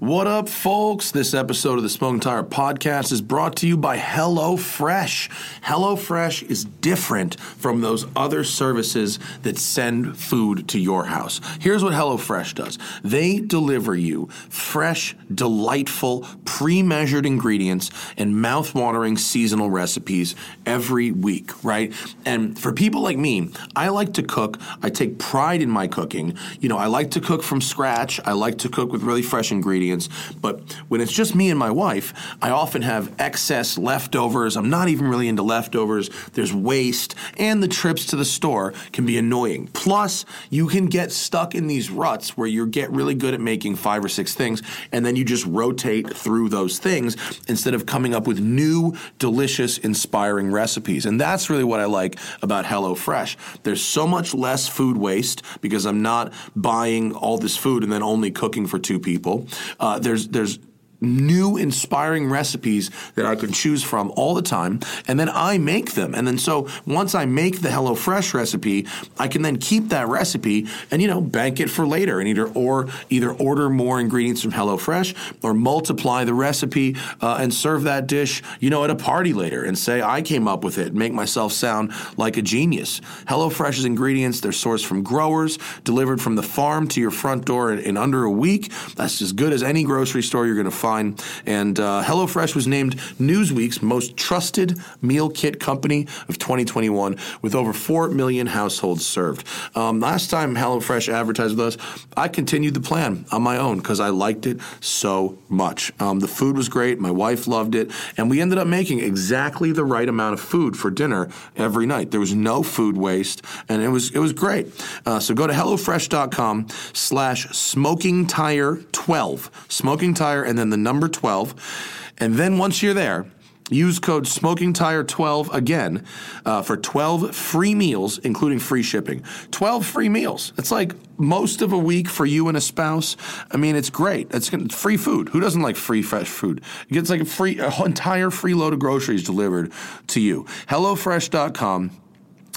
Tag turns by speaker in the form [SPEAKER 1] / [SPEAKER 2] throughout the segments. [SPEAKER 1] What up, folks? This episode of the Smoking Tire Podcast is brought to you by HelloFresh. HelloFresh is different from those other services that send food to your house. Here's what HelloFresh does they deliver you fresh, delightful, pre measured ingredients and mouth watering seasonal recipes every week, right? And for people like me, I like to cook. I take pride in my cooking. You know, I like to cook from scratch, I like to cook with really fresh ingredients ingredients. But when it's just me and my wife, I often have excess leftovers. I'm not even really into leftovers. There's waste, and the trips to the store can be annoying. Plus, you can get stuck in these ruts where you get really good at making five or six things, and then you just rotate through those things instead of coming up with new, delicious, inspiring recipes. And that's really what I like about HelloFresh. There's so much less food waste because I'm not buying all this food and then only cooking for two people. Uh, there's there's new inspiring recipes that I can choose from all the time and then I make them and then so once I make the HelloFresh recipe I can then keep that recipe and you know bank it for later and either or either order more ingredients from HelloFresh or multiply the recipe uh, and serve that dish you know at a party later and say I came up with it make myself sound like a genius HelloFresh's ingredients they're sourced from growers delivered from the farm to your front door in, in under a week that's as good as any grocery store you're going to find and uh, HelloFresh was named Newsweek's most trusted meal kit company of 2021 with over 4 million households served. Um, last time HelloFresh advertised with us, I continued the plan on my own because I liked it so much. Um, the food was great, my wife loved it, and we ended up making exactly the right amount of food for dinner every night. There was no food waste, and it was it was great. Uh, so go to HelloFresh.com slash smoking tire 12, smoking tire, and then the number 12. And then once you're there, use code SMOKINGTIRE12 again uh, for 12 free meals, including free shipping. 12 free meals. It's like most of a week for you and a spouse. I mean, it's great. It's, gonna- it's free food. Who doesn't like free fresh food? It gets like a free, an entire free load of groceries delivered to you. HelloFresh.com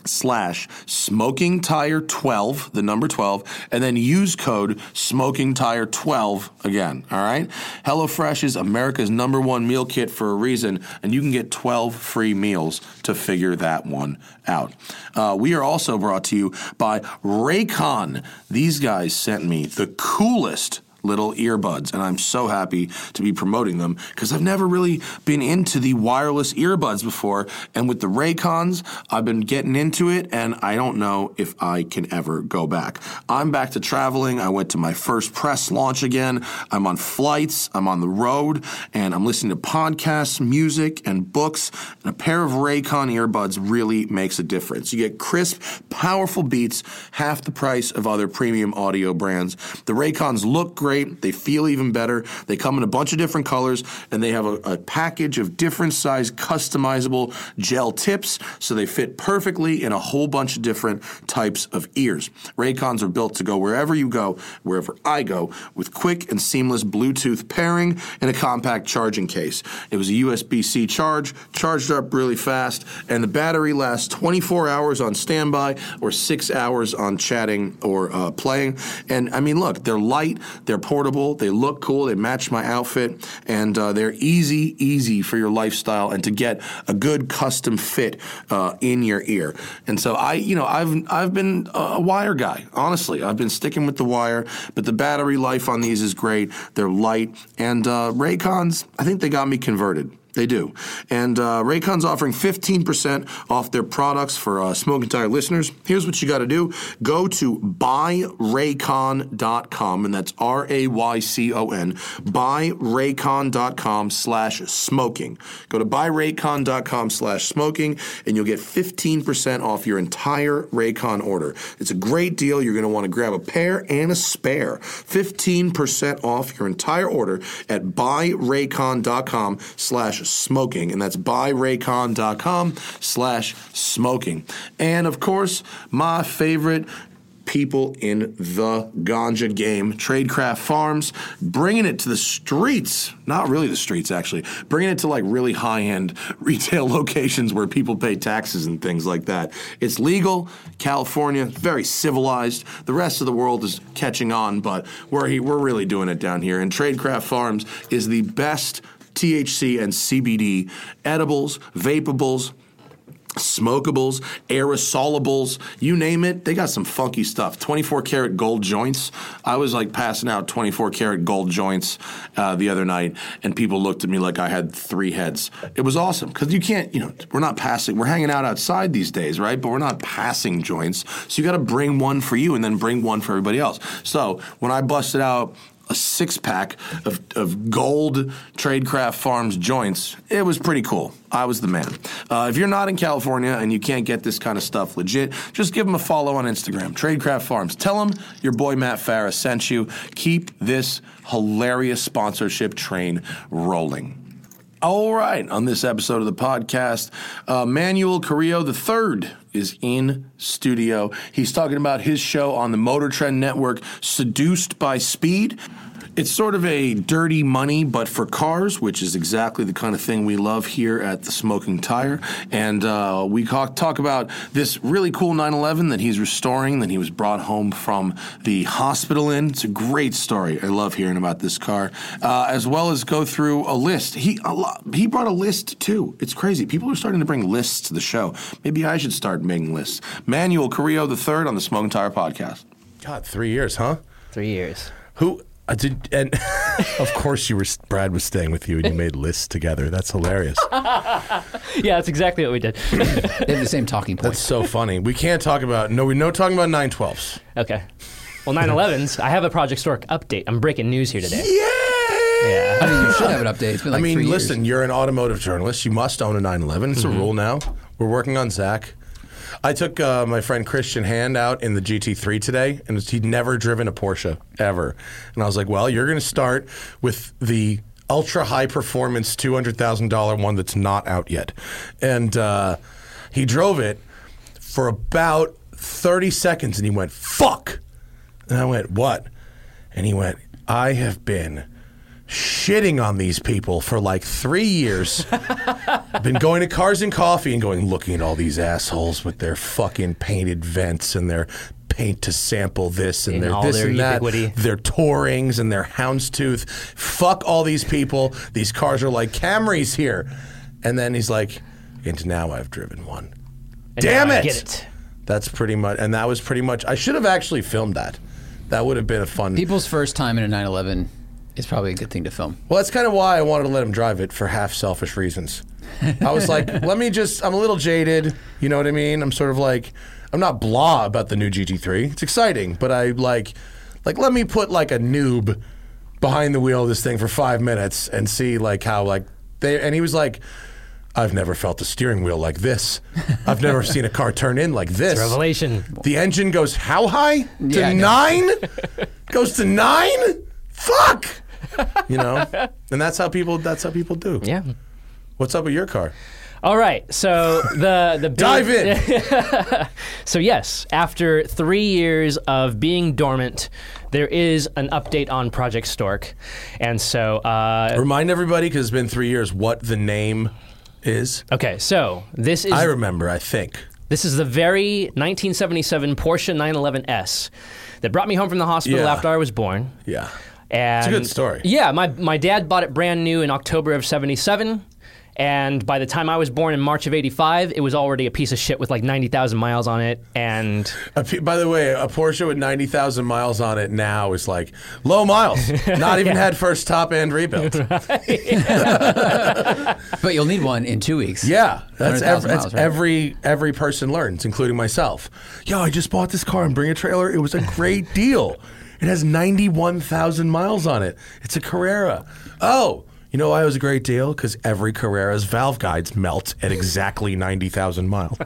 [SPEAKER 1] slash smoking tire 12 the number 12 and then use code smoking tire 12 again all right HelloFresh is america's number one meal kit for a reason and you can get 12 free meals to figure that one out Uh, we are also brought to you by raycon these guys sent me the coolest little earbuds, and I'm so happy to be promoting them because I've never really been into the wireless earbuds before. And with the Raycons, I've been getting into it, and I don't know if I can ever go back. I'm back to traveling. I went to my first press launch again. I'm on flights, I'm on the road, and I'm listening to podcasts, music, and books. And a pair of Raycon earbuds really makes a difference. You get crisp, powerful beats, half the price of other premium audio brands. The Raycons look great. They feel even better. They come in a bunch of different colors, and they have a, a package of different size customizable gel tips, so they fit perfectly in a whole bunch of different types of ears. Raycons are built to go wherever you go, wherever I go, with quick and seamless Bluetooth pairing and a compact charging case. It was a USB-C charge, charged up really fast, and the battery lasts 24 hours on standby or six hours on chatting or uh, playing. And I mean, look, they're light, they're portable, they look cool, they match my outfit, and uh, they're easy, easy for your lifestyle and to get a good custom fit uh, in your ear. And so I, you know, I've I've been a wire guy, honestly. I've been sticking with the wire, but the battery life on these is great. They're light, and uh, Raycons, I think they got me converted. They do. And uh, Raycon's offering 15% off their products for uh, Smoke and Tire listeners. Here's what you got to do go to buyraycon.com, and that's R A Y C O N, buyraycon.com slash smoking. Go to buyraycon.com slash smoking, and you'll get 15% off your entire Raycon order. It's a great deal. You're going to want to grab a pair and a spare. 15% off your entire order at buyraycon.com slash smoking. And that's buyraycon.com slash smoking. And of course, my favorite
[SPEAKER 2] people in the ganja game. Tradecraft Farms bringing it to the streets. Not really the streets, actually. Bringing it to like really high end retail locations where people pay taxes and things like that. It's legal. California, very civilized. The rest of the world is catching on, but we're, he- we're really doing it down here. And Tradecraft Farms is the best THC and CBD edibles, vapables, smokables, aerosolables, you name it. They got some funky stuff. 24 karat gold joints. I was like passing out 24 karat gold joints uh, the other night, and people looked at me like I had three heads. It was awesome because you can't, you know, we're not passing, we're hanging out outside these days, right? But we're not passing joints. So you got to bring one for you and then bring one for everybody else. So when I busted out, a six pack of, of gold Tradecraft Farms joints. It was pretty cool. I was the man. Uh, if you're not in California and you can't get this kind of stuff legit, just give them a follow on Instagram, Tradecraft Farms. Tell them your boy Matt Farah sent you. Keep this hilarious sponsorship train rolling. All right, on this episode of the podcast, uh, Manuel Carrillo III is in studio. He's talking about his show on the Motor Trend Network, Seduced by Speed. It's sort of a dirty money, but for cars, which is exactly the kind of thing we love here at the Smoking Tire. And uh, we talk, talk about this really cool 911 that he's restoring, that he was brought home from the hospital in. It's a great story. I love hearing about this car, uh, as well as go through a list. He a lot, he brought a list too. It's crazy. People are starting to bring lists to the show. Maybe I should start making lists. Manuel Carrillo III on the Smoking Tire podcast.
[SPEAKER 1] God, three years, huh?
[SPEAKER 3] Three years.
[SPEAKER 1] Who uh, did? And of course, you were. Brad was staying with you, and you made lists together. That's hilarious.
[SPEAKER 4] Yeah, that's exactly what we did.
[SPEAKER 3] They have the same talking
[SPEAKER 1] That's
[SPEAKER 3] points.
[SPEAKER 1] so funny. We can't talk about no. We're no talking about nine twelves.
[SPEAKER 4] okay. Well, 9/11s. I have a Project Stork update. I'm breaking news here today.
[SPEAKER 1] Yeah.
[SPEAKER 4] Yeah.
[SPEAKER 3] I mean, you should have an update. It's been like
[SPEAKER 1] I mean,
[SPEAKER 3] three years. Mm-hmm.
[SPEAKER 1] listen. You're an automotive journalist. You must own a 911. It's a rule now. We're working on Zach. I took uh, my friend Christian Hand out in the GT3 today, and he'd never driven a Porsche ever. And I was like, "Well, you're going to start with the ultra high performance two hundred thousand dollar one that's not out yet." And uh, he drove it for about thirty seconds, and he went, "Fuck!" And I went, "What?" And he went, "I have been." shitting on these people for like three years. Been going to Cars and Coffee and going looking at all these assholes with their fucking painted vents and their paint to sample this and,
[SPEAKER 4] And
[SPEAKER 1] their
[SPEAKER 4] all
[SPEAKER 1] this
[SPEAKER 4] their
[SPEAKER 1] and that,
[SPEAKER 4] ubiquity.
[SPEAKER 1] their Tourings and their Houndstooth. Fuck all these people. These cars are like Camrys here. And then he's like, and now I've driven one.
[SPEAKER 4] And
[SPEAKER 1] Damn
[SPEAKER 4] now I
[SPEAKER 1] it!
[SPEAKER 4] Get it.
[SPEAKER 1] That's pretty much, and that was pretty much. I should have actually filmed that. That would have been a fun.
[SPEAKER 3] People's first time in a 9/11 is probably a good thing to film.
[SPEAKER 1] Well, that's kind of why I wanted to let him drive it for half selfish reasons. I was like, let me just, I'm a little jaded. You know what I mean? I'm sort of like, I'm not blah about the new GT3. It's exciting, but I like, like, let me put like a noob behind the wheel of this thing for five minutes and see like how like they, and he was like, I've never felt a steering wheel like this. I've never seen a car turn in like this.
[SPEAKER 4] Revelation.
[SPEAKER 1] The engine goes how high? To
[SPEAKER 3] Yeah, I know.
[SPEAKER 1] nine? goes to nine? Fuck! You know? And that's how people that's how people do.
[SPEAKER 4] Yeah.
[SPEAKER 1] What's up with your car?
[SPEAKER 4] All right. So the the big-
[SPEAKER 1] Dive in.
[SPEAKER 4] So yes, after three years of being dormant, there is an update on Project Stork, and so uh,
[SPEAKER 1] Remind everybody, because it's been three years, what the name is.
[SPEAKER 4] okay. So this is
[SPEAKER 1] I remember, I think.
[SPEAKER 4] This is the very 1977 Porsche 911S that brought me home from the hospital
[SPEAKER 1] Yeah.
[SPEAKER 4] after I was born.
[SPEAKER 1] Yeah.
[SPEAKER 4] And
[SPEAKER 1] good story.
[SPEAKER 4] Yeah, my, my dad bought it brand new in October of 77. And by the time I was born in March of 85, it was already a piece of shit with like 90,000 miles on it. And
[SPEAKER 1] A P- by the way, a Porsche with 90,000 miles on it now is like low miles. Not even had first top end rebuilt.
[SPEAKER 3] But you'll need one in two weeks.
[SPEAKER 1] Yeah, that's,
[SPEAKER 3] 100,000
[SPEAKER 1] every, that's
[SPEAKER 3] miles, right?
[SPEAKER 1] every every person learns, including myself. Yo, I just bought this car and bring a trailer. It was a great deal. It has ninety one thousand miles on it. It's a Carrera. Oh, you know why it was a great deal? Because every Carrera's valve guides melt at exactly ninety thousand miles.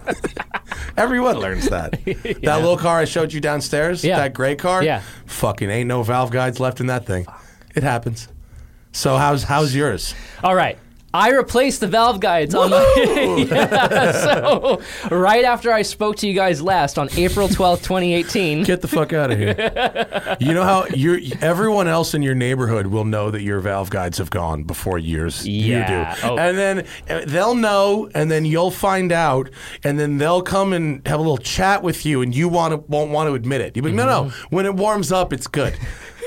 [SPEAKER 1] Everyone learns that. That little car I showed you downstairs,
[SPEAKER 4] Yeah.
[SPEAKER 1] that gray car,
[SPEAKER 4] Yeah.
[SPEAKER 1] fucking ain't no valve guides left in that thing. It happens. So how's how's yours?
[SPEAKER 4] all right. I replaced the valve guides on my. yeah, so right after I spoke to you guys last on April twelfth, twenty eighteen.
[SPEAKER 1] Get the fuck out of here. you know how you're, everyone else in your neighborhood will know that your valve guides have gone before yours.
[SPEAKER 4] Yeah.
[SPEAKER 1] You do.
[SPEAKER 4] Oh.
[SPEAKER 1] And then uh, they'll know, and then you'll find out, and then they'll come and have a little chat with you, and you want to, won't want to admit it. You'll be like, no, no, when it warms up, it's good.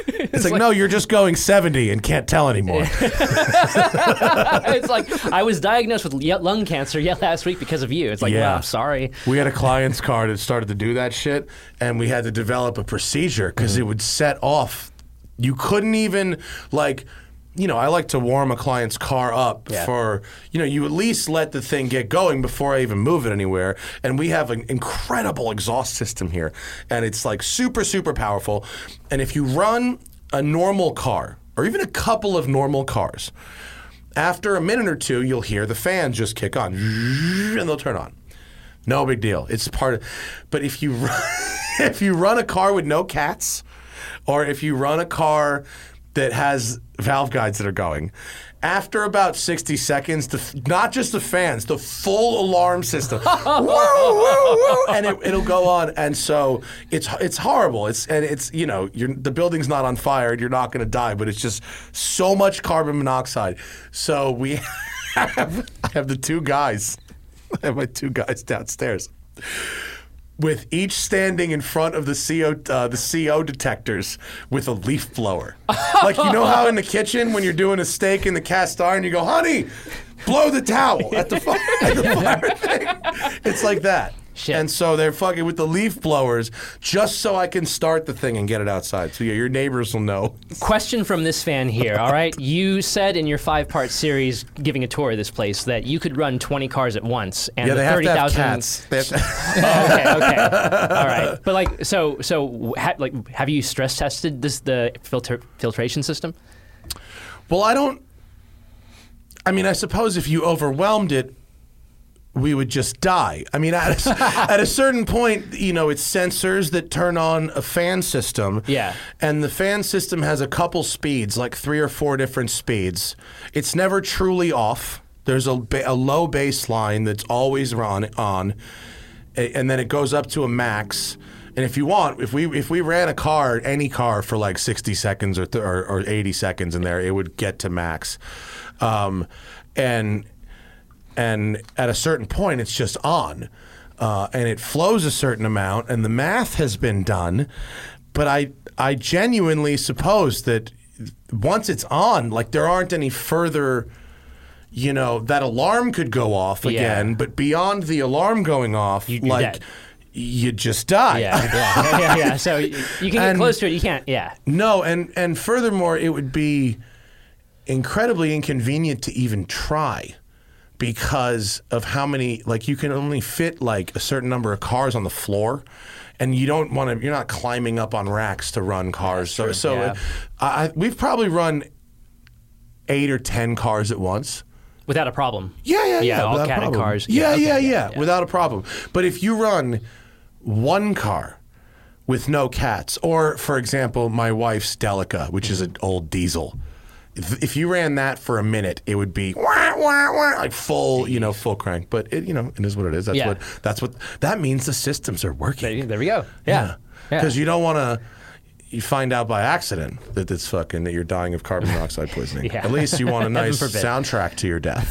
[SPEAKER 1] It's, like, no, you're just going 70 and can't tell anymore.
[SPEAKER 4] it's like I was diagnosed with y- lung cancer yet last week because of you. It's like,
[SPEAKER 1] Yeah.
[SPEAKER 4] well, I'm sorry.
[SPEAKER 1] We had a client's car that started to do that shit, and we had to develop a procedure because it would set off. You couldn't even like. You know, I like to warm a client's car up for, you know, you at least let the thing get going before I even move it anywhere. And we have an incredible exhaust system here. And it's like super, super powerful. And if you run a normal car or even a couple of normal cars, after a minute or two, you'll hear the fans just kick on and they'll turn on. No big deal. It's part of. But if you run, if you run a car with no cats, or if you run a car that has valve guides that are going, after about sixty seconds, the, f- not just the fans, the full alarm system, woo, woo, woo, and it, it'll go on. And so it's it's horrible. It's and it's you know you're, the building's not on fire. and You're not going to die, but it's just so much carbon monoxide. So we have, I have the two guys. I have my two guys downstairs. With each standing in front of the CO uh, the CO detectors with a leaf blower, like you know how in the kitchen when you're doing a steak in the cast iron, you go, "Honey, blow the towel at the fire, at the fire thing." It's like that.
[SPEAKER 4] Shit.
[SPEAKER 1] And so they're fucking with the leaf blowers just so I can start the thing and get it outside. So yeah, your neighbors will know.
[SPEAKER 4] Question from this fan here, all right? You said in your five part series giving a tour of this place that you could run 20 cars at once and
[SPEAKER 1] Yeah,
[SPEAKER 4] the
[SPEAKER 1] they have to have
[SPEAKER 4] 30,000
[SPEAKER 1] cats. They have to-
[SPEAKER 4] Oh, okay, okay. All right. But like so so ha- like have you stress tested this the filter filtration system?
[SPEAKER 1] Well, I don't. I mean, I suppose if you overwhelmed it, we would just die. I mean, at a, at a certain point, you know, it's sensors that turn on a fan system.
[SPEAKER 4] Yeah.
[SPEAKER 1] And the fan system has a couple speeds, like three or four different speeds. It's never truly off. There's a, ba- a low baseline that's always on, on, a- and then it goes up to a max. And if you want, if we if we ran a car, any car for like 60 seconds or, th- or, or 80 seconds in there, it would get to max. Um, and and at a certain point it's just on uh, and it flows a certain amount and the math has been done but i i genuinely suppose that once it's on like there aren't any further you know that alarm could go off again but beyond the alarm going off
[SPEAKER 4] you're
[SPEAKER 1] like
[SPEAKER 4] dead.
[SPEAKER 1] you just die
[SPEAKER 4] Yeah, yeah, yeah, yeah. So you, you can get
[SPEAKER 1] And-
[SPEAKER 4] close to it. You can't. Yeah,
[SPEAKER 1] No, and and furthermore, it would be incredibly inconvenient to even try because of how many like you can only fit like a certain number of cars on the floor and you don't want to you're not climbing up on racks to run cars so so
[SPEAKER 4] yeah.
[SPEAKER 1] I, I, we've probably run 8 or 10 cars at once
[SPEAKER 4] without a problem.
[SPEAKER 1] yeah, yeah, yeah.
[SPEAKER 4] Yeah, all
[SPEAKER 1] without a
[SPEAKER 4] cat and
[SPEAKER 1] problem.
[SPEAKER 4] cars.
[SPEAKER 1] Yeah,
[SPEAKER 4] Yeah, okay,
[SPEAKER 1] yeah, yeah,
[SPEAKER 4] yeah,
[SPEAKER 1] without a problem. But if you run one car with no cats, or for example, my wife's Delica, which is an old diesel, if, if you ran that for a minute, it would be wah, wah, wah, like full, you know, full crank. But it, you know, it is what it is. That's
[SPEAKER 4] Yeah.
[SPEAKER 1] what that's what that means. The systems are working.
[SPEAKER 4] There, there we go. Yeah, yeah.
[SPEAKER 1] Because you don't want to. You find out by accident that it's fucking that you're dying of carbon monoxide poisoning.
[SPEAKER 4] Yeah.
[SPEAKER 1] At least you want a nice
[SPEAKER 4] forbid.
[SPEAKER 1] soundtrack to your death.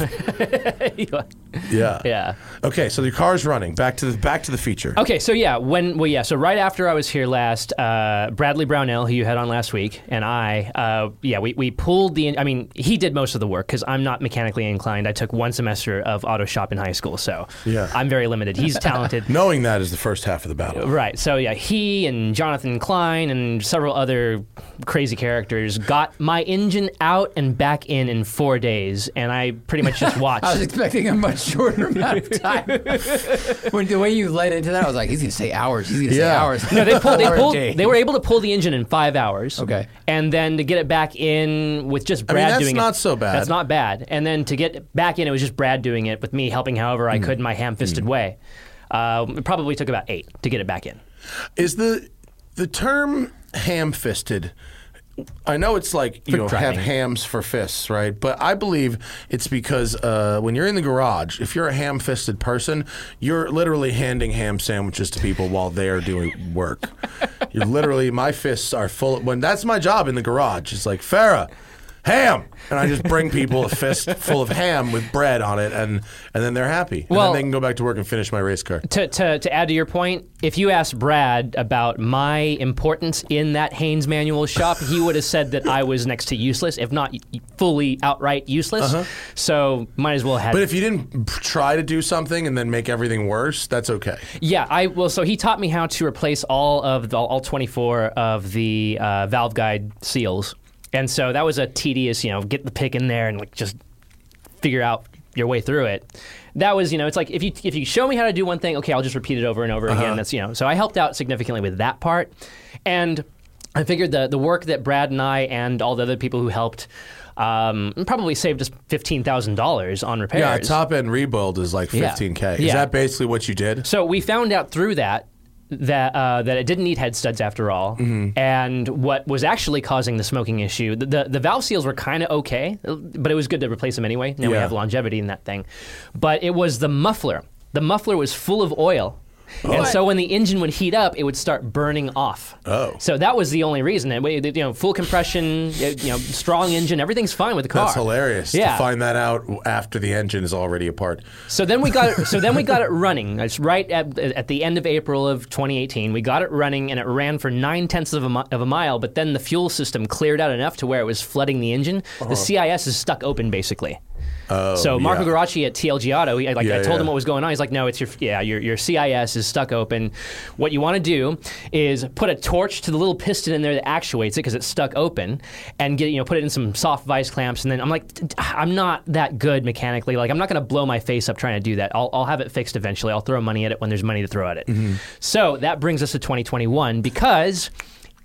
[SPEAKER 4] yeah.
[SPEAKER 1] Yeah.
[SPEAKER 4] yeah.
[SPEAKER 1] Okay, so the car's running. Back to the back to the feature.
[SPEAKER 4] Okay, so yeah, when well, yeah, so right after I was here last, uh, Bradley Brownell, who you had on last week, and I, uh, yeah, we, we pulled the. I mean, he did most of the work because I'm not mechanically inclined. I took one semester of auto shop in high school, so
[SPEAKER 1] Yeah.
[SPEAKER 4] I'm very limited. He's talented.
[SPEAKER 1] Knowing that is the first half of the battle.
[SPEAKER 4] Right. So yeah, he and Jonathan Klein and several other crazy characters got my engine out and back in in four days, and I pretty much just watched.
[SPEAKER 3] I was expecting a much shorter amount of time. when the way you led into that, I was like, he's gonna say hours. He's gonna say
[SPEAKER 1] Yeah.
[SPEAKER 3] hours.
[SPEAKER 4] No, they pulled. They
[SPEAKER 3] Or a
[SPEAKER 4] pulled.
[SPEAKER 3] day.
[SPEAKER 4] They were able to pull the engine in five hours.
[SPEAKER 3] Okay.
[SPEAKER 4] and then to get it back in with just Brad
[SPEAKER 1] that's
[SPEAKER 4] doing it.
[SPEAKER 1] not so bad.
[SPEAKER 4] That's not bad. And then to get it back in, it was just Brad doing it with me helping however
[SPEAKER 3] Hmm.
[SPEAKER 4] I could in my ham-fisted way. Um, it probably took about eight to get it back in.
[SPEAKER 1] Is the the term ham fisted I know it's like you know, have
[SPEAKER 3] driving.
[SPEAKER 1] hams for fists, right? But I believe it's because uh, when you're in the garage, if you're a ham-fisted person, you're literally handing ham sandwiches to people while they're doing work. you're literally my fists are full. When that's my job in the garage, it's like Farah, ham, and I just bring people a fist full of ham with bread on it, and and then they're happy. and
[SPEAKER 4] Well-
[SPEAKER 1] then they can go back to work and finish my race car.
[SPEAKER 4] to, to, to add to your point, if you asked Brad about my importance in that Haynes manual shop, he would have said that I was next to useless, if not fully outright useless. So might as well have.
[SPEAKER 1] Uh-huh. But if you didn't try to do something and then make everything worse, that's okay.
[SPEAKER 4] yeah, I well, so he taught me how to replace all of the, all 24 of the uh, valve guide seals, and so that was a tedious, you know, get the pick in there and like just figure out your way through it. That was, you know, it's like if you if you show me how to do one thing, okay, I'll just repeat it over and over again. That's you know, so I helped out significantly with that part, and I figured the the work that Brad and I and all the other people who helped um, probably saved us fifteen thousand dollars on repairs.
[SPEAKER 1] Yeah, top end rebuild is like
[SPEAKER 4] Yeah.
[SPEAKER 1] 15k. Is
[SPEAKER 4] Yeah.
[SPEAKER 1] that basically what you did?
[SPEAKER 4] So we found out through that that uh, that it didn't need head studs after all,
[SPEAKER 1] Mm-hmm.
[SPEAKER 4] and what was actually causing the smoking issue. The the, the valve seals were kind of okay, but it was good to replace them anyway. Now we
[SPEAKER 1] Yeah.
[SPEAKER 4] have longevity in that thing, but it was the muffler. The muffler was full of oil. And so when the engine would heat up, it would start burning off.
[SPEAKER 1] Oh.
[SPEAKER 4] so that was the only reason. And we- You know, full compression, you know, strong engine, everything's fine with the car.
[SPEAKER 1] That's hilarious
[SPEAKER 4] Yeah.
[SPEAKER 1] to find that out after the engine is already apart.
[SPEAKER 4] So then we got it, so then we got it running. It's right at, at the end of April of 2018. We got it running and it ran for nine tenths of a, mi- of a mile. But then the fuel system cleared out enough to where it was flooding the engine. The CIS is stuck open basically. Oh, so Marco
[SPEAKER 1] yeah.
[SPEAKER 4] Garacci at TLG Auto, he, like I
[SPEAKER 1] Yeah,
[SPEAKER 4] told
[SPEAKER 1] yeah.
[SPEAKER 4] him what was going on. He's like, no, it's your yeah, your your CIS is stuck open. What you want to do is put a torch to the little piston in there that actuates it because it's stuck open, and get you know put it in some soft vice clamps. And then I'm like, "D- d- I'm not that good mechanically. Like I'm not going to blow my face up trying to do that. I'll I'll have it fixed eventually. I'll throw money at it when there's money to throw at it.
[SPEAKER 1] Mm-hmm.
[SPEAKER 4] So that brings us to 2021 because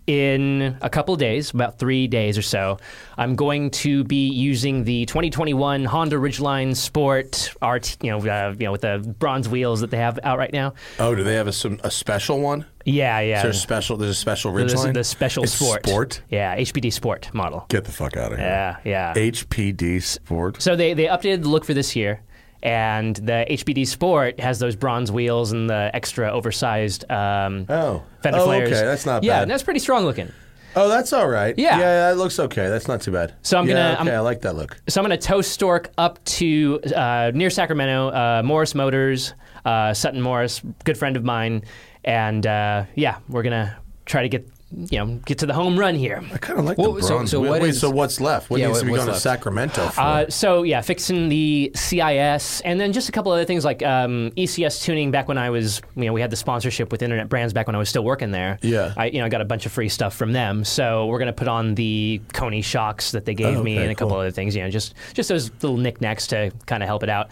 [SPEAKER 4] in a couple days, about three days or so, I'm going to be using the 2021 Honda Ridgeline Sport RT, you know, uh, you know, with the bronze wheels that they have out right now.
[SPEAKER 1] Oh, do they have a, some, a special one?
[SPEAKER 4] Yeah, yeah.
[SPEAKER 1] There's special. There's a special ridge
[SPEAKER 4] this is
[SPEAKER 1] line?
[SPEAKER 4] Uh, the special
[SPEAKER 1] It's
[SPEAKER 4] sport.
[SPEAKER 1] Sport.
[SPEAKER 4] Yeah, HPD Sport model.
[SPEAKER 1] Get the fuck out of here.
[SPEAKER 4] Yeah, yeah.
[SPEAKER 1] HPD Sport.
[SPEAKER 4] So they, they updated the look for this year, and the HBD Sport has those bronze wheels and the extra oversized um,
[SPEAKER 1] Oh.
[SPEAKER 4] fender
[SPEAKER 1] Oh,
[SPEAKER 4] flares.
[SPEAKER 1] okay, that's not
[SPEAKER 4] yeah,
[SPEAKER 1] bad.
[SPEAKER 4] that's pretty strong looking.
[SPEAKER 1] Oh, that's all right.
[SPEAKER 4] Yeah.
[SPEAKER 1] yeah, that looks okay. That's not too bad.
[SPEAKER 4] So I'm
[SPEAKER 1] Yeah,
[SPEAKER 4] gonna-
[SPEAKER 1] Okay, I
[SPEAKER 4] I'm-
[SPEAKER 1] like that look.
[SPEAKER 4] So I'm going to toast Stork up to uh, near Sacramento, uh, Morris Motors, uh, Sutton Morris, good friend of mine, and uh, yeah, we're gonna try to get you know get to the home run here.
[SPEAKER 1] I kind of like
[SPEAKER 3] Well,
[SPEAKER 1] the
[SPEAKER 3] so-
[SPEAKER 1] bronze.
[SPEAKER 3] so
[SPEAKER 1] wheel.
[SPEAKER 3] what
[SPEAKER 1] Wait,
[SPEAKER 3] is-
[SPEAKER 1] so what's left? What
[SPEAKER 3] Yeah,
[SPEAKER 1] needs to
[SPEAKER 3] what-
[SPEAKER 1] be
[SPEAKER 3] what's
[SPEAKER 1] going to
[SPEAKER 3] left?
[SPEAKER 1] Sacramento for?
[SPEAKER 4] Uh, so yeah, fixing the CIS, and then just a couple other things like um, ECS tuning. Back when I was, you know, we had the sponsorship with Internet Brands. Back when I was still working there,
[SPEAKER 1] Yeah.
[SPEAKER 4] I you know I got a bunch of free stuff from them. So we're gonna put on the Coney shocks that they gave me,
[SPEAKER 1] Oh, okay,
[SPEAKER 4] and a couple
[SPEAKER 1] cool.
[SPEAKER 4] other things. You know, just just those little knickknacks to kind of help it out.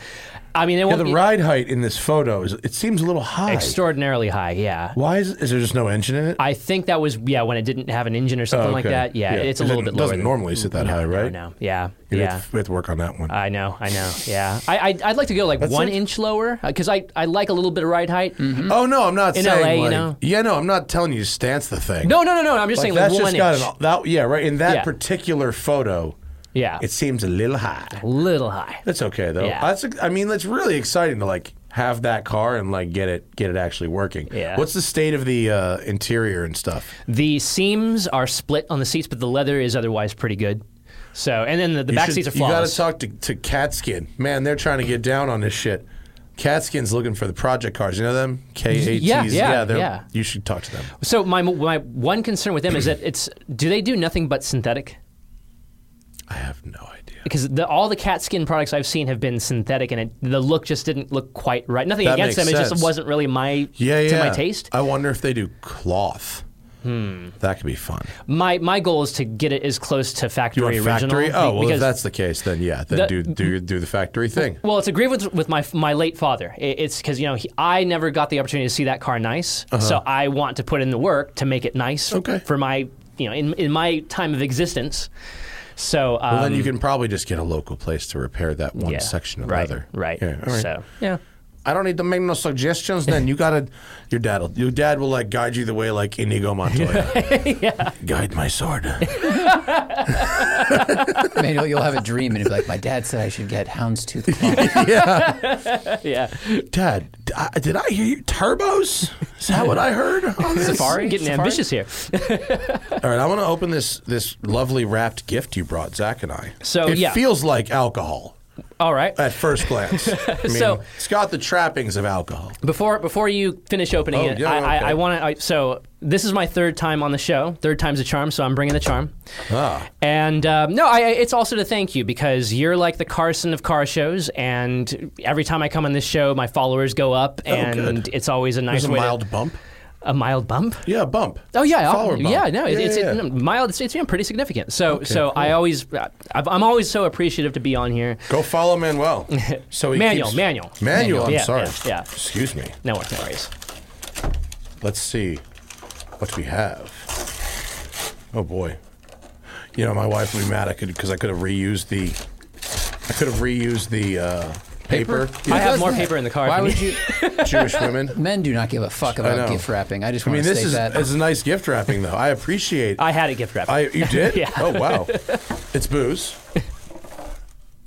[SPEAKER 4] I mean, it
[SPEAKER 1] yeah,
[SPEAKER 4] won't
[SPEAKER 1] the
[SPEAKER 4] be
[SPEAKER 1] ride height in this photo is it seems a little high.
[SPEAKER 4] extraordinarily high. Yeah.
[SPEAKER 1] Why is, is there just no engine in it?
[SPEAKER 4] I think that was yeah when it didn't have an engine or something like
[SPEAKER 1] Oh, Okay.
[SPEAKER 4] that. Yeah, it's a
[SPEAKER 1] It
[SPEAKER 4] little bit
[SPEAKER 1] doesn't-
[SPEAKER 4] lower.
[SPEAKER 1] Doesn't
[SPEAKER 4] than-
[SPEAKER 1] normally sit that high,
[SPEAKER 4] I
[SPEAKER 1] right?
[SPEAKER 4] don't know. Yeah,
[SPEAKER 1] We
[SPEAKER 4] yeah. Uh,
[SPEAKER 1] have to- we have to work on that one.
[SPEAKER 4] I know, I know. Yeah, I, I I'd like to go like one
[SPEAKER 1] it.
[SPEAKER 4] inch lower because I I like a little bit of ride height.
[SPEAKER 1] Oh no, I'm not
[SPEAKER 4] In
[SPEAKER 1] saying
[SPEAKER 4] LA, you
[SPEAKER 1] like-
[SPEAKER 4] know?
[SPEAKER 1] Yeah, no, I'm not telling you to stance the thing.
[SPEAKER 4] No, no, no, no. I'm just
[SPEAKER 1] like,
[SPEAKER 4] saying like
[SPEAKER 1] that's just
[SPEAKER 4] one inch.
[SPEAKER 1] got an that yeah right in that
[SPEAKER 4] Yeah.
[SPEAKER 1] particular photo.
[SPEAKER 4] yeah,
[SPEAKER 1] It
[SPEAKER 4] it's
[SPEAKER 1] seems a little high.
[SPEAKER 4] a little high.
[SPEAKER 1] That's okay though.
[SPEAKER 4] Yeah.
[SPEAKER 1] That's I mean that's really exciting to like have that car and like get it get it actually working.
[SPEAKER 4] Yeah.
[SPEAKER 1] What's the state of the uh, interior and stuff?
[SPEAKER 4] The seams are split on the seats, but the leather is otherwise pretty good. So and then the, the
[SPEAKER 1] You
[SPEAKER 4] back
[SPEAKER 1] should-
[SPEAKER 4] seats are
[SPEAKER 1] You got
[SPEAKER 4] flawless.
[SPEAKER 1] to talk to to Catskin. Man, they're trying to get down on this shit. Catskin's looking for the project cars. You know them? KATs.
[SPEAKER 4] yeah,
[SPEAKER 1] they're-
[SPEAKER 4] yeah.
[SPEAKER 1] You should talk to them.
[SPEAKER 4] so my my one concern with them is that it's do they do nothing but synthetic?
[SPEAKER 1] I have no idea.
[SPEAKER 4] because the, all the cat skin products I've seen have been synthetic, and it, the look just didn't look quite right. Nothing
[SPEAKER 1] That
[SPEAKER 4] against them;
[SPEAKER 1] makes
[SPEAKER 4] it just
[SPEAKER 1] sense.
[SPEAKER 4] wasn't really my
[SPEAKER 1] yeah, yeah.
[SPEAKER 4] to my taste.
[SPEAKER 1] I wonder if they do cloth. Hmm. That could be fun.
[SPEAKER 4] My my goal is to get it as close to
[SPEAKER 1] You
[SPEAKER 4] factory
[SPEAKER 1] want
[SPEAKER 4] original.
[SPEAKER 1] factory? Oh,
[SPEAKER 4] be-
[SPEAKER 1] well, if
[SPEAKER 4] because-
[SPEAKER 1] that's the case, then yeah, then
[SPEAKER 4] The-
[SPEAKER 1] do do do the factory thing.
[SPEAKER 4] Well, it's a grievance with my my late father. I- It's because you know he, I never got the opportunity to see that car nice, so I want to put in the work to make it nice
[SPEAKER 1] Uh-huh. Okay.
[SPEAKER 4] for my you know in in my time of existence. So um,
[SPEAKER 1] Well, then you can probably just get a local place to repair that one
[SPEAKER 4] yeah,
[SPEAKER 1] section of
[SPEAKER 4] right,
[SPEAKER 1] leather.
[SPEAKER 4] right?
[SPEAKER 1] Yeah, all right.
[SPEAKER 4] So yeah.
[SPEAKER 1] I don't need to make no suggestions. Then you gotta, your dad, will, your dad will like guide you the way like Inigo Montoya. yeah. Guide my sword.
[SPEAKER 3] Man, you'll, you'll have a dream and it'll be like, my dad said I should get houndstooth claws.
[SPEAKER 4] yeah.
[SPEAKER 1] Dad, d- I- did I hear you? Turbos? Is that what I heard? on this?
[SPEAKER 3] Safari?
[SPEAKER 4] Getting
[SPEAKER 3] Safari?
[SPEAKER 4] ambitious here.
[SPEAKER 1] All right, I want to open this this lovely wrapped gift you brought Zach and I.
[SPEAKER 4] So,
[SPEAKER 1] it
[SPEAKER 4] yeah.
[SPEAKER 1] feels like alcohol
[SPEAKER 4] All right.
[SPEAKER 1] at first glance. I mean,
[SPEAKER 4] So-
[SPEAKER 1] it's got the trappings of alcohol.
[SPEAKER 4] Before before you finish opening
[SPEAKER 1] Oh,
[SPEAKER 4] it,
[SPEAKER 1] yeah,
[SPEAKER 4] I, I,
[SPEAKER 1] okay.
[SPEAKER 4] I want to. So this is my third time on the show. Third time's a charm. So I'm bringing the charm.
[SPEAKER 1] Ah.
[SPEAKER 4] And um, no, I, I- it's also to thank you because you're like the Carson of car shows. And every time I come on this show, my followers go up, and
[SPEAKER 1] Oh, good.
[SPEAKER 4] it's always a nice
[SPEAKER 1] There's a
[SPEAKER 4] way to-
[SPEAKER 1] mild bump.
[SPEAKER 4] a mild bump.
[SPEAKER 1] Yeah, a bump.
[SPEAKER 4] Oh yeah, I'll-
[SPEAKER 1] Follower bump.
[SPEAKER 4] yeah. No, it,
[SPEAKER 1] Yeah,
[SPEAKER 4] it's
[SPEAKER 1] yeah,
[SPEAKER 4] it-
[SPEAKER 1] yeah.
[SPEAKER 4] mild. It's, it's yeah, pretty significant. So so I always, uh, I've, I'm always so appreciative to be on here.
[SPEAKER 1] Go follow Manuel. So he
[SPEAKER 4] Manuel,
[SPEAKER 1] keeps-
[SPEAKER 4] Manuel.
[SPEAKER 1] Manuel. I'm
[SPEAKER 4] Yeah,
[SPEAKER 1] sorry.
[SPEAKER 4] yeah, yeah.
[SPEAKER 1] Excuse me.
[SPEAKER 4] No worries.
[SPEAKER 1] Let's see what we have. Oh boy. You know, my wife would be mad I could because I could have reused the. I could have reused the uh, paper.
[SPEAKER 4] I
[SPEAKER 1] Yeah.
[SPEAKER 4] have more
[SPEAKER 3] does that?
[SPEAKER 4] paper in the car.
[SPEAKER 3] Why
[SPEAKER 4] for me.
[SPEAKER 3] would you?
[SPEAKER 1] Jewish women.
[SPEAKER 3] Men do not give a fuck
[SPEAKER 1] know.
[SPEAKER 3] about gift wrapping. I just
[SPEAKER 1] I
[SPEAKER 3] want
[SPEAKER 1] mean,
[SPEAKER 3] to
[SPEAKER 1] this
[SPEAKER 3] state
[SPEAKER 1] is
[SPEAKER 3] that.
[SPEAKER 1] it's a nice gift wrapping though. I appreciate.
[SPEAKER 4] I had a gift wrap.
[SPEAKER 1] I you did?
[SPEAKER 4] Yeah.
[SPEAKER 1] Oh wow. It's booze.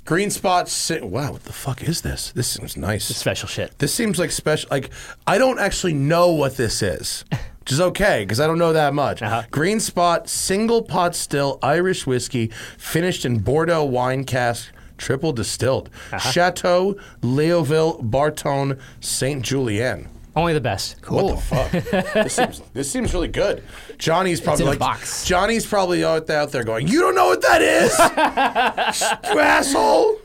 [SPEAKER 1] Green spot. Si- wow, what the fuck is this? This seems nice.
[SPEAKER 4] Special shit.
[SPEAKER 1] This seems like special. Like I don't actually know what this is, which is okay because I don't know that much.
[SPEAKER 4] Uh-huh.
[SPEAKER 1] Green Spot single pot still Irish whiskey finished in Bordeaux wine cask, triple distilled, Chateau Leoville Barton Saint Julien.
[SPEAKER 4] Only the best.
[SPEAKER 1] What the fuck? this, seems, this seems really good. Johnny's probably
[SPEAKER 3] in a
[SPEAKER 1] like
[SPEAKER 3] box.
[SPEAKER 1] Johnny's probably out there, out there going, "You don't know what that is, you asshole."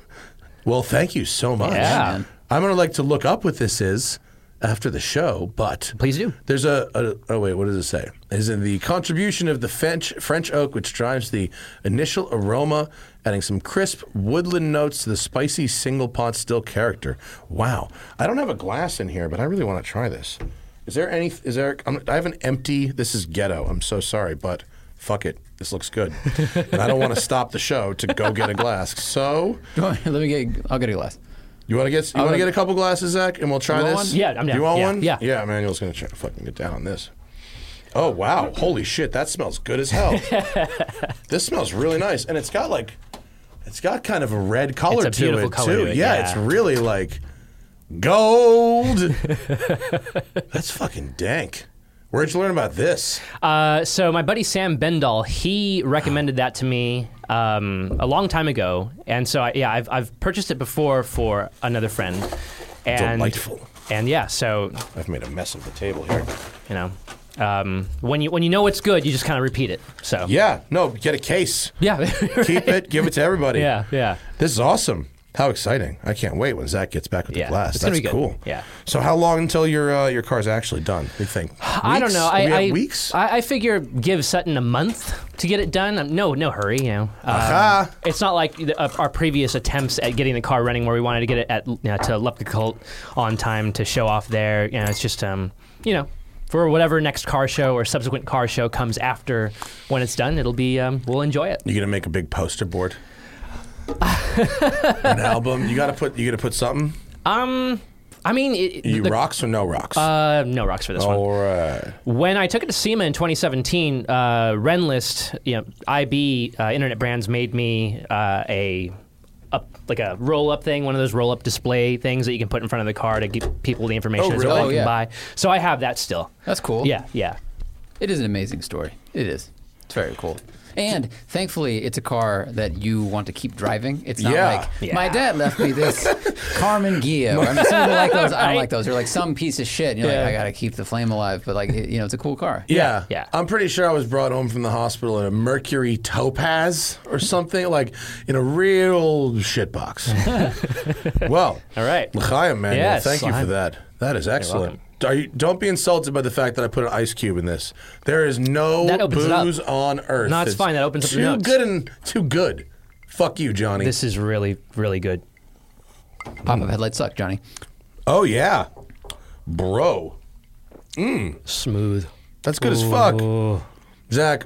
[SPEAKER 1] Well, thank you so much.
[SPEAKER 4] Yeah.
[SPEAKER 3] man.
[SPEAKER 1] I'm gonna like to look up what this is after the show, but
[SPEAKER 4] Please do.
[SPEAKER 1] There's a, a oh wait, what does it say? Is in the contribution of the French French oak, which drives the initial aroma, adding some crisp woodland notes to the spicy single pot still character. Wow, I don't have a glass in here, but I really want to try this. Is there any? Is there? I'm, I have an empty. This is ghetto. I'm so sorry, but fuck it. This looks good, and I don't want to stop the show to go get a glass. So
[SPEAKER 3] Let me get. I'll get a glass.
[SPEAKER 1] you want to get you want to
[SPEAKER 3] gonna-
[SPEAKER 1] get a couple glasses, Zach, and we'll try
[SPEAKER 3] You want
[SPEAKER 1] this.
[SPEAKER 3] one?
[SPEAKER 4] Yeah, I'm down.
[SPEAKER 1] You want
[SPEAKER 4] Yeah,
[SPEAKER 1] one?
[SPEAKER 4] yeah.
[SPEAKER 1] yeah. Emmanuel's gonna try, fucking get down on this. Oh wow! Holy shit! That smells good as hell. this smells really nice, and it's got like, it's got kind of a red color
[SPEAKER 4] It's a
[SPEAKER 1] to
[SPEAKER 4] beautiful
[SPEAKER 1] it
[SPEAKER 4] color
[SPEAKER 1] too.
[SPEAKER 4] to it,
[SPEAKER 1] yeah,
[SPEAKER 4] yeah.
[SPEAKER 1] it's really like gold. That's fucking dank. Where'd you learn about this?
[SPEAKER 4] Uh, so my buddy Sam Bendall, he recommended that to me um, a long time ago, and so I, yeah, I've, I've purchased it before for another friend. And,
[SPEAKER 1] Delightful.
[SPEAKER 4] And yeah, so
[SPEAKER 1] I've made a mess of the table here.
[SPEAKER 4] you know, um, when you when you know what's good, you just kind of repeat it. So
[SPEAKER 1] Yeah, no, get a case.
[SPEAKER 4] yeah,
[SPEAKER 1] Keep it. Give it to everybody.
[SPEAKER 4] yeah, yeah.
[SPEAKER 1] This is awesome. How exciting! I can't wait when Zach gets back with
[SPEAKER 4] Yeah,
[SPEAKER 1] the glass.
[SPEAKER 4] it's gonna
[SPEAKER 1] That's
[SPEAKER 4] be good.
[SPEAKER 1] cool.
[SPEAKER 4] Yeah.
[SPEAKER 1] So how long until your uh, your car's actually done? You think?
[SPEAKER 4] I don't
[SPEAKER 1] Weeks?
[SPEAKER 4] know.
[SPEAKER 1] We
[SPEAKER 4] I,
[SPEAKER 1] have
[SPEAKER 4] I
[SPEAKER 1] weeks.
[SPEAKER 4] I, I figure give Sutton a month to get it done. Um, no, no hurry. You know, um,
[SPEAKER 1] Aha.
[SPEAKER 4] it's not like the, uh, our previous attempts at getting the car running where we wanted to get it at you know, to Lepka Cult on time to show off there. You know, it's just um, you know, for whatever next car show or subsequent car show comes after when it's done, it'll be um, we'll enjoy it.
[SPEAKER 1] you gonna make a big poster board? An album. You gotta put. You gotta put something.
[SPEAKER 4] Um, I mean, it,
[SPEAKER 1] You
[SPEAKER 4] the-
[SPEAKER 1] rocks or no rocks?
[SPEAKER 4] uh, no rocks for this one.
[SPEAKER 1] All right.
[SPEAKER 4] When I took it to SEMA in 2017, uh, Renlist, you know, IB uh, Internet Brands made me uh, a up, like a roll up thing, one of those roll up display things that you can put in front of the car to give people the information
[SPEAKER 1] Oh,
[SPEAKER 4] as to what
[SPEAKER 1] really?
[SPEAKER 4] they can
[SPEAKER 3] Oh, yeah.
[SPEAKER 4] buy. So I have that still.
[SPEAKER 3] That's cool.
[SPEAKER 4] Yeah, yeah.
[SPEAKER 3] It is an amazing story. It is. It's very cool. And thankfully, it's a car that you want to keep driving. It's not
[SPEAKER 1] Yeah.
[SPEAKER 3] like
[SPEAKER 4] Yeah.
[SPEAKER 3] my dad left me this Carmen Ghia. I mean, some people like those. I don't like
[SPEAKER 4] Right.
[SPEAKER 3] those. They're like some piece of shit. And you're
[SPEAKER 4] Yeah.
[SPEAKER 3] like, I gotta keep the flame alive. But like, it- you know, it's a cool car.
[SPEAKER 1] Yeah.
[SPEAKER 4] yeah.
[SPEAKER 1] I'm pretty sure I was brought home from the hospital in a mercury topaz or something, like in a real shit box. well,
[SPEAKER 4] All right.
[SPEAKER 1] L'chaim, man.
[SPEAKER 4] Yes,
[SPEAKER 1] thank you for
[SPEAKER 4] L'chaim.
[SPEAKER 1] that. That is excellent.
[SPEAKER 4] welcome.
[SPEAKER 1] Are you, don't be insulted by the fact that I put an ice cube in this. There is no
[SPEAKER 4] That opens it up.
[SPEAKER 1] booze on earth.
[SPEAKER 4] No, it's
[SPEAKER 1] that's
[SPEAKER 4] fine. That opens up
[SPEAKER 1] too
[SPEAKER 4] your notes.
[SPEAKER 1] good and too good. Fuck you, Johnny.
[SPEAKER 4] This is really, really good.
[SPEAKER 3] Pop up headlights suck, Johnny.
[SPEAKER 1] oh yeah, bro.
[SPEAKER 4] Smooth.
[SPEAKER 1] That's good as fuck.
[SPEAKER 4] Ooh.
[SPEAKER 1] Zach,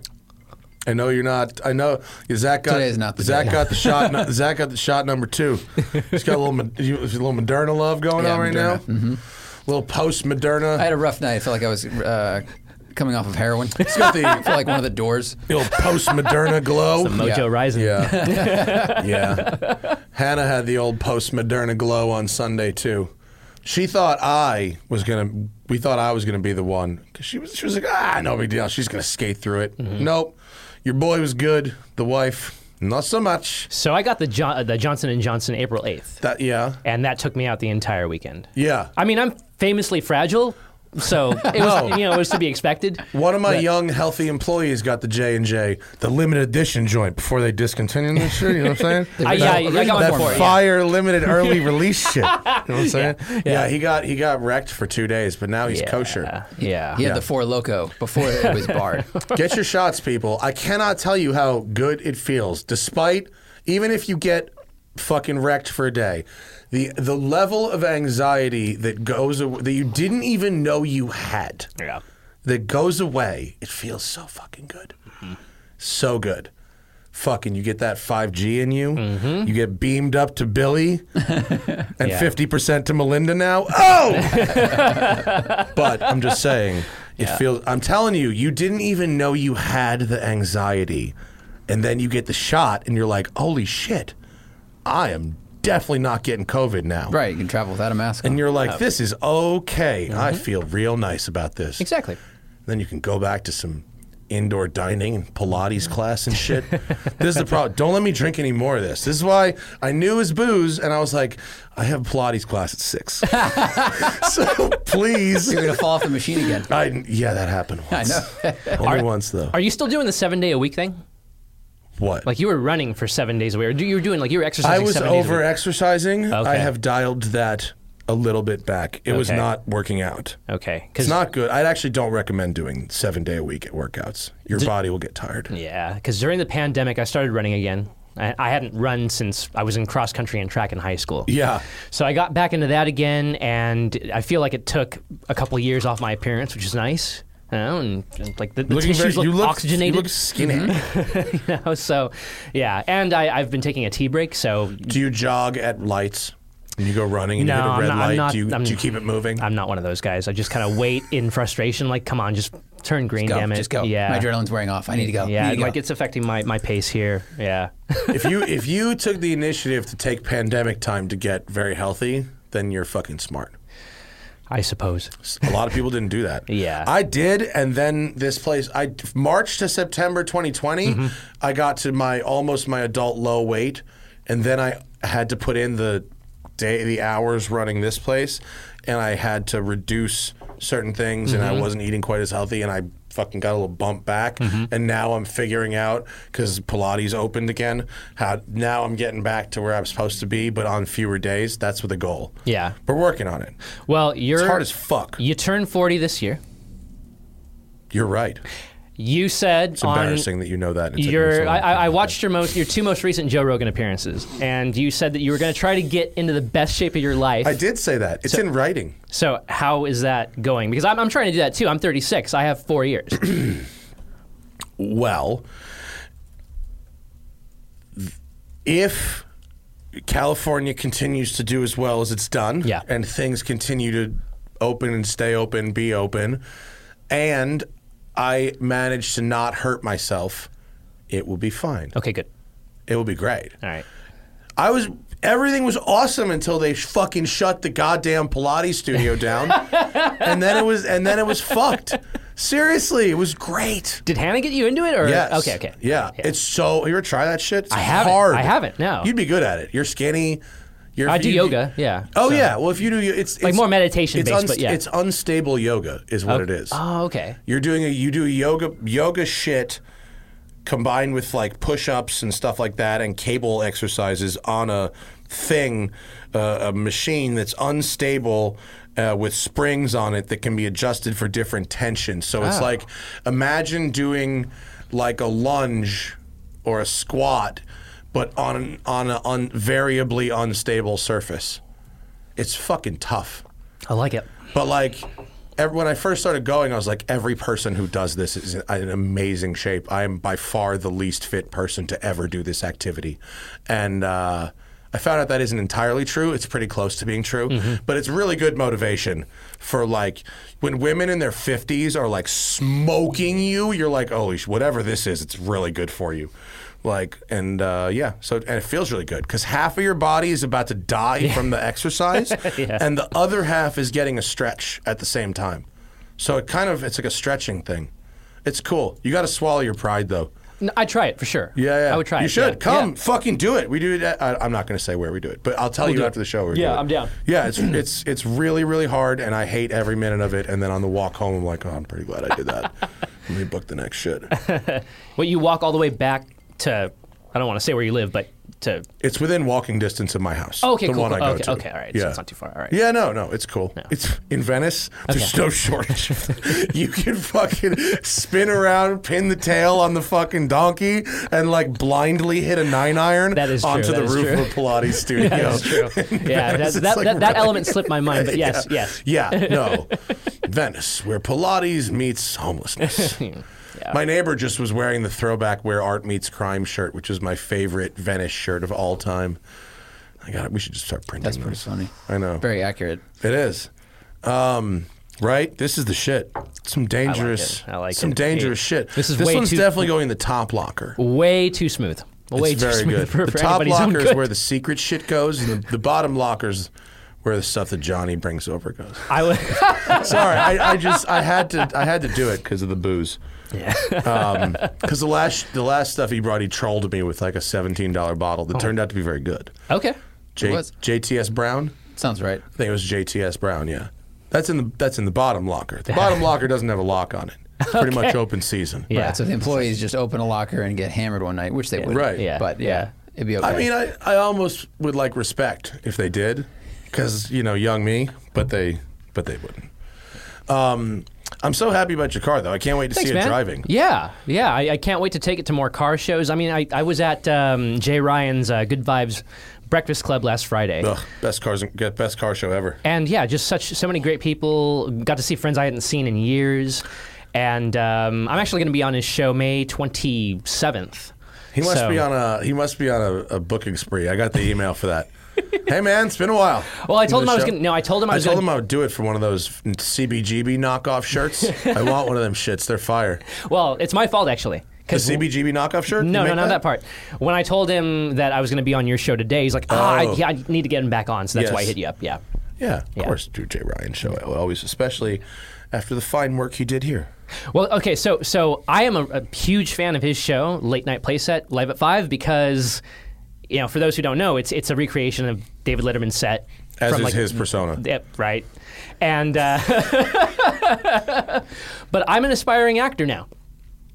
[SPEAKER 1] I know you're not. I know Zach got
[SPEAKER 3] Today's not the
[SPEAKER 1] Zach
[SPEAKER 3] day.
[SPEAKER 1] got the shot. nu- Zach got the shot number two. He's got a little, Mo- you- a little Moderna love going
[SPEAKER 3] Yeah,
[SPEAKER 1] on
[SPEAKER 3] Mm-hmm.
[SPEAKER 1] right now. A little post
[SPEAKER 3] I
[SPEAKER 1] Moderna.
[SPEAKER 3] had a rough night. I felt like I was uh, coming off of heroin. It's
[SPEAKER 1] got the-
[SPEAKER 3] like one of the doors.
[SPEAKER 1] Little post Moderna glow.
[SPEAKER 4] Mojo
[SPEAKER 3] Yeah.
[SPEAKER 4] Rising.
[SPEAKER 1] Yeah. yeah. Hannah had the old post Moderna glow on Sunday too. She thought I was gonna. We thought I was gonna be the one 'Cause she was. She was like, ah, no big deal. She's gonna skate through it. Nope. Your boy was good. The wife, not so much.
[SPEAKER 4] So I got the jo- uh, the Johnson and Johnson April eighth,
[SPEAKER 1] That yeah,
[SPEAKER 4] and that took me out the entire weekend.
[SPEAKER 1] yeah.
[SPEAKER 4] I mean, I'm famously fragile, so it was you know it was to be expected.
[SPEAKER 1] One of my young, healthy employees got the J and J, the limited edition joint, before they discontinued this shit. You know what I'm saying?
[SPEAKER 4] I, yeah, I, I got
[SPEAKER 1] that
[SPEAKER 4] one for it. yeah.
[SPEAKER 1] fire limited early release shit. You know what I'm saying? Yeah, he got he got wrecked for two days, but now he's
[SPEAKER 4] Yeah.
[SPEAKER 1] kosher.
[SPEAKER 4] Yeah.
[SPEAKER 3] He had the four loco before it was barred.
[SPEAKER 1] Get your shots, people. I cannot tell you how good it feels, despite even if you get fucking wrecked for a day. The the level of anxiety that goes aw- that you didn't even know you had.
[SPEAKER 4] Yeah.
[SPEAKER 1] That goes away. It feels so fucking good. So good. Fucking, you get that 5G in you. You get beamed up to Billy and
[SPEAKER 4] Yeah.
[SPEAKER 1] 50% to Melinda now. Oh! but I'm just saying, it feels. I'm telling you, you didn't even know you had the anxiety, and then you get the shot, and you're like, "Holy shit, I am definitely not getting COVID now."
[SPEAKER 3] right, you can travel without a mask.
[SPEAKER 1] And
[SPEAKER 3] on.
[SPEAKER 1] you're like, "This is okay. I feel real nice about this."
[SPEAKER 4] Exactly.
[SPEAKER 1] Then you can go back to some indoor dining and Pilates class and shit. this is the problem. Don't let me drink any more of this. This is why I knew it was booze, and I was like, "I have Pilates class at six. so please."
[SPEAKER 3] You're gonna fall off the machine again.
[SPEAKER 1] I yeah, that happened once.
[SPEAKER 3] know.
[SPEAKER 1] Only once though.
[SPEAKER 4] Are you still doing the seven day a week thing?
[SPEAKER 1] what?
[SPEAKER 4] Like you were running for seven days a week, or do- you were doing like you were
[SPEAKER 1] I
[SPEAKER 4] exercising.
[SPEAKER 1] was
[SPEAKER 4] seven days a
[SPEAKER 1] over
[SPEAKER 4] week.
[SPEAKER 1] exercising. I
[SPEAKER 4] Okay.
[SPEAKER 1] have dialed that a little bit back. It was
[SPEAKER 4] Okay.
[SPEAKER 1] not working out.
[SPEAKER 4] Okay,
[SPEAKER 1] It's
[SPEAKER 4] because
[SPEAKER 1] not good. I actually don't recommend doing seven day a week at workouts. Your body will get tired.
[SPEAKER 4] yeah, because during the pandemic, I started running again. I, I hadn't run since I was in cross country and track in high school.
[SPEAKER 1] Yeah.
[SPEAKER 4] So I got back into that again, and I feel like it took a couple of years off my appearance, which is nice. You know, and, and, like the, the
[SPEAKER 1] Looking
[SPEAKER 4] tissues
[SPEAKER 1] very, you
[SPEAKER 4] look,
[SPEAKER 1] look
[SPEAKER 4] oxygenated. Mm-hmm.
[SPEAKER 1] You look skinny.
[SPEAKER 4] you know, so yeah, and I, I've been taking a tea break, so
[SPEAKER 1] Do you jog at lights? And you go running and
[SPEAKER 4] No,
[SPEAKER 1] you hit a
[SPEAKER 4] I'm
[SPEAKER 1] red
[SPEAKER 4] not- I'm
[SPEAKER 1] light.
[SPEAKER 4] not-
[SPEAKER 1] do you
[SPEAKER 4] I'm-
[SPEAKER 1] do you keep it moving?
[SPEAKER 4] I'm not one of those guys. I just kind of wait in frustration, like, come on, just turn green,
[SPEAKER 3] Go,
[SPEAKER 4] damn it,
[SPEAKER 3] just go.
[SPEAKER 4] yeah,
[SPEAKER 3] My adrenaline's wearing off. I need to go.
[SPEAKER 4] yeah,
[SPEAKER 3] Need to go.
[SPEAKER 4] like it's affecting my my pace here, yeah.
[SPEAKER 1] if you if you took the initiative to take pandemic time to get very healthy, then you're fucking smart.
[SPEAKER 4] I suppose.
[SPEAKER 1] A lot of people didn't do that.
[SPEAKER 4] Yeah.
[SPEAKER 1] I did, and then this place. I March to September 2020,
[SPEAKER 4] Mm-hmm.
[SPEAKER 1] I got to my almost my adult low weight, and then I had to put in the day, the hours running this place, and I had to reduce certain things, and
[SPEAKER 4] Mm-hmm.
[SPEAKER 1] I wasn't eating quite as healthy, and I fucking got a little bump back,
[SPEAKER 4] Mm-hmm.
[SPEAKER 1] and now I'm figuring out because Pilates opened again. How now I'm getting back to where I'm supposed to be, but on fewer days. That's with the goal.
[SPEAKER 4] Yeah.
[SPEAKER 1] we're working on it.
[SPEAKER 4] Well, you're
[SPEAKER 1] It's hard as fuck.
[SPEAKER 4] you turn 40 this year.
[SPEAKER 1] You're right.
[SPEAKER 4] You said
[SPEAKER 1] It's
[SPEAKER 4] on
[SPEAKER 1] embarrassing that you know that. and it took me so
[SPEAKER 4] your
[SPEAKER 1] long
[SPEAKER 4] I,
[SPEAKER 1] to
[SPEAKER 4] I- I
[SPEAKER 1] think
[SPEAKER 4] watched your most your two most recent Joe Rogan appearances, and you said that you were going to try to get into the best shape of your life.
[SPEAKER 1] about it. I did say that. It's in writing.
[SPEAKER 4] So how is that going? Because I'm, I'm trying to do that too. I'm 36. I have four years.
[SPEAKER 1] Well, th- if California continues to do as well as it's done,
[SPEAKER 4] Yeah.
[SPEAKER 1] and things continue to open and stay open, be open, and I manage to not hurt myself, it will be fine.
[SPEAKER 4] okay, good.
[SPEAKER 1] It will be great.
[SPEAKER 4] All right.
[SPEAKER 1] I was everything was awesome until they fucking shut the goddamn Pilates studio down, and then it was and then it was fucked. Seriously, it was great.
[SPEAKER 4] Did Hannah get you into it? Or
[SPEAKER 1] Yes.
[SPEAKER 4] okay, okay,
[SPEAKER 1] Yeah. it's so. You ever try that shit? It's
[SPEAKER 4] I haven't.
[SPEAKER 1] Hard.
[SPEAKER 4] I haven't, no.
[SPEAKER 1] You'd be good at it. You're skinny. You're,
[SPEAKER 4] I do
[SPEAKER 1] you-
[SPEAKER 4] yoga. Yeah.
[SPEAKER 1] Oh
[SPEAKER 4] So-
[SPEAKER 1] yeah. Well, if you do, it's, it's
[SPEAKER 4] more meditation
[SPEAKER 1] it's
[SPEAKER 4] based, but yeah.
[SPEAKER 1] It's unstable yoga, is what it is.
[SPEAKER 4] Oh, okay.
[SPEAKER 1] You're doing a you do yoga yoga shit combined with like push-ups and stuff like that and cable exercises on a thing uh, a machine that's unstable uh, with springs on it that can be adjusted for different tensions. So it's like imagine doing like a lunge or a squat but on an, on a un, variably unstable surface. It's fucking tough.
[SPEAKER 4] I like it.
[SPEAKER 1] But like, ev when I first started going, I was like, every person who does this is in an amazing shape. I am by far the least fit person to ever do this activity, and uh, I found out that isn't entirely true. It's pretty close to being true, but it's really good motivation for like when women in their 50s are like smoking you, you're like, "Holy sh- whatever this is, it's really good for you." Like and uh, yeah, so and it feels really good because half of your body is about to die from the exercise, and the other half is getting a stretch at the same time. So it kind of it's like a stretching thing. It's cool. You got to swallow your pride though.
[SPEAKER 4] No, I'd try it for sure.
[SPEAKER 1] Yeah, yeah.
[SPEAKER 4] I would try
[SPEAKER 1] You
[SPEAKER 4] it.
[SPEAKER 1] should
[SPEAKER 4] yeah.
[SPEAKER 1] come,
[SPEAKER 4] Yeah.
[SPEAKER 1] fucking do it. We do it. At, I, I'm not going to say where we do it, but I'll tell you
[SPEAKER 4] do it.
[SPEAKER 1] after the show. Where we
[SPEAKER 4] Yeah,
[SPEAKER 1] do it.
[SPEAKER 4] I'm down.
[SPEAKER 1] Yeah, it's it's it's really really hard, and I hate every minute of it. And then on the walk home, I'm like, oh, I'm pretty glad I did that. Let me book the next shit.
[SPEAKER 4] Well, you walk all the way back to, I don't want to say where you live, but to.
[SPEAKER 1] It's within walking distance of my house.
[SPEAKER 4] Oh, okay,
[SPEAKER 1] the
[SPEAKER 4] cool,
[SPEAKER 1] one
[SPEAKER 4] cool.
[SPEAKER 1] I go
[SPEAKER 4] Okay,
[SPEAKER 1] to.
[SPEAKER 4] okay, all right, so it's not too far, all right.
[SPEAKER 1] Yeah, no, no, it's cool. It's in Venice. There's no shortage. of- you can fucking spin around, pin the tail on the fucking donkey, and like blindly hit a nine iron
[SPEAKER 4] That is true,
[SPEAKER 1] onto
[SPEAKER 4] that
[SPEAKER 1] the
[SPEAKER 4] is
[SPEAKER 1] roof
[SPEAKER 4] true.
[SPEAKER 1] of a Pilates studio.
[SPEAKER 4] That's true. Yeah, that,
[SPEAKER 1] Venice,
[SPEAKER 4] that,
[SPEAKER 1] it's like
[SPEAKER 4] that, that
[SPEAKER 1] really-
[SPEAKER 4] element slipped my mind, but yes,
[SPEAKER 1] yeah.
[SPEAKER 4] yes.
[SPEAKER 1] Yeah, no. Venice, where Pilates meets homelessness. My neighbor just was wearing the throwback where art meets crime shirt, which is my favorite Venice shirt of all time. I got it. We should just start printing
[SPEAKER 3] That's pretty
[SPEAKER 1] those.
[SPEAKER 3] funny.
[SPEAKER 1] I know.
[SPEAKER 3] Very accurate.
[SPEAKER 1] It is. Um, right? This is the shit. Some dangerous
[SPEAKER 4] I like
[SPEAKER 1] some
[SPEAKER 4] it.
[SPEAKER 1] dangerous
[SPEAKER 4] Yeah.
[SPEAKER 1] shit.
[SPEAKER 4] This is
[SPEAKER 1] this
[SPEAKER 4] way
[SPEAKER 1] one's
[SPEAKER 4] too-
[SPEAKER 1] definitely going in the top locker.
[SPEAKER 4] Way too smooth. Way
[SPEAKER 1] it's
[SPEAKER 4] too
[SPEAKER 1] very
[SPEAKER 4] smooth
[SPEAKER 1] good.
[SPEAKER 4] for,
[SPEAKER 1] the
[SPEAKER 4] for
[SPEAKER 1] top
[SPEAKER 4] anybody's own
[SPEAKER 1] locker is
[SPEAKER 4] good.
[SPEAKER 1] where the secret shit goes, and the, the bottom locker's where the stuff that Johnny brings over goes.
[SPEAKER 4] I would.
[SPEAKER 1] Sorry, I, I just I had to I had to do it because of the booze.
[SPEAKER 4] yeah.
[SPEAKER 1] Because the last the last stuff he brought, he trolled me with like a seventeen dollar bottle
[SPEAKER 4] Oh.
[SPEAKER 1] that turned out to be very good.
[SPEAKER 4] Okay.
[SPEAKER 1] J-
[SPEAKER 3] It was.
[SPEAKER 1] JTS Brown.
[SPEAKER 3] Sounds right.
[SPEAKER 1] I think it was JTS Brown. Yeah, that's in the that's in the bottom locker. The bottom locker doesn't have a lock on it. It's pretty much open season.
[SPEAKER 4] Yeah.
[SPEAKER 3] Right, so the employees just open a locker and get hammered one night, which they would.
[SPEAKER 1] Right.
[SPEAKER 4] Yeah.
[SPEAKER 3] But yeah,
[SPEAKER 4] Yeah.
[SPEAKER 3] it'd be okay.
[SPEAKER 1] I mean, I, I almost would like respect if they did, because you know, young me. But they but they wouldn't. Um, I'm so happy about your car though. I can't wait to
[SPEAKER 4] Thanks,
[SPEAKER 1] see
[SPEAKER 4] man.
[SPEAKER 1] it driving.
[SPEAKER 4] Yeah, yeah. I, I can't wait to take it to more car shows. I mean, I, I was at um, Jay Ryan's uh, Good Vibes Breakfast Club last Friday.
[SPEAKER 1] Ugh, best cars, get best car show ever.
[SPEAKER 4] And yeah, just such so many great people. Got to see friends I hadn't seen in years. And um, I'm actually going to be on his show May 27th.
[SPEAKER 1] He must
[SPEAKER 4] So-
[SPEAKER 1] be on a he must be on a, a booking spree. I got the email for that. hey man, it's been a while.
[SPEAKER 4] Well, I told
[SPEAKER 1] The
[SPEAKER 4] him I was
[SPEAKER 1] show-
[SPEAKER 4] gonna- no, I told him I was
[SPEAKER 1] told
[SPEAKER 4] gonna-
[SPEAKER 1] him I would do it for one of those CBGB knockoff shirts. I want one of them shits. They're fire.
[SPEAKER 4] Well, it's my fault actually.
[SPEAKER 1] The
[SPEAKER 4] 'cause-
[SPEAKER 1] CBGB knockoff shirt. You
[SPEAKER 4] No, no,
[SPEAKER 1] make
[SPEAKER 4] not that? part. When I told him that I was going to be on your show today, he's like, "Ah, I,
[SPEAKER 1] Oh.
[SPEAKER 4] yeah, I need to get him back on." So that's why I
[SPEAKER 1] Yes.
[SPEAKER 4] hit you up. Yeah.
[SPEAKER 1] Yeah, of course, Drew J. Ryan show. I always, especially after the fine work he did here.
[SPEAKER 4] Well, okay, so so I am a, a huge fan of his show, Late Night Playset, Live at Five, because you know, for those who don't know, it's it's a recreation of David Letterman's set,
[SPEAKER 1] As
[SPEAKER 4] from
[SPEAKER 1] is
[SPEAKER 4] like
[SPEAKER 1] his persona.
[SPEAKER 4] Yep, right. And uh, but I'm an aspiring actor now.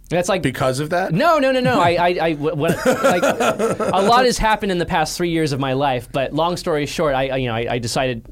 [SPEAKER 4] That's like
[SPEAKER 1] Because of that,
[SPEAKER 4] no, no, no, no. I, I, I what, like, a lot has happened in the past three years of my life. But long story short, I, I you know, I, I decided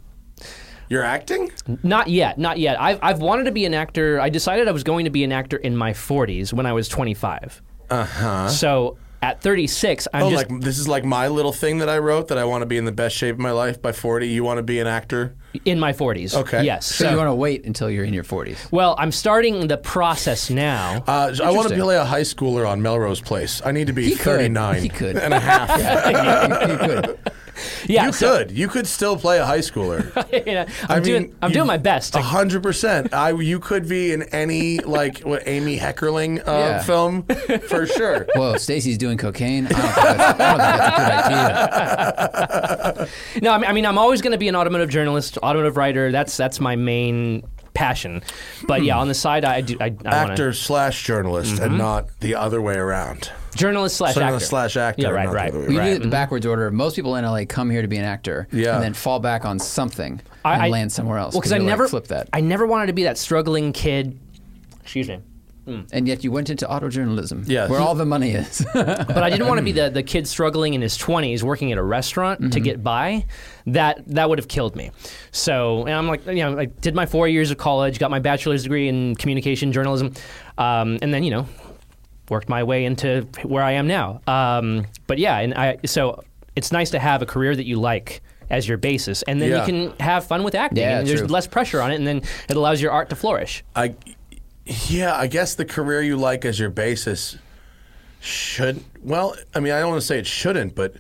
[SPEAKER 1] you're acting.
[SPEAKER 4] not yet, not yet. I've, I've wanted to be an actor. I decided I was going to be an actor in my 40s when I was 25. Uh huh. So at 36, I'm
[SPEAKER 1] Uh-huh. Oh,
[SPEAKER 4] just
[SPEAKER 1] like this is like my little thing that I wrote that I want to be in the best shape of my life by 40. You want to be an actor?
[SPEAKER 4] in my 40s.
[SPEAKER 1] Okay.
[SPEAKER 4] Yes.
[SPEAKER 3] so, you
[SPEAKER 4] So-
[SPEAKER 3] want to wait until you're in your 40s.
[SPEAKER 4] well, I'm starting the process now.
[SPEAKER 1] Uh, I want to
[SPEAKER 3] Interesting.
[SPEAKER 1] play a high schooler on Melrose Place. I need to be
[SPEAKER 3] He could.
[SPEAKER 1] 39
[SPEAKER 3] He could.
[SPEAKER 1] and a half.
[SPEAKER 3] you could.
[SPEAKER 4] yeah.
[SPEAKER 1] You
[SPEAKER 4] so-
[SPEAKER 1] could. You could still play a high schooler.
[SPEAKER 4] you know, I'm doing I'm doing my best.
[SPEAKER 1] A
[SPEAKER 4] to-
[SPEAKER 1] hundred percent. I you could be in any like what Amy Heckerling uh,
[SPEAKER 3] Yeah.
[SPEAKER 1] film for sure.
[SPEAKER 3] Whoa, Stacy's doing cocaine. I don't think that's, I don't think that's a good idea.
[SPEAKER 4] no, I mean, I mean I'm always going to be an automotive journalist, automotive writer. That's that's my main passion. But yeah, on the side, I do I, I wanna-
[SPEAKER 1] Actor slash journalist, and not the other way around.
[SPEAKER 4] journalist slash
[SPEAKER 1] Journalist
[SPEAKER 4] actor
[SPEAKER 1] slash actor.
[SPEAKER 4] Yeah, right,
[SPEAKER 1] not the
[SPEAKER 4] right.
[SPEAKER 1] other way
[SPEAKER 3] You
[SPEAKER 1] around.
[SPEAKER 3] do it the backwards order. Most people in LA come here to be an actor,
[SPEAKER 1] Mm-hmm. Yeah.
[SPEAKER 3] and then fall back on something
[SPEAKER 4] I-
[SPEAKER 3] and
[SPEAKER 4] I-
[SPEAKER 3] land somewhere else.
[SPEAKER 4] Well, because I
[SPEAKER 3] you're like,
[SPEAKER 4] never
[SPEAKER 3] flip that,
[SPEAKER 4] I never wanted to be that struggling kid. Excuse me.
[SPEAKER 3] and yet you went into autojournalism,
[SPEAKER 1] Yes.
[SPEAKER 3] where all the money is.
[SPEAKER 4] But I didn't want to be the, the kid struggling in his 20s working at a restaurant to get by. That that would have killed me. So, and I'm like, you know, I did my four years of college, got my bachelor's degree in communication journalism, um, and then, you know, worked my way into where I am now. Um, but yeah, and I so it's nice to have a career that you like as your basis, and then
[SPEAKER 1] Yeah.
[SPEAKER 4] you can have fun with acting,
[SPEAKER 3] Yeah,
[SPEAKER 4] and there's
[SPEAKER 3] true.
[SPEAKER 4] less pressure on it, and then it allows your art to flourish.
[SPEAKER 1] I, yeah, I guess the career you like as your basis should. Well, I mean, I don't want to say it shouldn't, but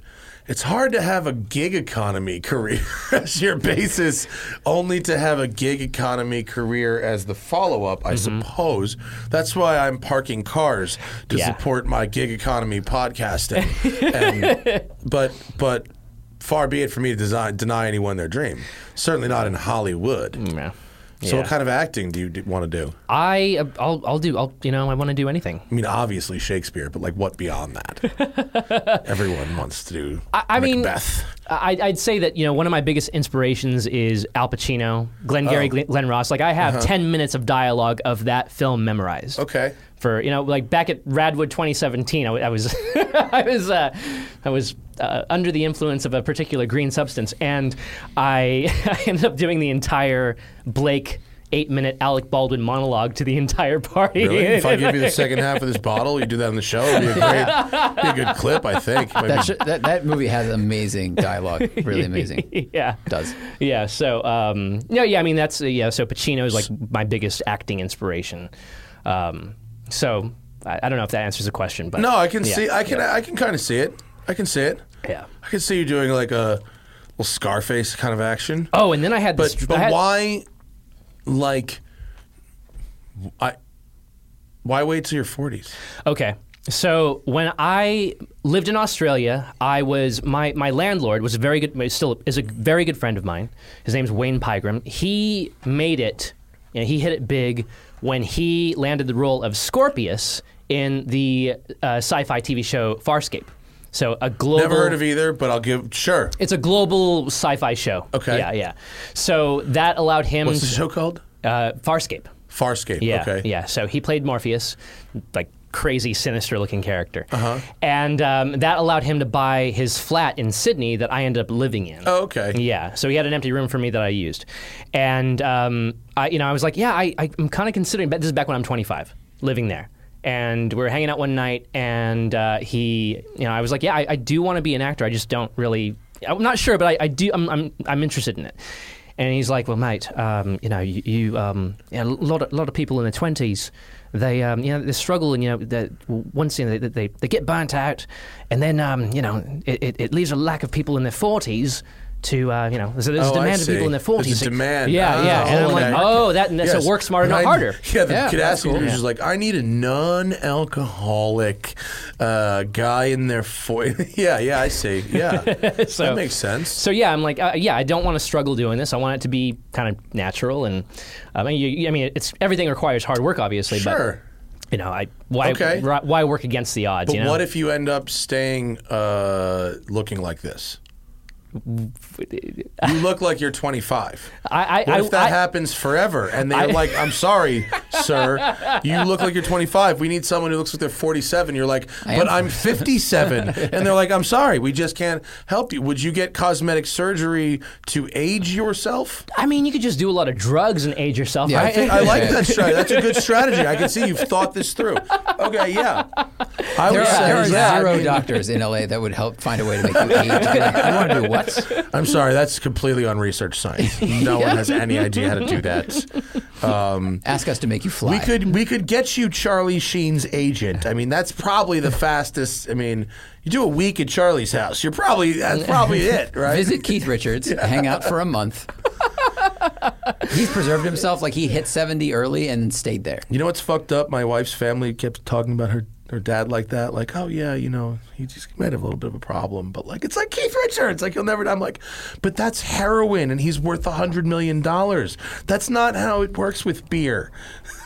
[SPEAKER 1] it's hard to have a gig economy career as your basis, only to have a gig economy career as the follow up, I
[SPEAKER 4] Mm-hmm.
[SPEAKER 1] suppose. That's why I'm parking cars to
[SPEAKER 4] Yeah.
[SPEAKER 1] support my gig economy podcasting. and, but, but, Far be it for me to design, deny anyone their dream. Certainly not in Hollywood.
[SPEAKER 4] Mm, Yeah.
[SPEAKER 1] So, what kind of acting do you d- want to do?
[SPEAKER 4] I I'll I'll do I'll you know I want to do anything.
[SPEAKER 1] I mean, obviously Shakespeare, but like what beyond that? Everyone wants to do
[SPEAKER 4] I, I mean,
[SPEAKER 1] Macbeth.
[SPEAKER 4] I, I'd say that you know one of my biggest inspirations is Al Pacino, Glenn Gary,
[SPEAKER 1] Oh.
[SPEAKER 4] Glenn, Glenn Ross. Like I have ten minutes of dialogue of that film memorized.
[SPEAKER 1] Uh-huh. okay.
[SPEAKER 4] For you know, like back at Radwood 2017, I, w- I was, I was, uh, I was uh, under the influence of a particular green substance, and I, I ended up doing the entire Blake eight-minute Alec Baldwin monologue to the entire party.
[SPEAKER 1] Really? If I give you the second half of this bottle, you do that on the show. It'd be a great, be a good clip, I think. Maybe-
[SPEAKER 3] That, sh- that that movie has amazing dialogue. Really amazing. It
[SPEAKER 4] yeah.
[SPEAKER 3] does.
[SPEAKER 4] Yeah. So, um, no, yeah. I mean, that's uh, yeah. So Pacino is like my biggest acting inspiration. Um, so I, I don't know if that answers the question, but
[SPEAKER 1] no, I can
[SPEAKER 4] yeah,
[SPEAKER 1] see. I can. I can kind of see it. I can see it.
[SPEAKER 4] Yeah.
[SPEAKER 1] I can see you doing like a little Scarface kind of action.
[SPEAKER 4] Oh, and then I had
[SPEAKER 1] But
[SPEAKER 4] this.
[SPEAKER 1] but
[SPEAKER 4] I had-
[SPEAKER 1] why, like, I, why wait till your forties?
[SPEAKER 4] Okay. So when I lived in Australia, I was my, my landlord was a very good still is a very good friend of mine. His name's Wayne Pygram. He made it, you know, he hit it big when he landed the role of Scorpius in the uh, sci-fi TV show Farscape. So a global
[SPEAKER 1] Never heard of either, but I'll give. Sure.
[SPEAKER 4] it's a global sci-fi show.
[SPEAKER 1] Okay.
[SPEAKER 4] Yeah, yeah. So that allowed him
[SPEAKER 1] What's the show called?
[SPEAKER 4] uh, Farscape.
[SPEAKER 1] Farscape.
[SPEAKER 4] Yeah,
[SPEAKER 1] Okay.
[SPEAKER 4] yeah. So he played Morpheus, like crazy, sinister-looking character, uh-huh. and um, that allowed him to buy his flat in Sydney that I ended up living in.
[SPEAKER 1] Oh, okay.
[SPEAKER 4] Yeah, so he had an empty room for me that I used, and um, I, you know, I was like, yeah, I, I'm kind of considering. But this is back when I'm 25, living there, and we were hanging out one night, and uh, he, you know, I was like, yeah, I, I do want to be an actor. I just don't really, I'm not sure, but I, I do, I'm, I'm, I'm interested in it. And he's like, well, mate, um, you know, you, you um, yeah, a lot of, lot of people in their 20s, they, um, you know, they struggle, and you know, they, once you know, they, they, they get burnt out, and then, um, you know, it, it, it leaves a lack of people in their 40s. To uh, you know, so there's
[SPEAKER 1] Oh,
[SPEAKER 4] a
[SPEAKER 1] I
[SPEAKER 4] demand of people
[SPEAKER 1] see.
[SPEAKER 4] in their
[SPEAKER 1] There's a
[SPEAKER 4] forties.
[SPEAKER 1] demand.
[SPEAKER 4] Yeah,
[SPEAKER 1] Ah,
[SPEAKER 4] yeah. And I'm
[SPEAKER 1] okay.
[SPEAKER 4] like, oh, that and
[SPEAKER 1] Yes.
[SPEAKER 4] so work smarter,
[SPEAKER 1] And
[SPEAKER 4] not
[SPEAKER 1] I-
[SPEAKER 4] harder.
[SPEAKER 1] Yeah, the
[SPEAKER 3] Yeah,
[SPEAKER 1] kid
[SPEAKER 3] that's
[SPEAKER 1] asked me,
[SPEAKER 3] cool.
[SPEAKER 1] he was just like, I need a non alcoholic uh, guy in there for. yeah, yeah, I see. Yeah.
[SPEAKER 4] So-
[SPEAKER 1] that makes sense.
[SPEAKER 4] So yeah, I'm like, uh, yeah, I don't want to struggle doing this. I want it to be kind of natural, and uh, I mean, you- you, I mean, it's everything requires hard work, obviously.
[SPEAKER 1] Sure.
[SPEAKER 4] But you know, I why
[SPEAKER 1] Okay.
[SPEAKER 4] ri- why work against the odds?
[SPEAKER 1] But
[SPEAKER 4] you know?
[SPEAKER 1] what if you end up staying uh, looking like this? You look like you're 25.
[SPEAKER 4] I, I,
[SPEAKER 1] What
[SPEAKER 4] I,
[SPEAKER 1] if that
[SPEAKER 4] I-
[SPEAKER 1] happens forever and they're like, I'm sorry, sir, you look like you're 25. We need someone who looks like they're 47. You're like, but I'm 57. and they're like, I'm sorry, we just can't help you. Would you get cosmetic surgery to age yourself?
[SPEAKER 4] I mean, you could just do a lot of drugs and age yourself.
[SPEAKER 3] Yeah, I
[SPEAKER 4] right?
[SPEAKER 3] think-
[SPEAKER 1] I like that strategy. That's a good strategy. I can see you've thought this through. Okay, yeah. I
[SPEAKER 3] There
[SPEAKER 1] would
[SPEAKER 3] are,
[SPEAKER 1] say
[SPEAKER 3] there are
[SPEAKER 1] yeah, I
[SPEAKER 3] zero
[SPEAKER 1] mean-
[SPEAKER 3] doctors in LA that would help find a way to make you age. You're like, I want to do what?
[SPEAKER 1] I'm sorry, that's completely on research science. No one has any idea how to do that.
[SPEAKER 3] Ask us to make you fly.
[SPEAKER 1] We could we could get you Charlie Sheen's agent. I mean, that's probably the fastest. I mean, you do a week at Charlie's house. You're probably that's probably it, right?
[SPEAKER 3] Visit Keith Richards, hang out for a month. He's preserved himself like he hit 70 early and stayed there.
[SPEAKER 1] You know what's fucked up? My wife's family kept talking about her her dad like that. Like, oh yeah, you know, he just he might have a little bit of a problem, but like, it's like Keith Richards. Like, he'll never. I'm like, but that's heroin, and he's worth a hundred million dollars. That's not how it works with beer.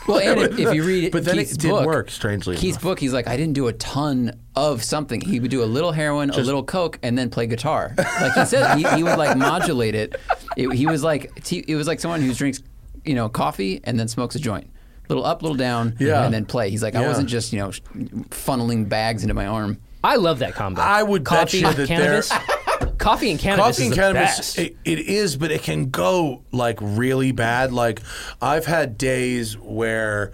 [SPEAKER 3] Well, and if, if you read
[SPEAKER 1] but then
[SPEAKER 3] Keith's
[SPEAKER 1] it did
[SPEAKER 3] book,
[SPEAKER 1] work strangely.
[SPEAKER 3] Keith's
[SPEAKER 1] enough.
[SPEAKER 3] book, he's like, I didn't do a ton of something. He would do a little heroin, a little coke, and then play guitar. Like he said, he, he would like modulate it. it. He was like, he, it was like someone who drinks, you know, coffee and then smokes a joint. Little up, little down,
[SPEAKER 1] Yeah.
[SPEAKER 3] and then play. He's like, I
[SPEAKER 1] Yeah.
[SPEAKER 3] wasn't just you know sh- funneling bags into my arm.
[SPEAKER 4] I love that combo.
[SPEAKER 1] I would bet
[SPEAKER 4] coffee
[SPEAKER 1] you
[SPEAKER 4] and
[SPEAKER 1] that
[SPEAKER 4] cannabis. coffee and cannabis.
[SPEAKER 1] Coffee
[SPEAKER 4] is
[SPEAKER 1] and
[SPEAKER 4] the
[SPEAKER 1] cannabis,
[SPEAKER 4] best.
[SPEAKER 1] it, it is, but it can go like really bad. Like I've had days where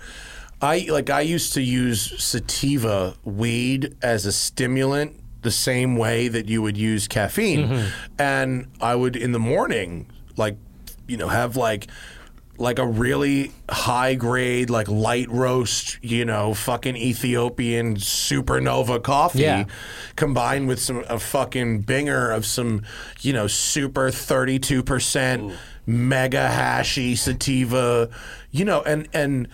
[SPEAKER 1] I like I used to use sativa weed as a stimulant the same way that you would use
[SPEAKER 4] Mm-hmm.
[SPEAKER 1] caffeine, and I would in the morning like you know have like like a really high grade, like light roast, you know, fucking Ethiopian supernova coffee
[SPEAKER 4] Yeah.
[SPEAKER 1] combined with some a fucking binger of some, you know, super 32% mega hashy sativa, you know, and and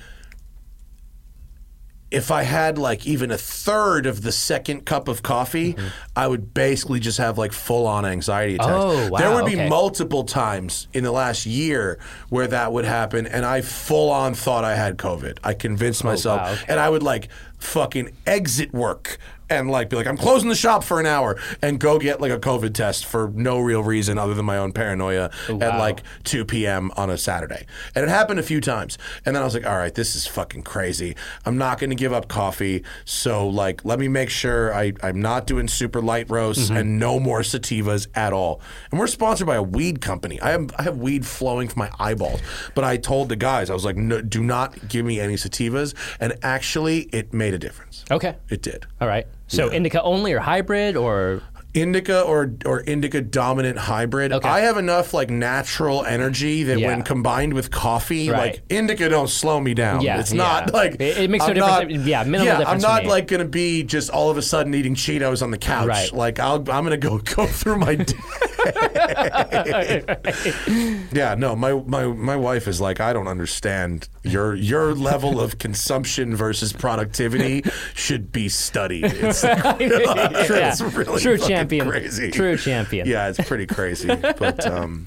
[SPEAKER 1] if I had like even a third of the second cup of coffee,
[SPEAKER 4] Mm-hmm.
[SPEAKER 1] I would basically just have like full on anxiety attacks.
[SPEAKER 4] Oh, wow,
[SPEAKER 1] there would be
[SPEAKER 4] okay.
[SPEAKER 1] multiple times in the last year where that would happen, and I full on thought I had COVID. I convinced myself,
[SPEAKER 4] Oh, wow, okay.
[SPEAKER 1] and I would like fucking exit work and like be like, I'm closing the shop for an hour and go get like a COVID test for no real reason other than my own paranoia at like 2 p.m. on a Saturday. And it happened a few times. And then I was like, all right, this is fucking crazy. I'm not going to give up coffee. So, like, let me make sure I, I'm not doing super light roasts and no more sativas at all. And we're sponsored by a weed company. I have, I have weed flowing from my eyeballs. But I told the guys, I was like, no, do not give me any sativas. And actually, it made a difference.
[SPEAKER 4] Okay.
[SPEAKER 1] It did.
[SPEAKER 4] All right. So indica only or hybrid or
[SPEAKER 1] indica or or indica dominant hybrid.
[SPEAKER 4] Okay.
[SPEAKER 1] I have enough like natural energy that
[SPEAKER 4] Yeah.
[SPEAKER 1] when combined with coffee,
[SPEAKER 4] Right.
[SPEAKER 1] like indica don't slow me down.
[SPEAKER 4] Yeah,
[SPEAKER 1] it's not
[SPEAKER 4] yeah.
[SPEAKER 1] like
[SPEAKER 4] It- it makes no
[SPEAKER 1] I'm
[SPEAKER 4] difference.
[SPEAKER 1] not-
[SPEAKER 4] Yeah, minimal difference for
[SPEAKER 1] I'm not
[SPEAKER 4] me.
[SPEAKER 1] like gonna be just all of a sudden eating Cheetos on the couch.
[SPEAKER 4] Right.
[SPEAKER 1] Like I'll, I'm gonna go go through my. day. yeah, no, my, my my wife is like, I don't understand your your level of consumption versus productivity should be studied. It's It's really
[SPEAKER 4] True
[SPEAKER 1] fucking
[SPEAKER 4] champion.
[SPEAKER 1] crazy.
[SPEAKER 4] True champion.
[SPEAKER 1] Yeah, it's pretty crazy. but um,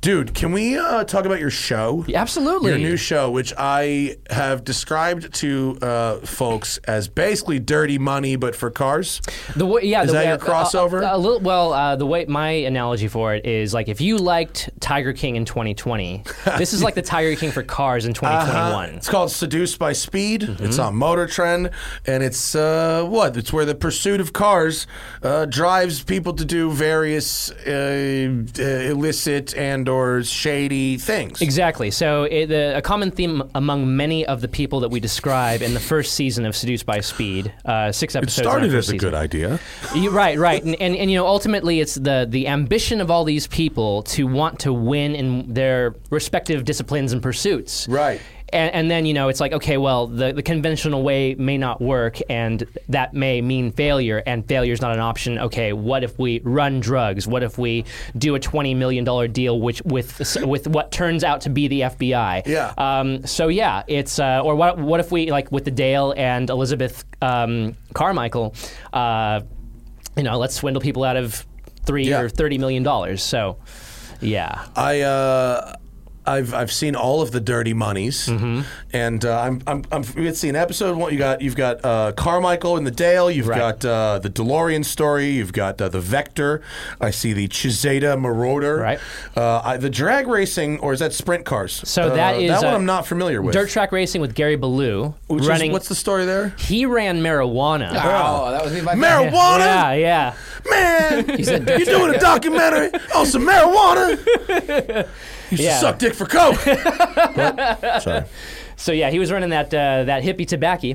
[SPEAKER 1] dude, can we uh, talk about your show?
[SPEAKER 4] Yeah, absolutely.
[SPEAKER 1] Your new show, which I have described to uh, folks as basically dirty money, but for cars.
[SPEAKER 4] The way, yeah,
[SPEAKER 1] Is
[SPEAKER 4] the
[SPEAKER 1] that
[SPEAKER 4] way,
[SPEAKER 1] your
[SPEAKER 4] uh,
[SPEAKER 1] crossover?
[SPEAKER 4] A, a little, well, uh, the way my analogy for it is like if you liked Tiger King in 2020, this is like the Tiger King for cars in
[SPEAKER 1] Uh-huh.
[SPEAKER 4] 2021.
[SPEAKER 1] It's called Seduced by Speed. It's on Motor Trend, and it's uh, what? It's where the pursuit of cars uh, drives people to do various uh, uh, illicit and or shady things.
[SPEAKER 4] Exactly. So it, the, a common theme among many of the people that we describe in the first season of Seduced by Speed, uh, six episodes. in our first season.
[SPEAKER 1] idea.
[SPEAKER 4] You- right, right, and, and and you know, ultimately, it's the the ambition of all these people to want to win in their respective disciplines and pursuits.
[SPEAKER 1] Right.
[SPEAKER 4] And, and then you know it's like okay well the, the conventional way may not work and that may mean failure and failure is not an option okay what if we run drugs what if we do a 20 million dollar deal which with with what turns out to be the FBI
[SPEAKER 1] Yeah.
[SPEAKER 4] um, so yeah, it's uh, or what? What if we like with the Dale and Elizabeth um, Carmichael? Uh, you know, let's swindle people out of three
[SPEAKER 1] Yeah.
[SPEAKER 4] or thirty million dollars. So yeah,
[SPEAKER 1] I uh, I've I've seen all of the Dirty Monies,
[SPEAKER 4] Mm-hmm.
[SPEAKER 1] and uh, I'm, I'm I'm let's see in episode one you got you've got uh, Carmichael and the Dale, you've
[SPEAKER 4] Right.
[SPEAKER 1] got uh, the DeLorean story, you've got uh, the Vector. I see the Chiseta Marauder,
[SPEAKER 4] Right.
[SPEAKER 1] Uh, I, the drag racing or is that sprint cars?
[SPEAKER 4] So
[SPEAKER 1] Uh,
[SPEAKER 4] that is,
[SPEAKER 1] that one
[SPEAKER 4] uh,
[SPEAKER 1] I'm not familiar with.
[SPEAKER 4] dirt track racing with Gary Ballou
[SPEAKER 1] Which is-
[SPEAKER 4] running.
[SPEAKER 1] what's the story there?
[SPEAKER 4] he ran marijuana.
[SPEAKER 3] Oh, that was me. My
[SPEAKER 1] Marijuana,
[SPEAKER 4] Yeah, yeah.
[SPEAKER 1] man.
[SPEAKER 3] said
[SPEAKER 1] You're doing a documentary on some marijuana. You should
[SPEAKER 4] Yeah.
[SPEAKER 1] suck dick for coke. What? Sorry.
[SPEAKER 4] So yeah, he was running that uh, that hippie tobacco,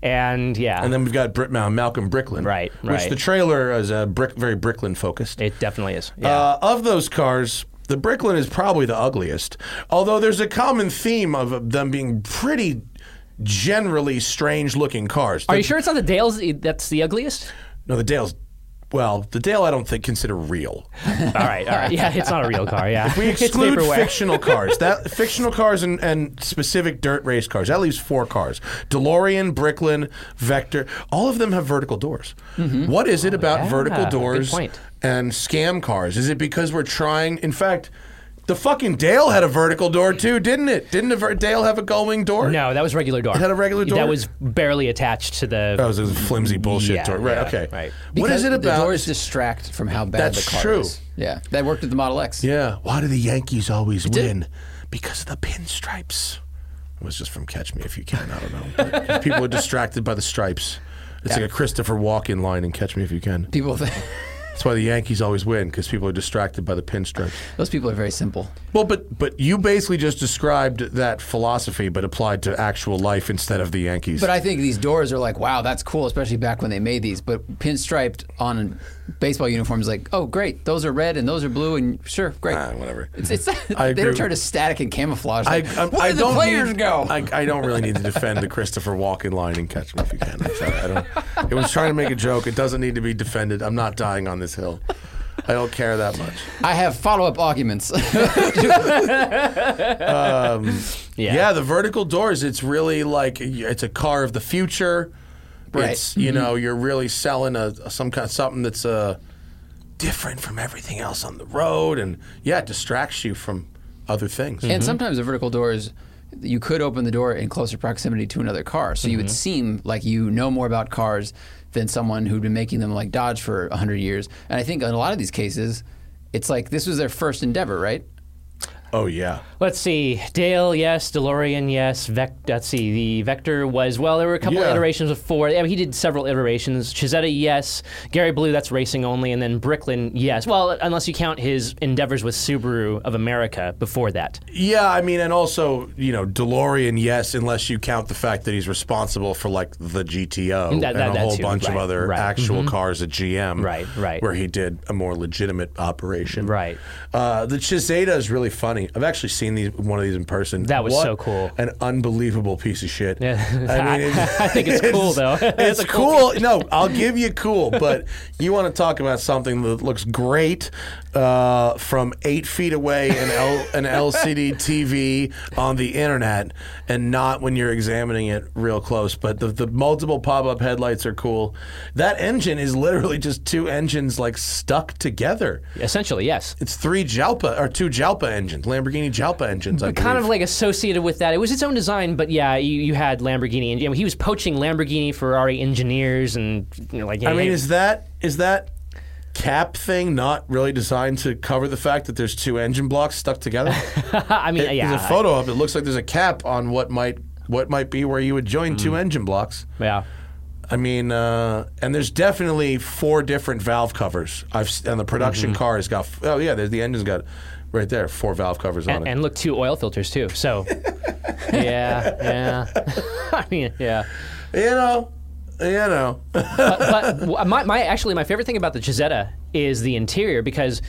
[SPEAKER 4] and yeah,
[SPEAKER 1] And then we've got Brit Mount, Malcolm Bricklin.
[SPEAKER 4] Right,
[SPEAKER 1] Which
[SPEAKER 4] right.
[SPEAKER 1] the trailer is uh, brick, very Bricklin focused.
[SPEAKER 4] it definitely is. Yeah.
[SPEAKER 1] Uh, of those cars, the Bricklin is probably the ugliest. Although there's a common theme of them being pretty generally strange looking cars.
[SPEAKER 4] Are
[SPEAKER 1] The-
[SPEAKER 4] you sure it's not the Dales that's the ugliest?
[SPEAKER 1] No, the Dale's. Well, the Dale I don't think consider real.
[SPEAKER 4] all right, all right. Yeah, it's not a real car. Yeah,
[SPEAKER 1] We
[SPEAKER 4] It's
[SPEAKER 1] exclude
[SPEAKER 4] vaporware.
[SPEAKER 1] fictional cars. That fictional cars and, and specific dirt race cars. That leaves four cars: DeLorean, Bricklin, Vector. All of them have vertical doors. What is it about
[SPEAKER 4] Mm-hmm. Oh, yeah.
[SPEAKER 1] vertical
[SPEAKER 4] Good
[SPEAKER 1] doors
[SPEAKER 4] point.
[SPEAKER 1] and scam cars? Is it because we're trying? In fact, the fucking Dale had a vertical door too, didn't it? Didn't the ver- Dale have a going door?
[SPEAKER 4] No, that was regular door.
[SPEAKER 1] had a regular door? Oh.
[SPEAKER 4] That was barely attached to the.
[SPEAKER 1] that was a flimsy bullshit
[SPEAKER 4] Yeah,
[SPEAKER 1] door. Right?
[SPEAKER 4] yeah,
[SPEAKER 1] okay.
[SPEAKER 4] right.
[SPEAKER 1] What is
[SPEAKER 3] Because
[SPEAKER 1] it about?
[SPEAKER 3] The doors distract from how bad
[SPEAKER 1] That's
[SPEAKER 3] the car
[SPEAKER 1] true.
[SPEAKER 3] is. Yeah, that worked with the Model X.
[SPEAKER 1] Yeah. Why do the Yankees always win? Because of the pinstripes. It was just from Catch Me If You Can. I don't know. But people are distracted by the stripes. It's like a Christopher Walken line in Catch Me If You Can.
[SPEAKER 3] People think
[SPEAKER 1] That's why the Yankees always win because people are distracted by the pinstripes.
[SPEAKER 3] Those people are very simple.
[SPEAKER 1] Well, but but you basically just described that philosophy, but applied to actual life instead of the Yankees.
[SPEAKER 3] But I think these doors are like, wow, that's cool, especially back when they made these. But pinstriped on baseball uniforms, like, oh, great, those are red and those are blue, and sure, great.
[SPEAKER 1] Ah, whatever.
[SPEAKER 3] It's, it's,
[SPEAKER 1] I
[SPEAKER 3] they
[SPEAKER 1] agree
[SPEAKER 3] were
[SPEAKER 1] with-
[SPEAKER 3] trying to static and camouflage. Like,
[SPEAKER 1] I,
[SPEAKER 3] Where did the
[SPEAKER 1] don't
[SPEAKER 3] players
[SPEAKER 1] need-
[SPEAKER 3] go?
[SPEAKER 1] I, I don't really need to defend the Christopher Walken line and catch him if you can. I'm sorry. I don't. It was trying to make a joke. It doesn't need to be defended. I'm not dying on this hill. I don't care that much.
[SPEAKER 3] I have follow up arguments.
[SPEAKER 1] Mm-hmm.
[SPEAKER 4] Yeah.
[SPEAKER 1] Yeah, the vertical doors. It's really like it's a car of the future.
[SPEAKER 3] Right.
[SPEAKER 1] It's you know you're really selling a some kind something that's uh, different from everything else on the road, and yeah, it distracts you from other things.
[SPEAKER 3] And sometimes the vertical doors, you could open the door in closer proximity to another car. So you would
[SPEAKER 1] Mm-hmm.
[SPEAKER 3] seem like you know more about cars than someone who'd been making them like Dodge for 100 years. And I think in a lot of these cases, it's like this was their first endeavor, right?
[SPEAKER 1] oh yeah,
[SPEAKER 4] Let's see. Dale, yes. DeLorean, yes. Vec- let's see. The Vector was, well, there were a couple
[SPEAKER 1] Yeah.
[SPEAKER 4] iterations of Ford. I mean, he did several iterations. Chisetta, yes. Gary Blue, that's racing only. And then Bricklin, yes. Well, unless you count his endeavors with Subaru of America before that.
[SPEAKER 1] yeah. I mean, and also you know DeLorean, yes, unless you count the fact that he's responsible for like the GTO
[SPEAKER 4] That- that-
[SPEAKER 1] and a
[SPEAKER 4] that
[SPEAKER 1] whole
[SPEAKER 4] too,
[SPEAKER 1] bunch of
[SPEAKER 4] right,
[SPEAKER 1] other
[SPEAKER 4] right. Mm-hmm.
[SPEAKER 1] actual cars at GM,
[SPEAKER 4] Right, right.
[SPEAKER 1] where he did a more legitimate operation,
[SPEAKER 4] Right.
[SPEAKER 1] Uh, the Chiseda is really funny. I've actually seen these one of these in person.
[SPEAKER 4] That was
[SPEAKER 1] What
[SPEAKER 4] so cool.
[SPEAKER 1] An unbelievable piece of shit.
[SPEAKER 4] Yeah.
[SPEAKER 1] it's-
[SPEAKER 4] I think it's cool, though.
[SPEAKER 1] It's, cool. No, I'll give you cool, but you want to talk about something that looks great uh, from eight feet away an L, an LCD TV on the internet, and not when you're examining it real close. But the, the multiple pop up headlights are cool. That engine is literally just two engines like stuck together.
[SPEAKER 4] Essentially, yes.
[SPEAKER 1] It's three Jalpa or two Jalpa engines, Lamborghini Jalpa engines. I
[SPEAKER 4] kind of
[SPEAKER 1] believe.
[SPEAKER 4] like associated with that. It was its own design, but yeah, you, you had Lamborghini, and you know, he was poaching Lamborghini, Ferrari engineers, and you know, like
[SPEAKER 1] I mean, is that is that cap thing not really designed to cover the fact that there's two engine blocks stuck together?
[SPEAKER 4] I mean, yeah,
[SPEAKER 1] There's a photo of it. It looks like there's a cap on what might what might be where you would join two engine blocks.
[SPEAKER 4] yeah.
[SPEAKER 1] I mean, uh, and there's definitely four different valve covers. I've s- and the production car has got. f- Oh yeah, there's the engine's got right there four valve covers on
[SPEAKER 4] And,
[SPEAKER 1] it.
[SPEAKER 4] and look, two oil filters too. So, yeah, yeah. I mean, yeah.
[SPEAKER 1] you know, you know.
[SPEAKER 4] but w- my, my actually my favorite thing about the Chisetta is the interior because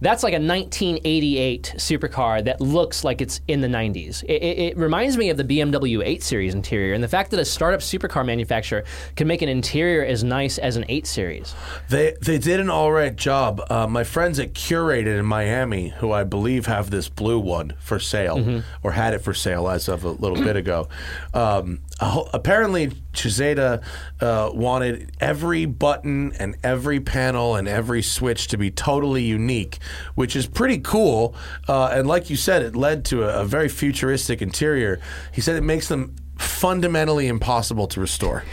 [SPEAKER 4] that's like a 1988 supercar that looks like it's in the 90s. It, it, it reminds me of the BMW 8 Series interior, and the fact that a startup supercar manufacturer can make an interior as nice as an 8 Series.
[SPEAKER 1] They they did an all right job. Uh, my friends at Curated in Miami, who I believe have this blue one for sale or had it for sale as of a little bit ago, um, a ho- apparently Chiseda uh, wanted every button and every panel and every switch to be totally unique, which is pretty cool. Uh, and like you said, it led to a, a very futuristic interior. He said it makes them fundamentally impossible to restore.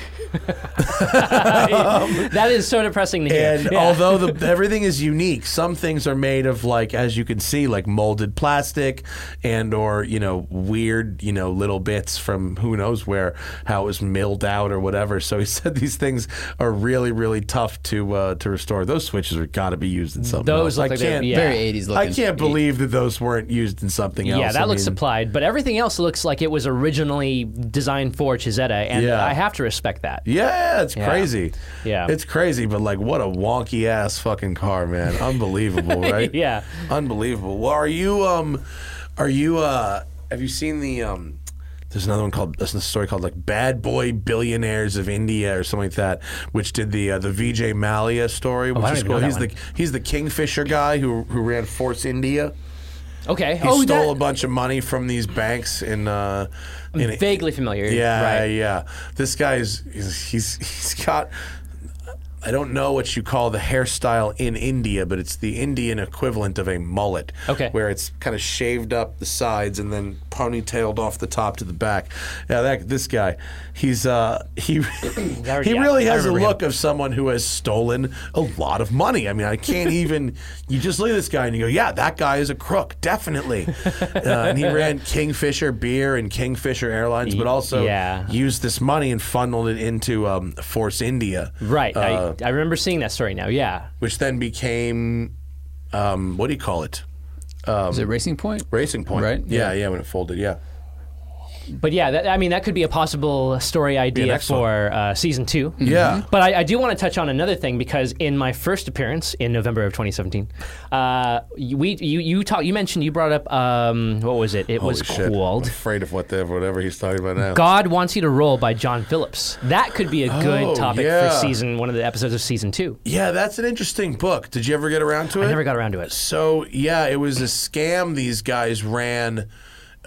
[SPEAKER 4] that is so depressing to hear.
[SPEAKER 1] And although the, everything is unique, some things are made of like, as you can see, like molded plastic, and or you know weird, you know little bits from who knows where, how it was milled out or whatever. So he said these things are really, really tough to uh, to restore. Those switches are got to be used in something. else.
[SPEAKER 4] Those look
[SPEAKER 1] I
[SPEAKER 4] like they're-
[SPEAKER 1] can't.
[SPEAKER 4] yeah.
[SPEAKER 3] Very 80s looking.
[SPEAKER 1] I can't believe that those weren't used in something else.
[SPEAKER 4] Yeah, that
[SPEAKER 1] I
[SPEAKER 4] looks
[SPEAKER 1] mean,
[SPEAKER 4] supplied, but everything else looks like it was originally designed for Chisetta, and
[SPEAKER 1] Yeah.
[SPEAKER 4] I have to respect that.
[SPEAKER 1] Yeah, it's
[SPEAKER 4] Yeah.
[SPEAKER 1] crazy.
[SPEAKER 4] Yeah.
[SPEAKER 1] It's crazy, but like what a wonky ass fucking car, man. Unbelievable, right?
[SPEAKER 4] Yeah.
[SPEAKER 1] Unbelievable. Well, are you um are you uh have you seen the um there's another one called there's a story called like Bad Boy Billionaires of India or something like that, which did the uh, the Vijay Malia story, which
[SPEAKER 4] Oh, I don't
[SPEAKER 1] is
[SPEAKER 4] even
[SPEAKER 1] cool.
[SPEAKER 4] know that
[SPEAKER 1] He's the he's the Kingfisher guy who who ran Force India.
[SPEAKER 4] Okay.
[SPEAKER 1] He
[SPEAKER 4] oh,
[SPEAKER 1] stole a
[SPEAKER 4] that,
[SPEAKER 1] bunch of money from these banks in uh in
[SPEAKER 4] vaguely familiar.
[SPEAKER 1] yeah,
[SPEAKER 4] Right.
[SPEAKER 1] yeah. This guy's he's, he's he's got. I don't know what you call the hairstyle in India, but it's the Indian equivalent of a mullet.
[SPEAKER 4] Okay.
[SPEAKER 1] Where it's kind of shaved up the sides and then ponytailed off the top to the back. Now that this guy, he's uh he he
[SPEAKER 4] yeah,
[SPEAKER 1] really
[SPEAKER 4] I
[SPEAKER 1] has a
[SPEAKER 4] remember him.
[SPEAKER 1] look of someone who has stolen a lot of money. I mean, I can't even. You just look at this guy and you go, "Yeah, that guy is a crook, definitely." uh, and he ran Kingfisher beer and Kingfisher Airlines, but also
[SPEAKER 4] yeah.
[SPEAKER 1] used this money and funneled it into um, Force India.
[SPEAKER 4] Right.
[SPEAKER 1] Uh, Toronto,
[SPEAKER 4] I- I remember seeing that story now. Yeah.
[SPEAKER 1] which then became um, what do you call it? Um,
[SPEAKER 3] Is it Racing Point?
[SPEAKER 1] Racing Point,
[SPEAKER 3] Right?
[SPEAKER 1] Yeah, yeah, when it folded, yeah.
[SPEAKER 4] But yeah, that, I mean, that could be a possible story idea
[SPEAKER 1] next one.
[SPEAKER 4] for uh, season two. Mm-hmm.
[SPEAKER 1] Yeah.
[SPEAKER 4] But I, I do want to touch on another thing because in my first appearance in November of 2017, uh, you- we you you talk, you mentioned you brought up um, what was it? It was
[SPEAKER 1] Holy shit.
[SPEAKER 4] called
[SPEAKER 1] I'm afraid of what the, whatever he's talking about now.
[SPEAKER 4] "God Wants You to Roll" by John Phillips. That could be a good
[SPEAKER 1] Oh,
[SPEAKER 4] topic
[SPEAKER 1] yeah.
[SPEAKER 4] for season one of the episodes of season two.
[SPEAKER 1] Yeah, that's an interesting book. Did you ever get around to it?
[SPEAKER 4] I never got around to it.
[SPEAKER 1] So yeah, it was a scam these guys ran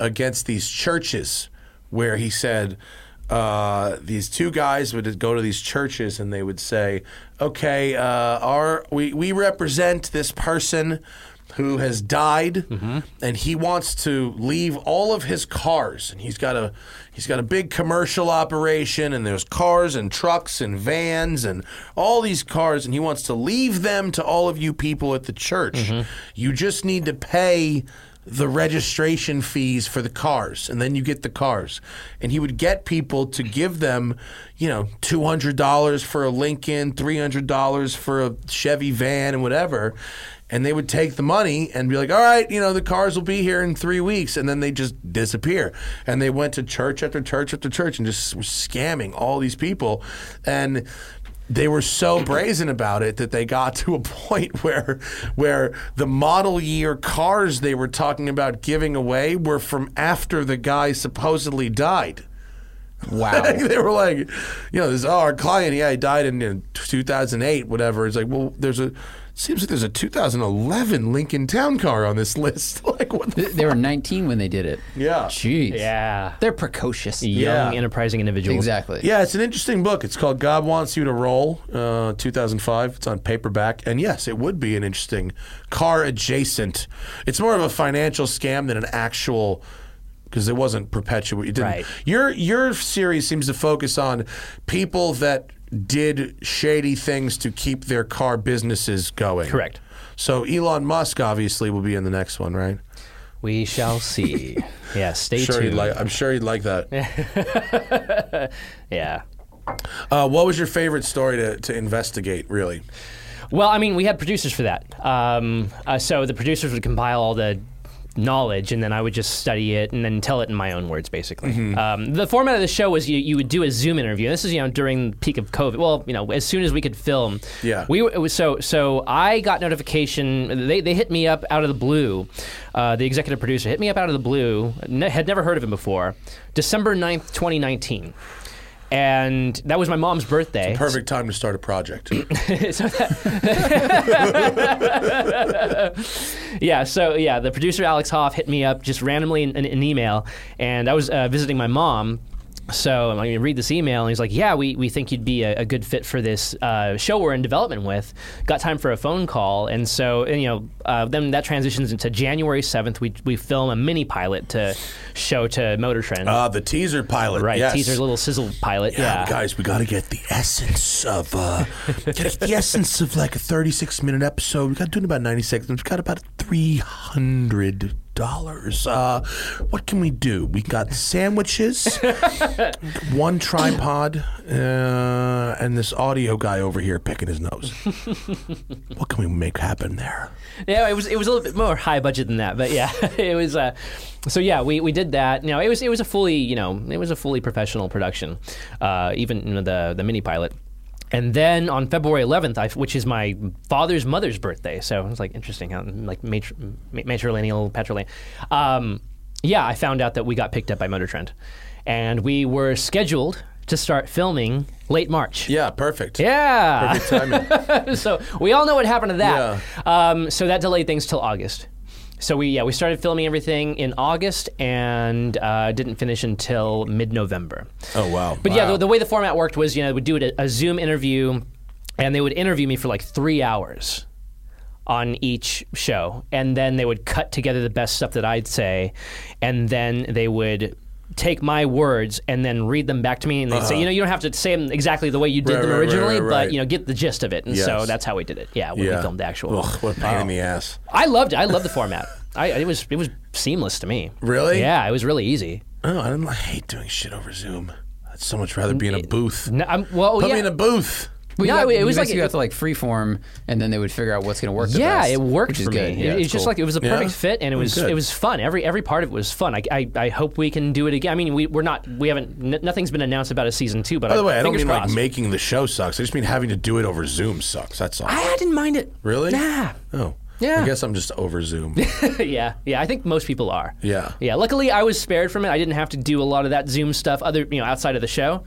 [SPEAKER 1] against these churches, where he said uh, these two guys would go to these churches and they would say, "Okay, uh, our we we represent this person." Who has died, and he wants to leave all of his cars, and he's got a he's got a big commercial operation, and there's cars and trucks and vans and all these cars, and he wants to leave them to all of you people at the church. You just need to pay the registration fees for the cars, and then you get the cars. And he would get people to give them, you know, two hundred dollars for a Lincoln, three hundred dollars for a Chevy van, and whatever. And they would take the money and be like, "All right, you know, the cars will be here in three weeks," and then they just disappear. And they went to church after church after church and just were scamming all these people. And they were so brazen about it that they got to a point where where the model year cars they were talking about giving away were from after the guy supposedly died.
[SPEAKER 3] Wow.
[SPEAKER 1] Like, they were like, you know, this oh, our client, yeah, he died in, in 2008, whatever. It's like, well, there's a seems like there's a 2011 Lincoln Town Car on this list. like what? The,
[SPEAKER 3] Th- they were 19 when they did it.
[SPEAKER 1] Yeah.
[SPEAKER 3] Jeez.
[SPEAKER 4] Yeah.
[SPEAKER 3] They're precocious.
[SPEAKER 4] Young,
[SPEAKER 1] Yeah.
[SPEAKER 4] enterprising individuals.
[SPEAKER 3] Exactly.
[SPEAKER 1] yeah, it's an interesting book. It's called God Wants You to Roll, uh, 2005. It's on paperback, and yes, it would be an interesting car adjacent. It's more of a financial scam than an actual. Because it wasn't perpetual. You didn't.
[SPEAKER 4] Right.
[SPEAKER 1] Your your series seems to focus on people that did shady things to keep their car businesses going.
[SPEAKER 4] Correct.
[SPEAKER 1] So Elon Musk obviously will be in the next one, right?
[SPEAKER 4] We shall see. yeah. Stay
[SPEAKER 1] Sure, he'd
[SPEAKER 4] tuned.
[SPEAKER 1] like. I'm sure he'd like that.
[SPEAKER 4] yeah.
[SPEAKER 1] Uh, what was your favorite story to, to investigate? Really?
[SPEAKER 4] Well, I mean, we had producers for that. Um, uh, so the producers would compile all the knowledge, and then I would just study it and then tell it in my own words, basically.
[SPEAKER 1] Mm-hmm.
[SPEAKER 4] Um, the format of the show was you, you would do a Zoom interview. And this is you know during the peak of COVID. Well, you know, as soon as we could film,
[SPEAKER 1] Yeah.
[SPEAKER 4] we were- it was so so. I got notification. They they hit me up out of the blue. Uh, the executive producer hit me up out of the blue. Ne- had never heard of him before. December 9th, twenty nineteen. And that was my mom's birthday.
[SPEAKER 1] Perfect time to start a project.
[SPEAKER 4] So that- yeah, so yeah, the producer Alex Hoff hit me up just randomly in, in an email, and I was uh, visiting my mom. So I'm like, read this email, and he's like, "Yeah, we, we think you'd be a, a good fit for this uh, show we're in development with. Got time for a phone call?" And so, and, you know, uh, then that transitions into January 7th. We we film a mini pilot to show to Motor Trend,
[SPEAKER 1] Uh, the teaser pilot,
[SPEAKER 4] right?
[SPEAKER 1] Yes.
[SPEAKER 4] Teaser, little sizzle pilot, yeah.
[SPEAKER 1] guys, we got to get the essence of uh, gotta get the essence of like a 36 minute episode. We got to do it in about 90 seconds. We've got about 300 dollars. Uh, what can we do? We got sandwiches, one tripod, uh, and this audio guy over here picking his nose. what can we make happen there?
[SPEAKER 4] Yeah, it was it was a little bit more high budget than that, but yeah, it was. Uh, so yeah, we, we did that. Now it was it was a fully you know it was a fully professional production, uh, even you know, the the mini pilot. And then on February 11th, I, which is my father's mother's birthday, so it was like interesting how like matri- ma- matrilineal, patrilineal. Um, yeah, I found out that we got picked up by Motor Trend, and we were scheduled to start filming late March.
[SPEAKER 1] Yeah, perfect.
[SPEAKER 4] Yeah.
[SPEAKER 1] Timing.
[SPEAKER 4] so we all know what happened to that. Um, so that delayed things till August. So we yeah we started filming everything in August and uh, didn't finish until mid November.
[SPEAKER 1] oh wow.
[SPEAKER 4] But yeah, the, the way the format worked was you know we'd do a, a Zoom interview, and they would interview me for like three hours on each show, and then they would cut together the best stuff that I'd say, and then they would. Take my words and then read them back to me, and they would say, you know, you don't have to say them exactly the way you did
[SPEAKER 1] Uh-huh. Right,
[SPEAKER 4] them
[SPEAKER 1] right, right,
[SPEAKER 4] originally,
[SPEAKER 1] right,
[SPEAKER 4] but
[SPEAKER 1] right.
[SPEAKER 4] you know, get the gist of it. And so
[SPEAKER 1] Yes.
[SPEAKER 4] that's how we did it. Yeah, when we filmed the actual.
[SPEAKER 1] Ugh, what a pain in the ass.
[SPEAKER 4] I loved it. I loved the format. I it was it was seamless to me.
[SPEAKER 1] Really?
[SPEAKER 4] Yeah, it was really easy.
[SPEAKER 1] Oh, I, didn't, I hate doing shit over Zoom. I'd so much rather be in a booth.
[SPEAKER 4] No, I'm, well,
[SPEAKER 1] Put
[SPEAKER 4] yeah.
[SPEAKER 1] me in a booth.
[SPEAKER 3] Well,
[SPEAKER 4] No,
[SPEAKER 3] no,
[SPEAKER 4] it
[SPEAKER 3] it
[SPEAKER 4] was
[SPEAKER 3] was
[SPEAKER 4] like-
[SPEAKER 3] like you have to like freeform, and then they would figure out what's going to work. the
[SPEAKER 4] yeah,
[SPEAKER 3] best,
[SPEAKER 4] it worked
[SPEAKER 3] which
[SPEAKER 4] for
[SPEAKER 3] is good.
[SPEAKER 4] me.
[SPEAKER 3] Yeah,
[SPEAKER 4] it, it's
[SPEAKER 3] it's
[SPEAKER 4] just
[SPEAKER 3] cool.
[SPEAKER 4] like it was a
[SPEAKER 1] Yeah?
[SPEAKER 4] perfect fit, and it was
[SPEAKER 1] good.
[SPEAKER 4] it was fun. Every every part of it was fun. I, I, I hope we can do it again. I mean, we we're not we haven't n- nothing's been announced about a season two. But
[SPEAKER 1] By the way, I don't
[SPEAKER 4] fingers
[SPEAKER 1] mean like
[SPEAKER 4] crossed.
[SPEAKER 1] making the show sucks. I just mean having to do it over Zoom sucks. That's all.
[SPEAKER 4] I didn't mind it.
[SPEAKER 1] Really?
[SPEAKER 4] Nah.
[SPEAKER 1] Oh.
[SPEAKER 4] Yeah.
[SPEAKER 1] I guess I'm just over Zoom.
[SPEAKER 4] yeah, yeah. I think most people are.
[SPEAKER 1] Yeah.
[SPEAKER 4] yeah. Luckily, I was spared from it. I didn't have to do a lot of that Zoom stuff, other you know, outside of the show.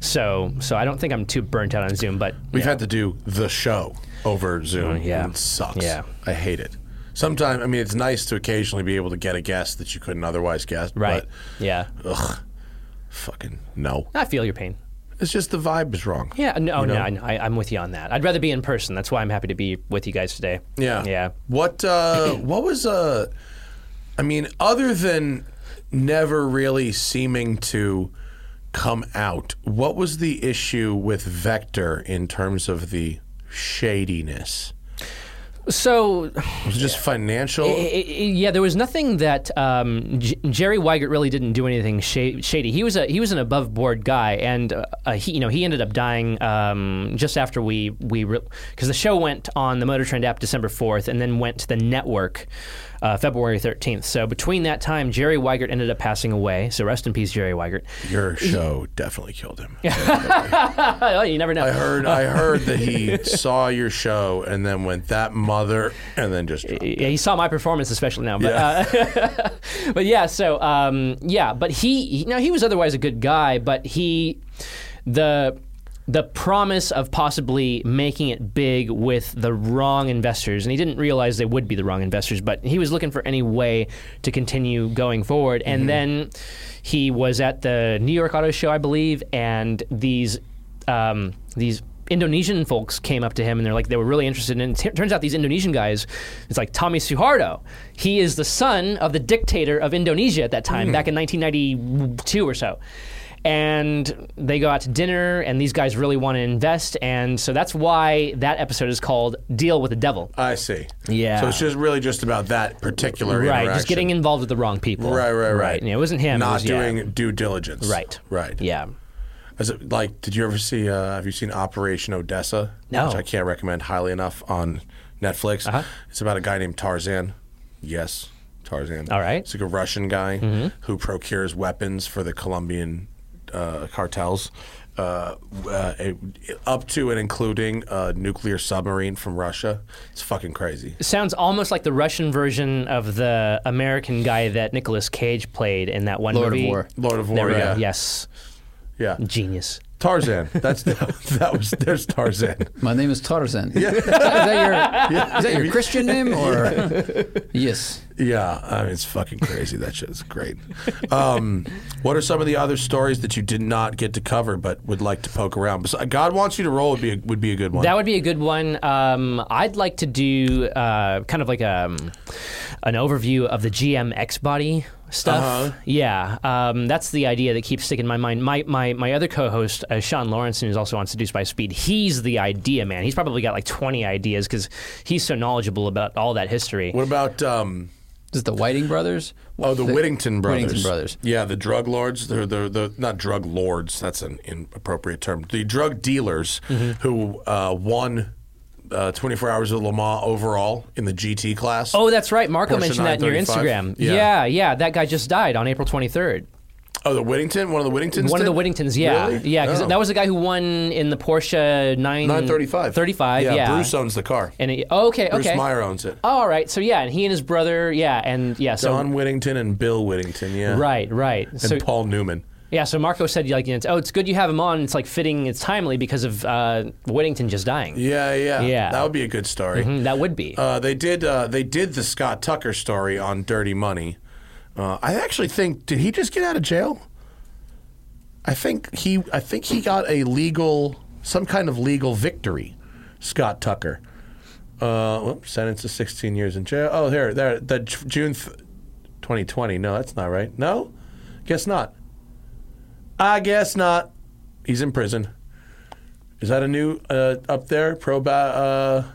[SPEAKER 4] So, so I don't think I'm too burnt out on Zoom. But
[SPEAKER 1] We've had to do the show over Zoom.
[SPEAKER 4] Oh, yeah.
[SPEAKER 1] and It sucks.
[SPEAKER 4] Yeah.
[SPEAKER 1] I hate it. Sometimes, I mean, it's nice to occasionally be able to get a guest that you couldn't otherwise guess.
[SPEAKER 4] right, yeah,
[SPEAKER 1] But, ugh. Fucking no.
[SPEAKER 4] I feel your pain.
[SPEAKER 1] It's just the vibe is wrong.
[SPEAKER 4] Yeah, no, no, I know. I, I'm with you on that. I'd rather be in person. That's why I'm happy to be with you guys today.
[SPEAKER 1] Yeah.
[SPEAKER 4] yeah.
[SPEAKER 1] What uh what was uh I mean, other than never really seeming to come out, what was the issue with Vector in terms of the shadiness?
[SPEAKER 4] So
[SPEAKER 1] Was it just financial?
[SPEAKER 4] I- I- yeah, there was nothing that um, J- Jerry Weigert really didn't do anything sha- shady. He was a he was an above board guy, and uh, uh, he you know he ended up dying um, just after we we because the show went on the Motor Trend app December fourth, and then went to the network uh, February thirteenth. So between that time, Jerry Weigert ended up passing away. So rest in peace, Jerry Weigert.
[SPEAKER 1] Your show definitely killed him.
[SPEAKER 4] Oh, you never know.
[SPEAKER 1] I heard I heard that he saw your show and then went that mother and then just dropped.
[SPEAKER 4] yeah, he saw my performance especially now. But yeah, uh, but yeah so um, yeah, but he, he no, he was otherwise a good guy, but he the the promise of possibly making it big with the wrong investors and he didn't realize they would be the wrong investors but he was looking for any way to continue going forward and then he was at the New York Auto Show I believe and these um, these Indonesian folks came up to him and they're like they were really interested in. It turns out these Indonesian guys, it's like Tommy Suharto. He is the son of the dictator of Indonesia at that time,
[SPEAKER 1] Hmm.
[SPEAKER 4] back in 1992 or so. And they go out to dinner, and these guys really want to invest, and so that's why that episode is called "Deal with the Devil."
[SPEAKER 1] I see.
[SPEAKER 4] Yeah.
[SPEAKER 1] So it's just really just about that particular
[SPEAKER 4] Right,
[SPEAKER 1] interaction.
[SPEAKER 4] just getting involved with the wrong people.
[SPEAKER 1] Right, right, right.
[SPEAKER 4] And it wasn't him. it
[SPEAKER 1] Not
[SPEAKER 4] was- yeah.
[SPEAKER 1] doing due diligence.
[SPEAKER 4] Right.
[SPEAKER 1] Right.
[SPEAKER 4] Yeah.
[SPEAKER 1] Is it, like, did you ever see? Uh, have you seen Operation Odessa?
[SPEAKER 4] No.
[SPEAKER 1] which I can't recommend highly enough on Netflix.
[SPEAKER 4] Uh-huh.
[SPEAKER 1] It's about a guy named Tarzan. Yes, Tarzan.
[SPEAKER 4] All right. Mm-hmm.
[SPEAKER 1] It's like a Russian guy who procures weapons for the Colombian uh, cartels, uh, uh, it- up to and including a nuclear submarine from Russia. It's fucking crazy.
[SPEAKER 4] sounds almost like the Russian version of the American guy that Nicolas Cage played in that one
[SPEAKER 3] Lord of
[SPEAKER 4] movie.
[SPEAKER 3] War.
[SPEAKER 1] Lord of
[SPEAKER 4] There
[SPEAKER 1] War.
[SPEAKER 4] we
[SPEAKER 1] Yeah.
[SPEAKER 4] go. Yes,
[SPEAKER 1] Yeah.
[SPEAKER 4] genius.
[SPEAKER 1] Tarzan. That's that was. There's Tarzan.
[SPEAKER 3] My name is Tarzan. is, that your, is that your Christian name or? yes.
[SPEAKER 1] Yeah, I mean, it's fucking crazy. that shit is great. Um, what are some of the other stories that you did not get to cover but would like to poke around? Bes- God wants you to roll would be a, would be a good one.
[SPEAKER 4] That would be a good one. Um, I'd like to do uh, kind of like um, an overview of the GM X body stuff.
[SPEAKER 3] Uh-huh.
[SPEAKER 4] Yeah, um, that's the idea that keeps sticking in my mind. My my, my other co-host uh, Sean Lawrence, who's also on Seduced by Speed, he's the idea man. He's probably got like twenty ideas because he's so knowledgeable about all that history.
[SPEAKER 1] what about um,
[SPEAKER 3] Is it the Whiting brothers?
[SPEAKER 1] oh the, Whittington brothers?
[SPEAKER 3] Whittington brothers.
[SPEAKER 1] Yeah, the drug lords. They're they're, they're not drug lords. That's an inappropriate term. The drug dealers
[SPEAKER 4] Mm-hmm.
[SPEAKER 1] who uh, won. Uh, 24 hours of Le Mans overall in the GT class.
[SPEAKER 4] Oh, that's right. Marco
[SPEAKER 1] Porsche
[SPEAKER 4] mentioned that in your
[SPEAKER 1] 935.
[SPEAKER 4] Instagram.
[SPEAKER 1] Yeah.
[SPEAKER 4] Yeah. yeah, That guy just died on April 23rd.
[SPEAKER 1] Oh, the Whittington? One of the Whittingtons?
[SPEAKER 4] One of the
[SPEAKER 1] did?
[SPEAKER 4] Whittingtons, yeah.
[SPEAKER 1] Really?
[SPEAKER 4] Yeah, because
[SPEAKER 1] Oh.
[SPEAKER 4] that was the guy who won in the Porsche 9
[SPEAKER 1] 935.
[SPEAKER 4] 35, yeah.
[SPEAKER 1] Bruce owns the car.
[SPEAKER 4] and he, okay,
[SPEAKER 1] Bruce
[SPEAKER 4] okay.
[SPEAKER 1] Meyer owns it.
[SPEAKER 4] All right. So yeah, and he and his brother, yeah, and yeah, so
[SPEAKER 1] Don Whittington and Bill Whittington, yeah.
[SPEAKER 4] right, right.
[SPEAKER 1] And
[SPEAKER 4] so
[SPEAKER 1] Paul Newman.
[SPEAKER 4] yeah, so Marco said like, you know, "Oh, it's good you have him on. It's like fitting, it's timely because of uh, Whittington just dying."
[SPEAKER 1] Yeah, yeah.
[SPEAKER 4] Yeah.
[SPEAKER 1] That would be a good story.
[SPEAKER 4] Mm, That would be.
[SPEAKER 1] Uh, they did uh, they did the Scott Tucker story on Dirty Money. Uh, I actually think did he just get out of jail? I think he I think he got a legal some kind of legal victory, Scott Tucker. Uh, well, sentenced to 16 years in jail. Oh, here, there, the J- June th- 2020. No, that's not right. No, guess not. I guess not. He's in prison. Is that a new uh, up there? Proba? Uh,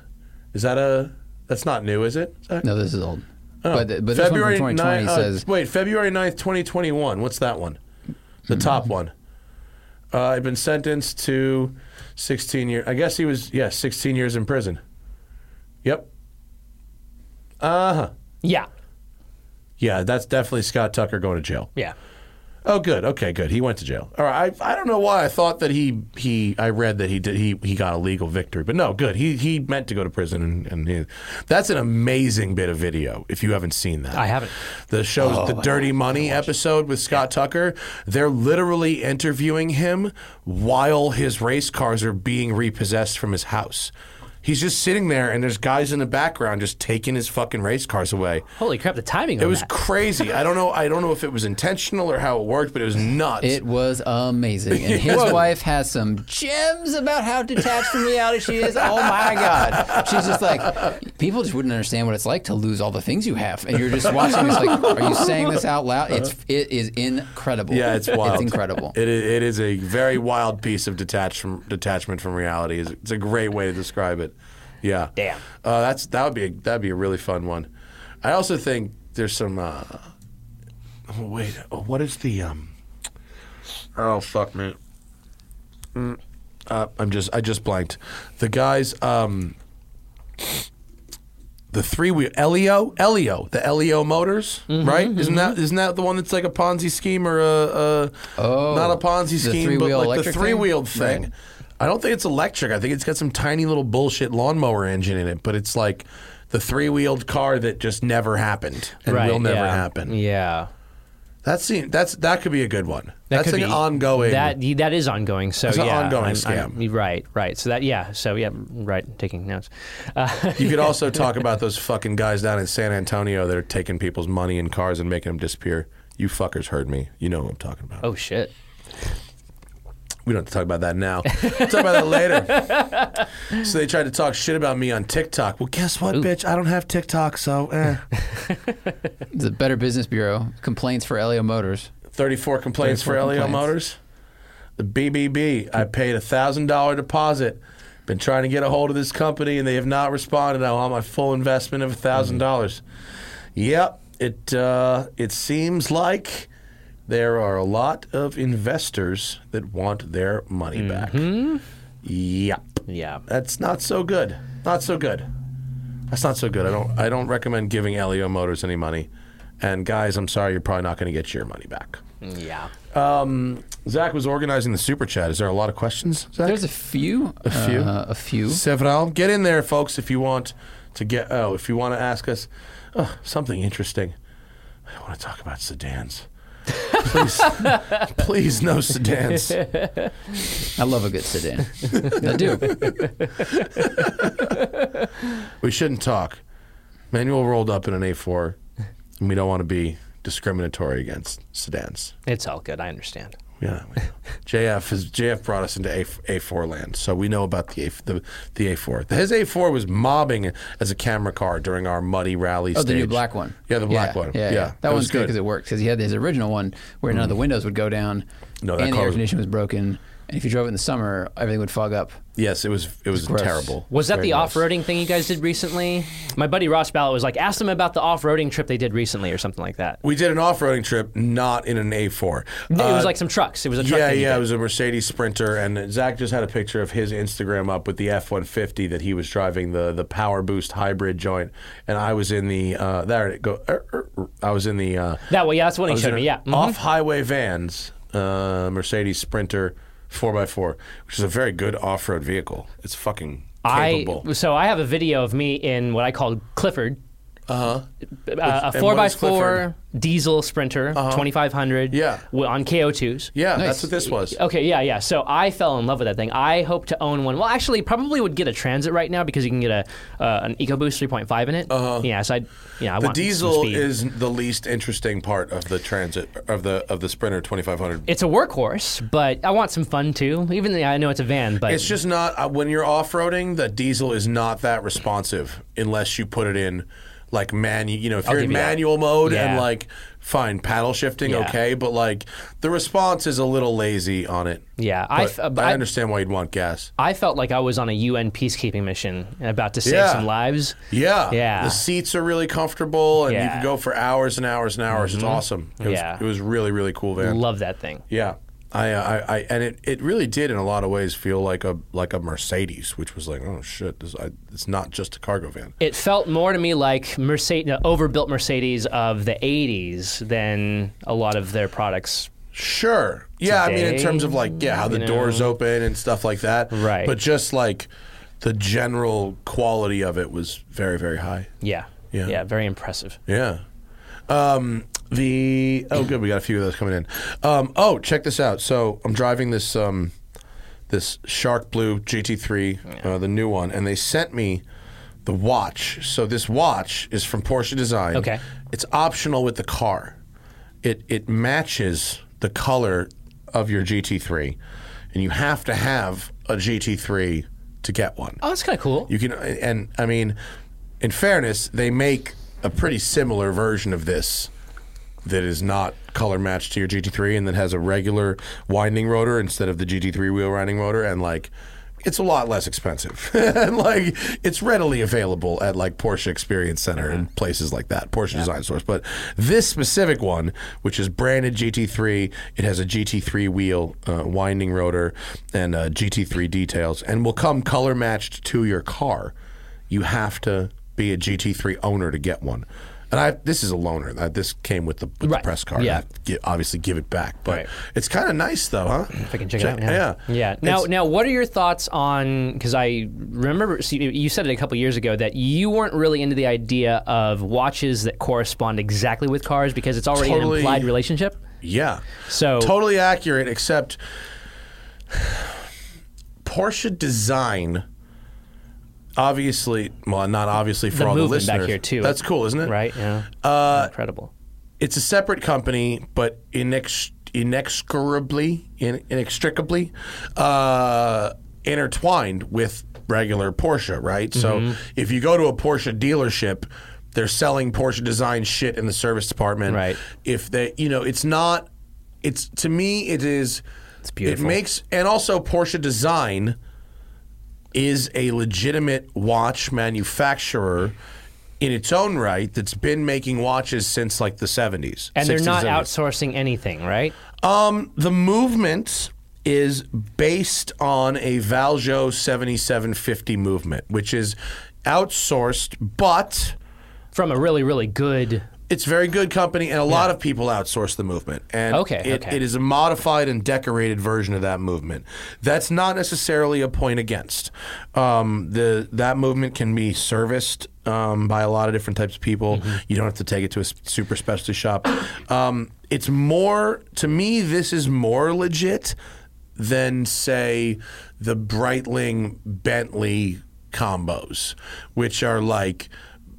[SPEAKER 1] is that a? That's not new, is it? Uh,
[SPEAKER 3] No, this is old. but but this
[SPEAKER 1] Oh. February
[SPEAKER 3] one from 2020
[SPEAKER 1] 9 uh,
[SPEAKER 3] says Mm-hmm.
[SPEAKER 1] wait, February 9th, 2021. What's that one? The top one. Uh, I've been sentenced to 16 years. I guess he was, yeah, 16 years in prison. Yep. Uh huh.
[SPEAKER 4] Yeah.
[SPEAKER 1] Yeah, that's definitely Scott Tucker going to jail.
[SPEAKER 4] Yeah.
[SPEAKER 1] Oh, good. Okay, good. He went to jail. All right. I, I don't know why I thought that he he I read that he did he he got a legal victory, but no, good. He he meant to go to prison, and, and he, that's an amazing bit of video. If you haven't seen that,
[SPEAKER 4] I haven't.
[SPEAKER 1] The show's the Dirty Money episode with Scott Tucker. They're literally interviewing him while his race cars are being repossessed from his house. He's just sitting there, and there's guys in the background just taking his fucking race cars away.
[SPEAKER 4] Holy crap, the timing
[SPEAKER 1] It
[SPEAKER 4] on
[SPEAKER 1] was
[SPEAKER 4] that.
[SPEAKER 1] crazy. I don't know. I don't know if it was intentional or how it worked, but it was nuts.
[SPEAKER 3] It was amazing. And his
[SPEAKER 1] was.
[SPEAKER 3] wife has some gems about how detached from reality she is. Oh my God. She's just like, people just wouldn't understand what it's like to lose all the things you have. And you're just watching this like, are you saying this out loud? It's it is incredible.
[SPEAKER 1] Uh-huh. yeah, it's wild.
[SPEAKER 3] It's incredible.
[SPEAKER 1] It is, it is a very wild piece of detached from, detachment from reality. It's, it's a great way to describe it. Yeah.
[SPEAKER 4] Damn.
[SPEAKER 1] Uh, that's that would be a, that'd be a really fun one. I also think there's some. Uh, oh, wait, oh, what is the? Um, oh fuck me. Mm, uh, I'm just I just blanked. The guys. Um, the three wheel Elio Elio the Elio Motors right isn't that isn't that the one that's like a Ponzi scheme or a, a
[SPEAKER 3] Oh,
[SPEAKER 1] not a Ponzi
[SPEAKER 3] the
[SPEAKER 1] scheme but
[SPEAKER 3] three-wheel
[SPEAKER 1] like the
[SPEAKER 3] electric thing?
[SPEAKER 1] three wheeled thing.
[SPEAKER 3] Right.
[SPEAKER 1] I don't think it's electric. I think it's got some tiny little bullshit lawnmower engine in it, but it's like the three wheeled car that just never happened and
[SPEAKER 4] right,
[SPEAKER 1] will never
[SPEAKER 4] yeah.
[SPEAKER 1] happen.
[SPEAKER 4] Yeah.
[SPEAKER 1] That's the, that's that could be a good one.
[SPEAKER 4] That
[SPEAKER 1] that's
[SPEAKER 4] could
[SPEAKER 1] an
[SPEAKER 4] be,
[SPEAKER 1] ongoing.
[SPEAKER 4] That that is ongoing. So
[SPEAKER 1] That's an
[SPEAKER 4] yeah,
[SPEAKER 1] ongoing
[SPEAKER 4] I'm- right, right. So that yeah. So yeah, right. Taking notes. Uh,
[SPEAKER 1] you could also talk about those fucking guys down in San Antonio that are taking people's money and cars and making them disappear. You fuckers heard me. You know who I'm talking about.
[SPEAKER 4] oh shit.
[SPEAKER 1] We don't have to talk about that now. talk about that later. so they tried to talk shit about me on TikTok. Well, guess what, bitch? I don't have TikTok, so eh.
[SPEAKER 3] The Better Business Bureau complaints for Elio Motors.
[SPEAKER 1] 34 complaints
[SPEAKER 3] 34
[SPEAKER 1] for Elio
[SPEAKER 3] complaints.
[SPEAKER 1] Motors. The BBB, I paid a $1,000 deposit. Been trying to get a hold of this company, and they have not responded. I want my full investment of $1,000. dollars Yep, it, uh, it seems like there are a lot of investors that want their money back. Yep.
[SPEAKER 4] Yeah.
[SPEAKER 1] That's not so good. Not so good. That's not so good. I don't. I don't recommend giving Elio Motors any money. And guys, I'm sorry, you're probably not going to get your money back.
[SPEAKER 4] Yeah.
[SPEAKER 1] Um, Zach was organizing the super chat. Is there a lot of questions, Zach?
[SPEAKER 3] There's a few. A
[SPEAKER 1] few?
[SPEAKER 3] Uh, a few.
[SPEAKER 1] several. Get in there, folks, if you want to get. Oh, if you want to ask us uh, something interesting. I want to talk about sedans. Please, please, no sedans.
[SPEAKER 3] I love a good sedan. I do.
[SPEAKER 1] We shouldn't talk. Manual rolled up in an A4, and we don't want to be discriminatory against sedans.
[SPEAKER 4] It's all good. I understand.
[SPEAKER 1] Yeah, we know. JF is JF brought us into A four land, so we know about the A the the A four. His A four was mobbing as a camera car during our muddy rally.
[SPEAKER 3] Oh,
[SPEAKER 1] stage.
[SPEAKER 3] the new black one.
[SPEAKER 1] Yeah, the black one. Yeah,
[SPEAKER 3] That
[SPEAKER 1] it
[SPEAKER 3] one's
[SPEAKER 1] was Mm-hmm.
[SPEAKER 3] good because it worked because he had his original one where none of the windows would go down.
[SPEAKER 1] No, that
[SPEAKER 3] and the
[SPEAKER 1] car
[SPEAKER 3] air
[SPEAKER 1] was-
[SPEAKER 3] conditioning was broken. And if you drove it in the summer, everything would fog up.
[SPEAKER 1] yes, it was it was
[SPEAKER 3] gross.
[SPEAKER 1] terrible.
[SPEAKER 4] Was that
[SPEAKER 1] Very
[SPEAKER 4] the
[SPEAKER 1] gross.
[SPEAKER 4] off-roading thing you guys did recently? My buddy Ross Ballot was like, ask them about the off-roading trip they did recently or something like that.
[SPEAKER 1] We did an off roading trip, not in an A four.
[SPEAKER 4] it was like some trucks. It was a truck.
[SPEAKER 1] Uh, Yeah,
[SPEAKER 4] thing you
[SPEAKER 1] yeah,
[SPEAKER 4] did.
[SPEAKER 1] it was a Mercedes Sprinter, and Zach just had a picture of his Instagram up with the F one fifty that he was driving the the Power Boost hybrid joint, and I was in the uh, there it go. er, er, er. I was in the uh,
[SPEAKER 4] That way, yeah, that's what
[SPEAKER 1] I
[SPEAKER 4] he
[SPEAKER 1] was
[SPEAKER 4] showed
[SPEAKER 1] in
[SPEAKER 4] me.
[SPEAKER 1] a-
[SPEAKER 4] Yeah. Mhm.
[SPEAKER 1] off highway vans, uh, Mercedes Sprinter four x four, which is a very good off road vehicle. It's fucking
[SPEAKER 4] I
[SPEAKER 1] capable.
[SPEAKER 4] so I have a video of me in what I called Clifford. Uh-huh. a
[SPEAKER 1] and
[SPEAKER 4] four
[SPEAKER 1] what
[SPEAKER 4] by
[SPEAKER 1] is Clifford? Uh-huh.
[SPEAKER 4] four diesel sprinter, five hundred.
[SPEAKER 1] Yeah.
[SPEAKER 4] on KO twos.
[SPEAKER 1] yeah, that's
[SPEAKER 3] Nice.
[SPEAKER 1] what this was.
[SPEAKER 4] Okay, yeah, yeah. So I fell in love with that thing. I hope to own one. Well, actually, probably would get a Transit right now because you can get a uh, an EcoBoost 3.5 in it. Uh-huh. Yeah, so I, yeah, I
[SPEAKER 1] The
[SPEAKER 4] want some
[SPEAKER 1] diesel
[SPEAKER 4] speed.
[SPEAKER 1] is the least interesting part of the transit of the of the Sprinter twenty five hundred
[SPEAKER 4] It's a workhorse, but I want some fun too. Even though I know it's a van, but
[SPEAKER 1] It's just not uh, when you're off roading. The diesel is not that responsive unless you put it in like manual. You know, if you're
[SPEAKER 4] give
[SPEAKER 1] in
[SPEAKER 4] you that.
[SPEAKER 1] manual mode and
[SPEAKER 4] Yeah.
[SPEAKER 1] like fine paddle shifting,
[SPEAKER 4] Yeah.
[SPEAKER 1] okay, but like the response is a little lazy on it.
[SPEAKER 4] yeah,
[SPEAKER 1] But I
[SPEAKER 4] I, f- uh, I,
[SPEAKER 1] understand why you'd want gas.
[SPEAKER 4] I felt like I was on a UN peacekeeping mission, about to save
[SPEAKER 1] Yeah.
[SPEAKER 4] some lives.
[SPEAKER 1] Yeah,
[SPEAKER 4] Yeah.
[SPEAKER 1] The seats are really comfortable, and you
[SPEAKER 4] Yeah. Mm-hmm.
[SPEAKER 1] can go for hours and hours and hours. It's awesome. It was,
[SPEAKER 4] Yeah.
[SPEAKER 1] it was really really cool van.
[SPEAKER 4] Love that thing.
[SPEAKER 1] yeah. I, uh, I, I and it, it really did in a lot of ways feel like a like a Mercedes, which was like, oh shit, this, I, it's not just a cargo van.
[SPEAKER 4] It felt more to me like Mercedes, overbuilt Mercedes of the 80s than a lot of their products.
[SPEAKER 1] Sure, yeah, I mean in terms of like yeah, how the
[SPEAKER 4] you
[SPEAKER 1] doors open and stuff like that,
[SPEAKER 4] Right.
[SPEAKER 1] But just like the general quality of it was very very high.
[SPEAKER 4] Yeah.
[SPEAKER 1] Yeah.
[SPEAKER 4] Yeah, very impressive.
[SPEAKER 1] Yeah. Um, the oh good, we got a few of those coming in. Um, oh, check this out. So I'm driving this um, this Shark Blue GT3, uh, the new one, and they sent me the watch. So this watch is from Porsche Design.
[SPEAKER 4] Okay.
[SPEAKER 1] It's optional with the car. It it matches the color of your GT3, and you have to have a GT3 to get one.
[SPEAKER 4] Oh, that's kind of cool.
[SPEAKER 1] You can, and I mean, in fairness, they make a pretty similar version of this that is not color matched to your GT3 and that has a regular winding rotor instead of the GT3 wheel winding rotor, and like. It's a lot less expensive, and like it's readily available at like Porsche Experience Center and places like that, Porsche Design Source. But this specific one, which is branded GT3, it has a GT3 wheel, uh, winding rotor, and uh, GT3 details, and will come color matched to your car you have to be a GT3 owner to get one. And I this is a loaner. Uh, This came with the, with
[SPEAKER 4] Right.
[SPEAKER 1] the press card. I
[SPEAKER 4] Yeah.
[SPEAKER 1] have to gi- obviously give it back, but
[SPEAKER 4] Right.
[SPEAKER 1] it's kind of nice though, huh? If
[SPEAKER 4] I can check it out now.
[SPEAKER 1] Yeah,
[SPEAKER 4] Yeah. Now,
[SPEAKER 1] It's-
[SPEAKER 4] now, what are your thoughts on? Because I remember see, you said it a couple years ago that you weren't really into the idea of watches that correspond exactly with cars because it's already
[SPEAKER 1] Totally.
[SPEAKER 4] an implied relationship.
[SPEAKER 1] yeah.
[SPEAKER 4] So-
[SPEAKER 1] totally accurate, except Porsche design. Obviously, well, not obviously for
[SPEAKER 4] The
[SPEAKER 1] all the
[SPEAKER 4] movement back
[SPEAKER 1] listeners.
[SPEAKER 4] here, too.
[SPEAKER 1] That's cool, isn't it?
[SPEAKER 4] Right. Yeah.
[SPEAKER 1] uh,
[SPEAKER 4] Incredible.
[SPEAKER 1] it's a separate company, but inex- inexorably, in- inextricably uh, intertwined with regular Porsche, right?
[SPEAKER 4] Mm-hmm.
[SPEAKER 1] So if you go to a Porsche dealership, they're selling Porsche design shit in the service department.
[SPEAKER 4] Right.
[SPEAKER 1] If they, you know, it's not. It's to me, it is. It's
[SPEAKER 4] beautiful.
[SPEAKER 1] It makes and also Porsche design is a legitimate watch manufacturer in its own right that's been making watches since like the 70s.
[SPEAKER 4] And they're
[SPEAKER 1] 60s,
[SPEAKER 4] not
[SPEAKER 1] 70s.
[SPEAKER 4] outsourcing anything, right?
[SPEAKER 1] Um, the movement is based on a Valjo 7750 movement, which is outsourced, but
[SPEAKER 4] From a really, really good.
[SPEAKER 1] it's a very good company, and a lot of people outsource the movement. And
[SPEAKER 4] Okay,
[SPEAKER 1] it,
[SPEAKER 4] okay.
[SPEAKER 1] it is a modified and decorated version of that movement. That's not necessarily a point against. Um, the that movement can be serviced um, by a lot of different types of people.
[SPEAKER 4] Mm-hmm.
[SPEAKER 1] You don't have to take it to a s- super specialty shop. Um, it's more to me. This is more legit than say the Breitling Bentley combos, which are like.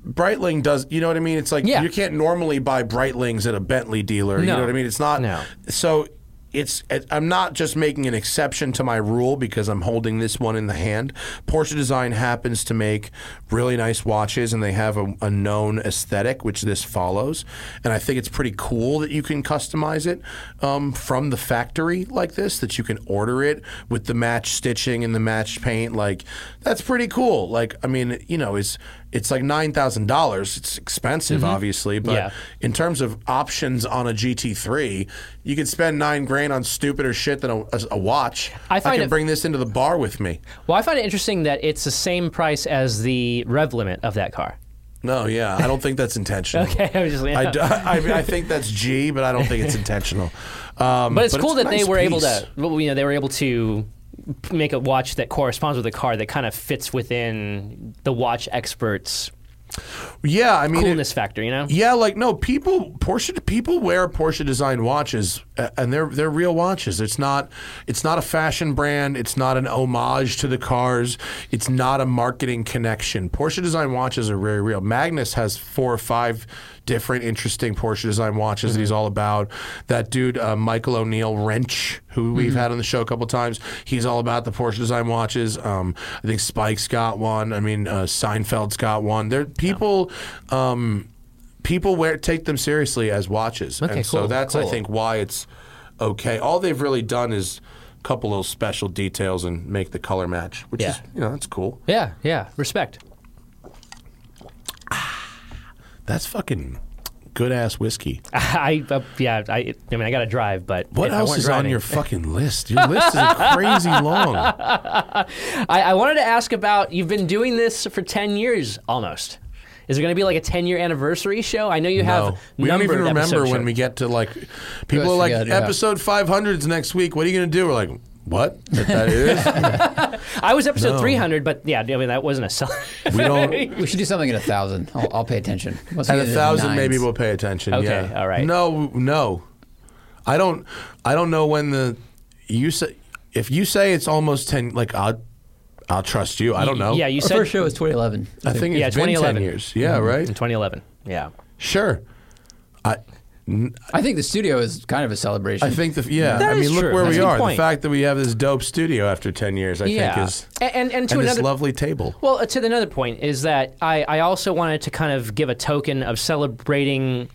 [SPEAKER 1] Breitling does, you know what I mean? It's like
[SPEAKER 4] Yeah.
[SPEAKER 1] you can't normally buy Breitlings at a Bentley dealer. You
[SPEAKER 4] No.
[SPEAKER 1] know what I mean? It's not.
[SPEAKER 4] No.
[SPEAKER 1] So it's. it- I'm not just making an exception to my rule because I'm holding this one in the hand. Porsche Design happens to make really nice watches, and they have a, a known aesthetic which this follows. And I think it's pretty cool that you can customize it um, from the factory like this. That you can order it with the match stitching and the match paint. Like that's pretty cool. Like I mean, you know, it's it's like nine thousand dollars. It's expensive, obviously, but
[SPEAKER 4] Mm-hmm. Yeah.
[SPEAKER 1] in terms of options on a GT3, you could spend nine grand on stupider shit than a, a- a watch.
[SPEAKER 4] I find
[SPEAKER 1] can
[SPEAKER 4] it-
[SPEAKER 1] bring this into the bar with me.
[SPEAKER 4] Well, I find it interesting that it's the same price as the rev limit of that car.
[SPEAKER 1] No, yeah, I don't think that's intentional.
[SPEAKER 4] Okay, I was just.
[SPEAKER 1] I, d- I- I think that's G, but I don't think it's intentional. Um,
[SPEAKER 4] But it's cool
[SPEAKER 1] a
[SPEAKER 4] that they
[SPEAKER 1] nice
[SPEAKER 4] were able
[SPEAKER 1] piece.
[SPEAKER 4] to, well, you know, they were able to p- make a watch that corresponds with a car that kind of fits within the watch expert's
[SPEAKER 1] Yeah, I mean, it-
[SPEAKER 4] coolness factor. You know,
[SPEAKER 1] Yeah, like no people Porsche people wear Porsche designed watches uh, and they're they're real watches. It's not it's not a fashion brand, it's not an homage to the cars, it's not a marketing connection. Porsche designed watches are very real. Magnus has four or five different interesting Porsche designed watches that he's all about. That dude uh, Michael O'Neill Wrench who we've had on the show a couple times. He's all about the Porsche design watches. Um, I think Spike's got one. I mean, uh, Seinfeld's got one. There, people, um, people wear take them seriously as watches.
[SPEAKER 4] Okay,
[SPEAKER 1] and so
[SPEAKER 4] cool,
[SPEAKER 1] that's I
[SPEAKER 4] cool.
[SPEAKER 1] think why it's okay. All they've really done is a couple little special details and make the color match, which
[SPEAKER 4] Yeah.
[SPEAKER 1] is you know, that's cool.
[SPEAKER 4] yeah, yeah, respect.
[SPEAKER 1] That's fucking good ass whiskey.
[SPEAKER 4] I, uh, yeah, I, I mean, I got to drive, but
[SPEAKER 1] What
[SPEAKER 4] if I
[SPEAKER 1] else
[SPEAKER 4] weren't
[SPEAKER 1] is on
[SPEAKER 4] driving-
[SPEAKER 1] your fucking list? Your list is crazy long.
[SPEAKER 4] I, I wanted to ask about you've been doing this for 10 years almost. Is it going to be like a 10 year anniversary show? I know you have.
[SPEAKER 1] No. We don't even
[SPEAKER 4] numbered episode
[SPEAKER 1] remember when
[SPEAKER 4] shows.
[SPEAKER 1] we get to like people are like
[SPEAKER 3] forget, yeah.
[SPEAKER 1] episode 500s next week. What are you going to do? We're like, what? That, that is?
[SPEAKER 4] I was episode
[SPEAKER 1] No.
[SPEAKER 4] 300, but yeah, I mean, that wasn't a sell.
[SPEAKER 1] we don't.
[SPEAKER 3] We should do something at a thousand. I'll, I'll pay attention. Once we
[SPEAKER 1] At
[SPEAKER 3] get
[SPEAKER 1] a
[SPEAKER 3] into the
[SPEAKER 1] thousand,
[SPEAKER 3] nines.
[SPEAKER 1] maybe we'll pay attention.
[SPEAKER 4] Okay,
[SPEAKER 1] yeah.
[SPEAKER 4] all right.
[SPEAKER 1] No, no. I don't. I don't know when the you say if you say it's almost ten. Like I'll, I'll trust you. I don't know.
[SPEAKER 4] Yeah, you
[SPEAKER 3] Our
[SPEAKER 4] said.
[SPEAKER 3] first show was 2011.
[SPEAKER 1] I think
[SPEAKER 4] yeah,
[SPEAKER 1] it's been ten
[SPEAKER 4] 2011.
[SPEAKER 1] years. Yeah,
[SPEAKER 4] Mm-hmm. In
[SPEAKER 1] right.
[SPEAKER 4] 2011. Yeah.
[SPEAKER 1] Sure. I.
[SPEAKER 3] I think the studio is kind of a celebration.
[SPEAKER 1] I think the yeah.
[SPEAKER 4] That
[SPEAKER 1] I mean,
[SPEAKER 4] is
[SPEAKER 1] look
[SPEAKER 4] true.
[SPEAKER 1] where
[SPEAKER 4] That's
[SPEAKER 1] we
[SPEAKER 4] a good
[SPEAKER 1] are.
[SPEAKER 4] point.
[SPEAKER 1] The fact that we have this dope studio after ten years, I
[SPEAKER 4] yeah.
[SPEAKER 1] think, is
[SPEAKER 4] and, and, and to
[SPEAKER 1] and this
[SPEAKER 4] another.
[SPEAKER 1] lovely table.
[SPEAKER 4] well, uh, to another point is that I, I also wanted to kind of give a token of celebrating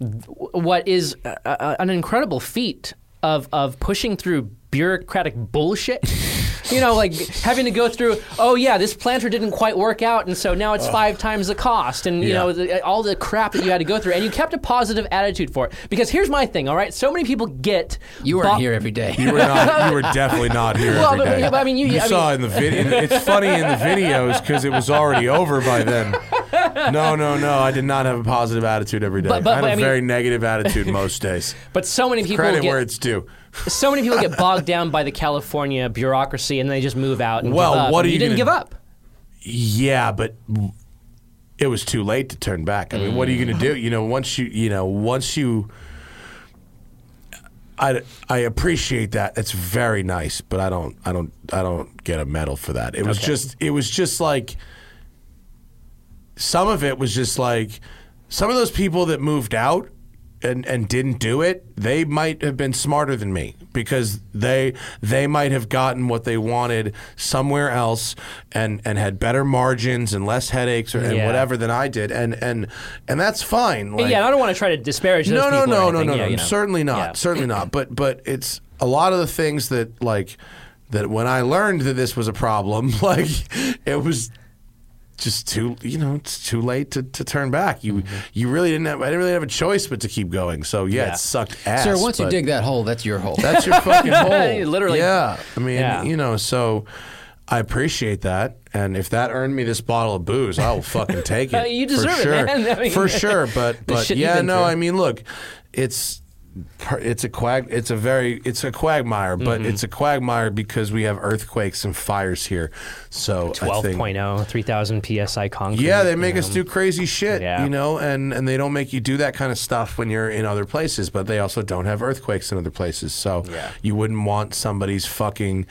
[SPEAKER 4] w- what is a, a, an incredible feat of, of pushing through bureaucratic bullshit. you know, like having to go through, oh, yeah, this planter didn't quite work out, and so now it's five times the cost, and, you
[SPEAKER 1] Yeah.
[SPEAKER 4] know, the, uh, all the crap that you had to go through. And you kept a positive attitude for it. Because here's my thing, all right? So many people get.
[SPEAKER 3] you weren't
[SPEAKER 4] bo-
[SPEAKER 3] here every day.
[SPEAKER 1] You were not. You were definitely not here
[SPEAKER 4] Well,
[SPEAKER 1] every
[SPEAKER 4] but-
[SPEAKER 1] day.
[SPEAKER 4] but I mean, you- I
[SPEAKER 1] saw in the video. It's funny in the videos because it was already over by then. No, no, no. I did not have a positive attitude every day.
[SPEAKER 4] But- but-
[SPEAKER 1] I had
[SPEAKER 4] but
[SPEAKER 1] a
[SPEAKER 4] I mean-
[SPEAKER 1] very negative attitude most days.
[SPEAKER 4] But so many people
[SPEAKER 1] Credit
[SPEAKER 4] get.
[SPEAKER 1] where it's due.
[SPEAKER 4] so many people get bogged down by the California bureaucracy and they just move out. And
[SPEAKER 1] Well,
[SPEAKER 4] give up.
[SPEAKER 1] what are
[SPEAKER 4] And
[SPEAKER 1] you gonna-
[SPEAKER 4] didn't give up?
[SPEAKER 1] Yeah, but it was too late to turn back. I mean, what are you going to do? You know, once you, you know, once you. I, I appreciate that. It's very nice, but I don't I don't I don't get a medal for that. It was just it was just like some of it was just like some of those people that moved out and, and didn't do it, they might have been smarter than me because they they might have gotten what they wanted somewhere else and, and had better margins and less headaches or and
[SPEAKER 4] Yeah.
[SPEAKER 1] whatever than I did and and and that's fine. Like,
[SPEAKER 4] yeah, and I don't want to try to disparage those
[SPEAKER 1] no, no,
[SPEAKER 4] people
[SPEAKER 1] no,
[SPEAKER 4] or
[SPEAKER 1] no,
[SPEAKER 4] anything.
[SPEAKER 1] no,
[SPEAKER 4] Yeah,
[SPEAKER 1] no,
[SPEAKER 4] you know.
[SPEAKER 1] Certainly not.
[SPEAKER 4] Yeah.
[SPEAKER 1] Certainly not. But but it's a lot of the things that like that when I learned that this was a problem, like it was just too you know it's too late to, to turn back. You you really didn't have I didn't really have a choice but to keep going. So yeah,
[SPEAKER 4] Mm-hmm. Yeah.
[SPEAKER 1] it sucked ass.
[SPEAKER 3] Sir, once you
[SPEAKER 1] but-
[SPEAKER 3] dig that hole, that's your hole.
[SPEAKER 1] that's your fucking hole.
[SPEAKER 4] Literally.
[SPEAKER 1] Yeah. I mean,
[SPEAKER 4] Yeah.
[SPEAKER 1] you know, so I appreciate that. And if that earned me this bottle of booze, I will fucking take it.
[SPEAKER 4] Uh, You deserve
[SPEAKER 1] for
[SPEAKER 4] it,
[SPEAKER 1] sure.
[SPEAKER 4] man. I mean,
[SPEAKER 1] for sure. But but
[SPEAKER 4] shit you've
[SPEAKER 1] yeah,
[SPEAKER 4] been
[SPEAKER 1] no,
[SPEAKER 4] through.
[SPEAKER 1] I mean, look, it's per- it's a quag it's a very it's a quagmire, but
[SPEAKER 4] Mm-hmm.
[SPEAKER 1] it's a quagmire because we have earthquakes and fires here. So I think
[SPEAKER 4] 12.0, 3000 psi concrete.
[SPEAKER 1] yeah, they make us do crazy shit,
[SPEAKER 4] um, Yeah.
[SPEAKER 1] you know, and, and they don't make you do that kind of stuff when you're in other places, but they also don't have earthquakes in other places. So
[SPEAKER 4] Yeah.
[SPEAKER 1] you wouldn't want somebody's fucking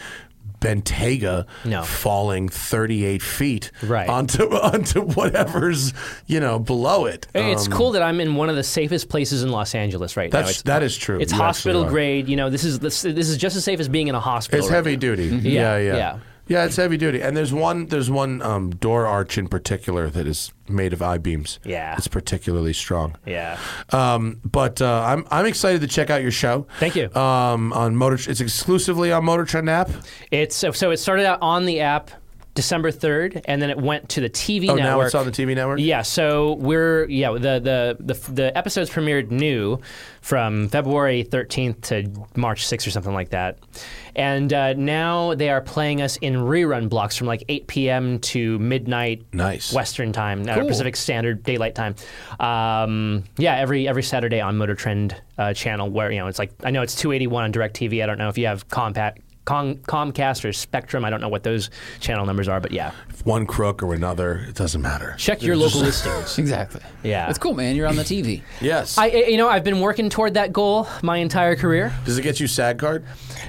[SPEAKER 1] Bentayga
[SPEAKER 4] No.
[SPEAKER 1] falling 38 feet
[SPEAKER 4] Right.
[SPEAKER 1] onto onto whatever's, you know, below it.
[SPEAKER 4] Hey, it's
[SPEAKER 1] Um,
[SPEAKER 4] cool that I'm in one of the safest places in Los Angeles right now.
[SPEAKER 1] That's,
[SPEAKER 4] It's,
[SPEAKER 1] that is true.
[SPEAKER 4] it's
[SPEAKER 1] You actually
[SPEAKER 4] hospital
[SPEAKER 1] are.
[SPEAKER 4] grade. You know, this is this, this is just as safe as being in a hospital.
[SPEAKER 1] It's
[SPEAKER 4] right
[SPEAKER 1] heavy
[SPEAKER 4] now.
[SPEAKER 1] duty.
[SPEAKER 4] Mm-hmm. Yeah,
[SPEAKER 1] Yeah, yeah.
[SPEAKER 4] yeah.
[SPEAKER 1] yeah. it's heavy duty, and there's one there's one um, door arch in particular that is made of I beams.
[SPEAKER 4] Yeah.
[SPEAKER 1] it's particularly strong.
[SPEAKER 4] Yeah.
[SPEAKER 1] Um, but uh, I'm I'm excited to check out your show.
[SPEAKER 4] Thank you.
[SPEAKER 1] Um, on Motor, it's exclusively on Motor Trend app.
[SPEAKER 4] It's so, so it started out on the app December 3rd and then it went to the TV
[SPEAKER 1] Oh,
[SPEAKER 4] network.
[SPEAKER 1] now it's on the TV network.
[SPEAKER 4] Yeah, so we're yeah the the the, the episodes premiered new from February 13th to March 6th or something like that, and uh, now they are playing us in rerun blocks from like 8 p.m. to midnight
[SPEAKER 1] Nice.
[SPEAKER 4] Western time, not
[SPEAKER 3] Cool.
[SPEAKER 4] Pacific Standard Daylight Time. Um, yeah, every every Saturday on Motor Trend uh, channel where you know it's like I know it's 281 on Directv. I don't know if you have Compact. Com- Comcast or Spectrum, I don't know what those channel numbers are, but yeah,
[SPEAKER 1] One crook or another, it doesn't matter.
[SPEAKER 4] check your local listings.
[SPEAKER 3] exactly.
[SPEAKER 4] Yeah.
[SPEAKER 3] That's cool, man. You're on the TV.
[SPEAKER 1] Yes.
[SPEAKER 4] I, I- you know, I've been working toward that goal my entire career.
[SPEAKER 1] Does it get you SAG card?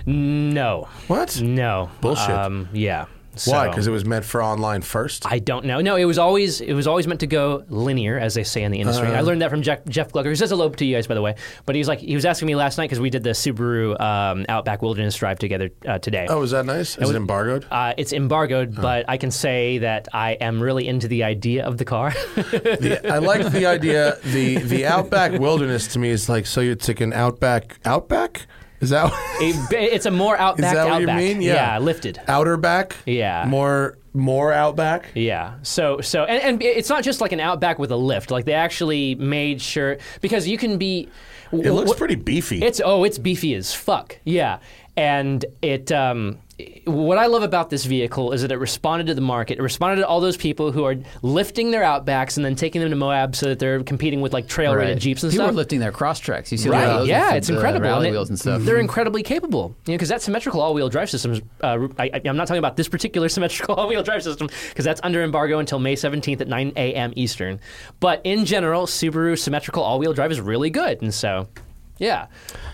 [SPEAKER 4] No,
[SPEAKER 1] What?
[SPEAKER 4] no,
[SPEAKER 1] Bullshit.
[SPEAKER 4] Um, yeah.
[SPEAKER 1] Why?
[SPEAKER 4] Mm, So,
[SPEAKER 1] Because it was meant for online first.
[SPEAKER 4] I don't know. No, it was always it was always meant to go linear, as they say in the
[SPEAKER 1] Uh-huh.
[SPEAKER 4] industry. I learned that from Jeff, Jeff Glucker, who says hello to you guys, by the way. But he was like, he was asking me last night because we did the Subaru um, Outback Wilderness Drive together uh, today.
[SPEAKER 1] oh, Uh-huh. is that nice? Is it, embargoed?
[SPEAKER 4] Uh, it's embargoed, but I can say that I am really into the idea of the car.
[SPEAKER 1] The- I like the idea. the The outback wilderness to me is like so. You're taking outback. Outback is that
[SPEAKER 4] It- it's a more outback
[SPEAKER 1] that what you
[SPEAKER 4] outback.
[SPEAKER 1] mean? Yeah.
[SPEAKER 4] lifted.
[SPEAKER 1] outer back?
[SPEAKER 4] Yeah.
[SPEAKER 1] More more Outback.
[SPEAKER 4] Yeah. So so and, and it's not just like an Outback with a lift. Like they actually made sure because you can be.
[SPEAKER 1] It looks pretty beefy.
[SPEAKER 4] It's oh, it's beefy as fuck. Yeah, and it. Um, what I love about this vehicle is that it responded to the market. It responded to all those people who are lifting their Outbacks and then taking them to Moab so that they're competing with like trail rated Jeeps and
[SPEAKER 3] People
[SPEAKER 4] stuff.
[SPEAKER 3] are lifting their cross tracks. You see,
[SPEAKER 4] Right.
[SPEAKER 3] the those
[SPEAKER 4] yeah,
[SPEAKER 3] with
[SPEAKER 4] it's
[SPEAKER 3] the
[SPEAKER 4] incredible.
[SPEAKER 3] Rally
[SPEAKER 4] And it-
[SPEAKER 3] wheels and stuff.
[SPEAKER 4] They're incredibly capable. You know, because that symmetrical all-wheel drive system. Is, uh, I, I- I'm not talking about this particular symmetrical all-wheel drive system because that's under embargo until May 17th at 9 a.m. Eastern. But in general, Subaru symmetrical all-wheel drive is really good, and so. Yeah,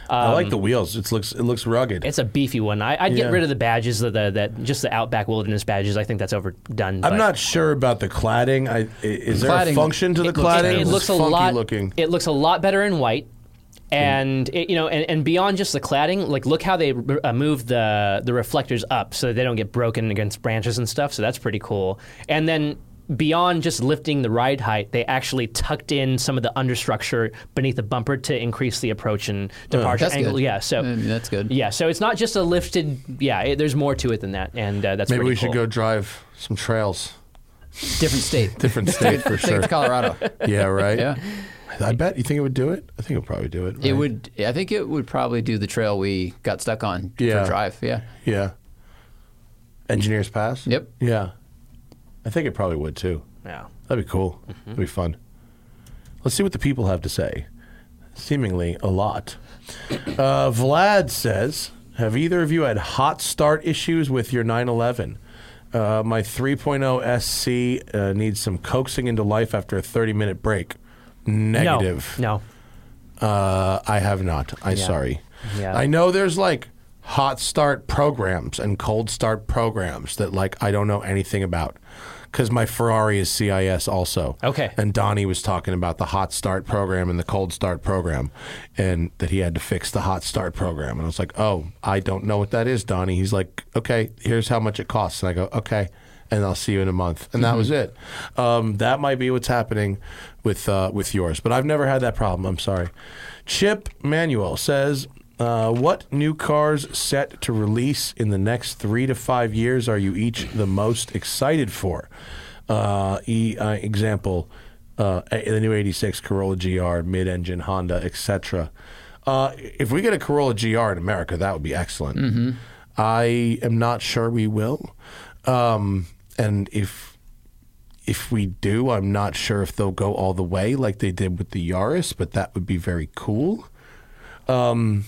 [SPEAKER 1] I
[SPEAKER 3] Um,
[SPEAKER 1] like the wheels. It looks it looks rugged.
[SPEAKER 4] it's a beefy one. I, I'd
[SPEAKER 1] Yeah.
[SPEAKER 4] get rid of the badges, the, the, that just the Outback Wilderness badges. I think that's overdone.
[SPEAKER 1] I'm
[SPEAKER 4] but-
[SPEAKER 1] not sure about the cladding. I, i- is there a
[SPEAKER 3] Cladding-
[SPEAKER 1] function to the
[SPEAKER 3] it looks
[SPEAKER 1] cladding?
[SPEAKER 4] It, it
[SPEAKER 1] It's
[SPEAKER 4] looks a
[SPEAKER 1] funky
[SPEAKER 4] lot.
[SPEAKER 1] looking.
[SPEAKER 4] It looks a lot better in white, and it, you know, and, and beyond just the cladding, like look how they r- uh, move the the reflectors up so that they don't get broken against branches and stuff. So that's pretty cool. And then. Beyond just lifting the ride height, they actually tucked in some of the understructure beneath the bumper to increase the approach and departure
[SPEAKER 3] That's
[SPEAKER 4] angle.
[SPEAKER 3] good.
[SPEAKER 4] Yeah, so
[SPEAKER 3] I mean, that's good.
[SPEAKER 4] Yeah, so it's not just a lifted. Yeah, it, there's more to it than that, and uh, that's
[SPEAKER 1] Maybe
[SPEAKER 4] pretty
[SPEAKER 1] we should go
[SPEAKER 4] cool.
[SPEAKER 1] drive some trails.
[SPEAKER 3] Different state.
[SPEAKER 1] Different state for
[SPEAKER 3] I think
[SPEAKER 1] sure.
[SPEAKER 3] it's Colorado.
[SPEAKER 1] Yeah, right.
[SPEAKER 3] Yeah.
[SPEAKER 1] I bet you think it would do it. I think it would probably do it.
[SPEAKER 3] It
[SPEAKER 1] right?
[SPEAKER 3] would. I think it would probably do the trail we got stuck on
[SPEAKER 1] Yeah.
[SPEAKER 3] for drive. Yeah.
[SPEAKER 1] Yeah. Engineers Pass.
[SPEAKER 3] Yep.
[SPEAKER 1] Yeah. I think it probably would too.
[SPEAKER 4] Yeah.
[SPEAKER 1] That'd be cool. That'd be fun. Let's see what the people have to say. Seemingly a lot. Uh, Vlad says, "Have either of you had hot start issues with your 911?" Uh, my 3.0 SC uh, needs some coaxing into life after a 30 minute break. Negative.
[SPEAKER 4] No, no.
[SPEAKER 1] Uh, I have not. I'm sorry.
[SPEAKER 4] Yeah.
[SPEAKER 1] I know there's like hot start programs and cold start programs that like I don't know anything about because my Ferrari is CIS also.
[SPEAKER 4] Okay.
[SPEAKER 1] And Donnie was talking about the hot start program and the cold start program and that he had to fix the hot start program. And I was like, oh, I don't know what that is, Donnie. He's like, okay, here's how much it costs. And I go, okay. And I'll see you in a month, and that was it. Um, that might be what's happening with uh, with yours, but I've never had that problem. I'm sorry. Chip Manuel says, uh, "What new cars set to release in the next three to five years are you each the most excited for?" uh, e, uh, example, uh, a- the new 86 Corolla GR, mid engine Honda, etc. Uh, if we get a Corolla GR in America, that would be excellent.
[SPEAKER 4] Mm-hmm.
[SPEAKER 1] I am not sure we will. Um, and if if we do, I'm not sure if they'll go all the way like they did with the Yaris, but that would be very cool. Um,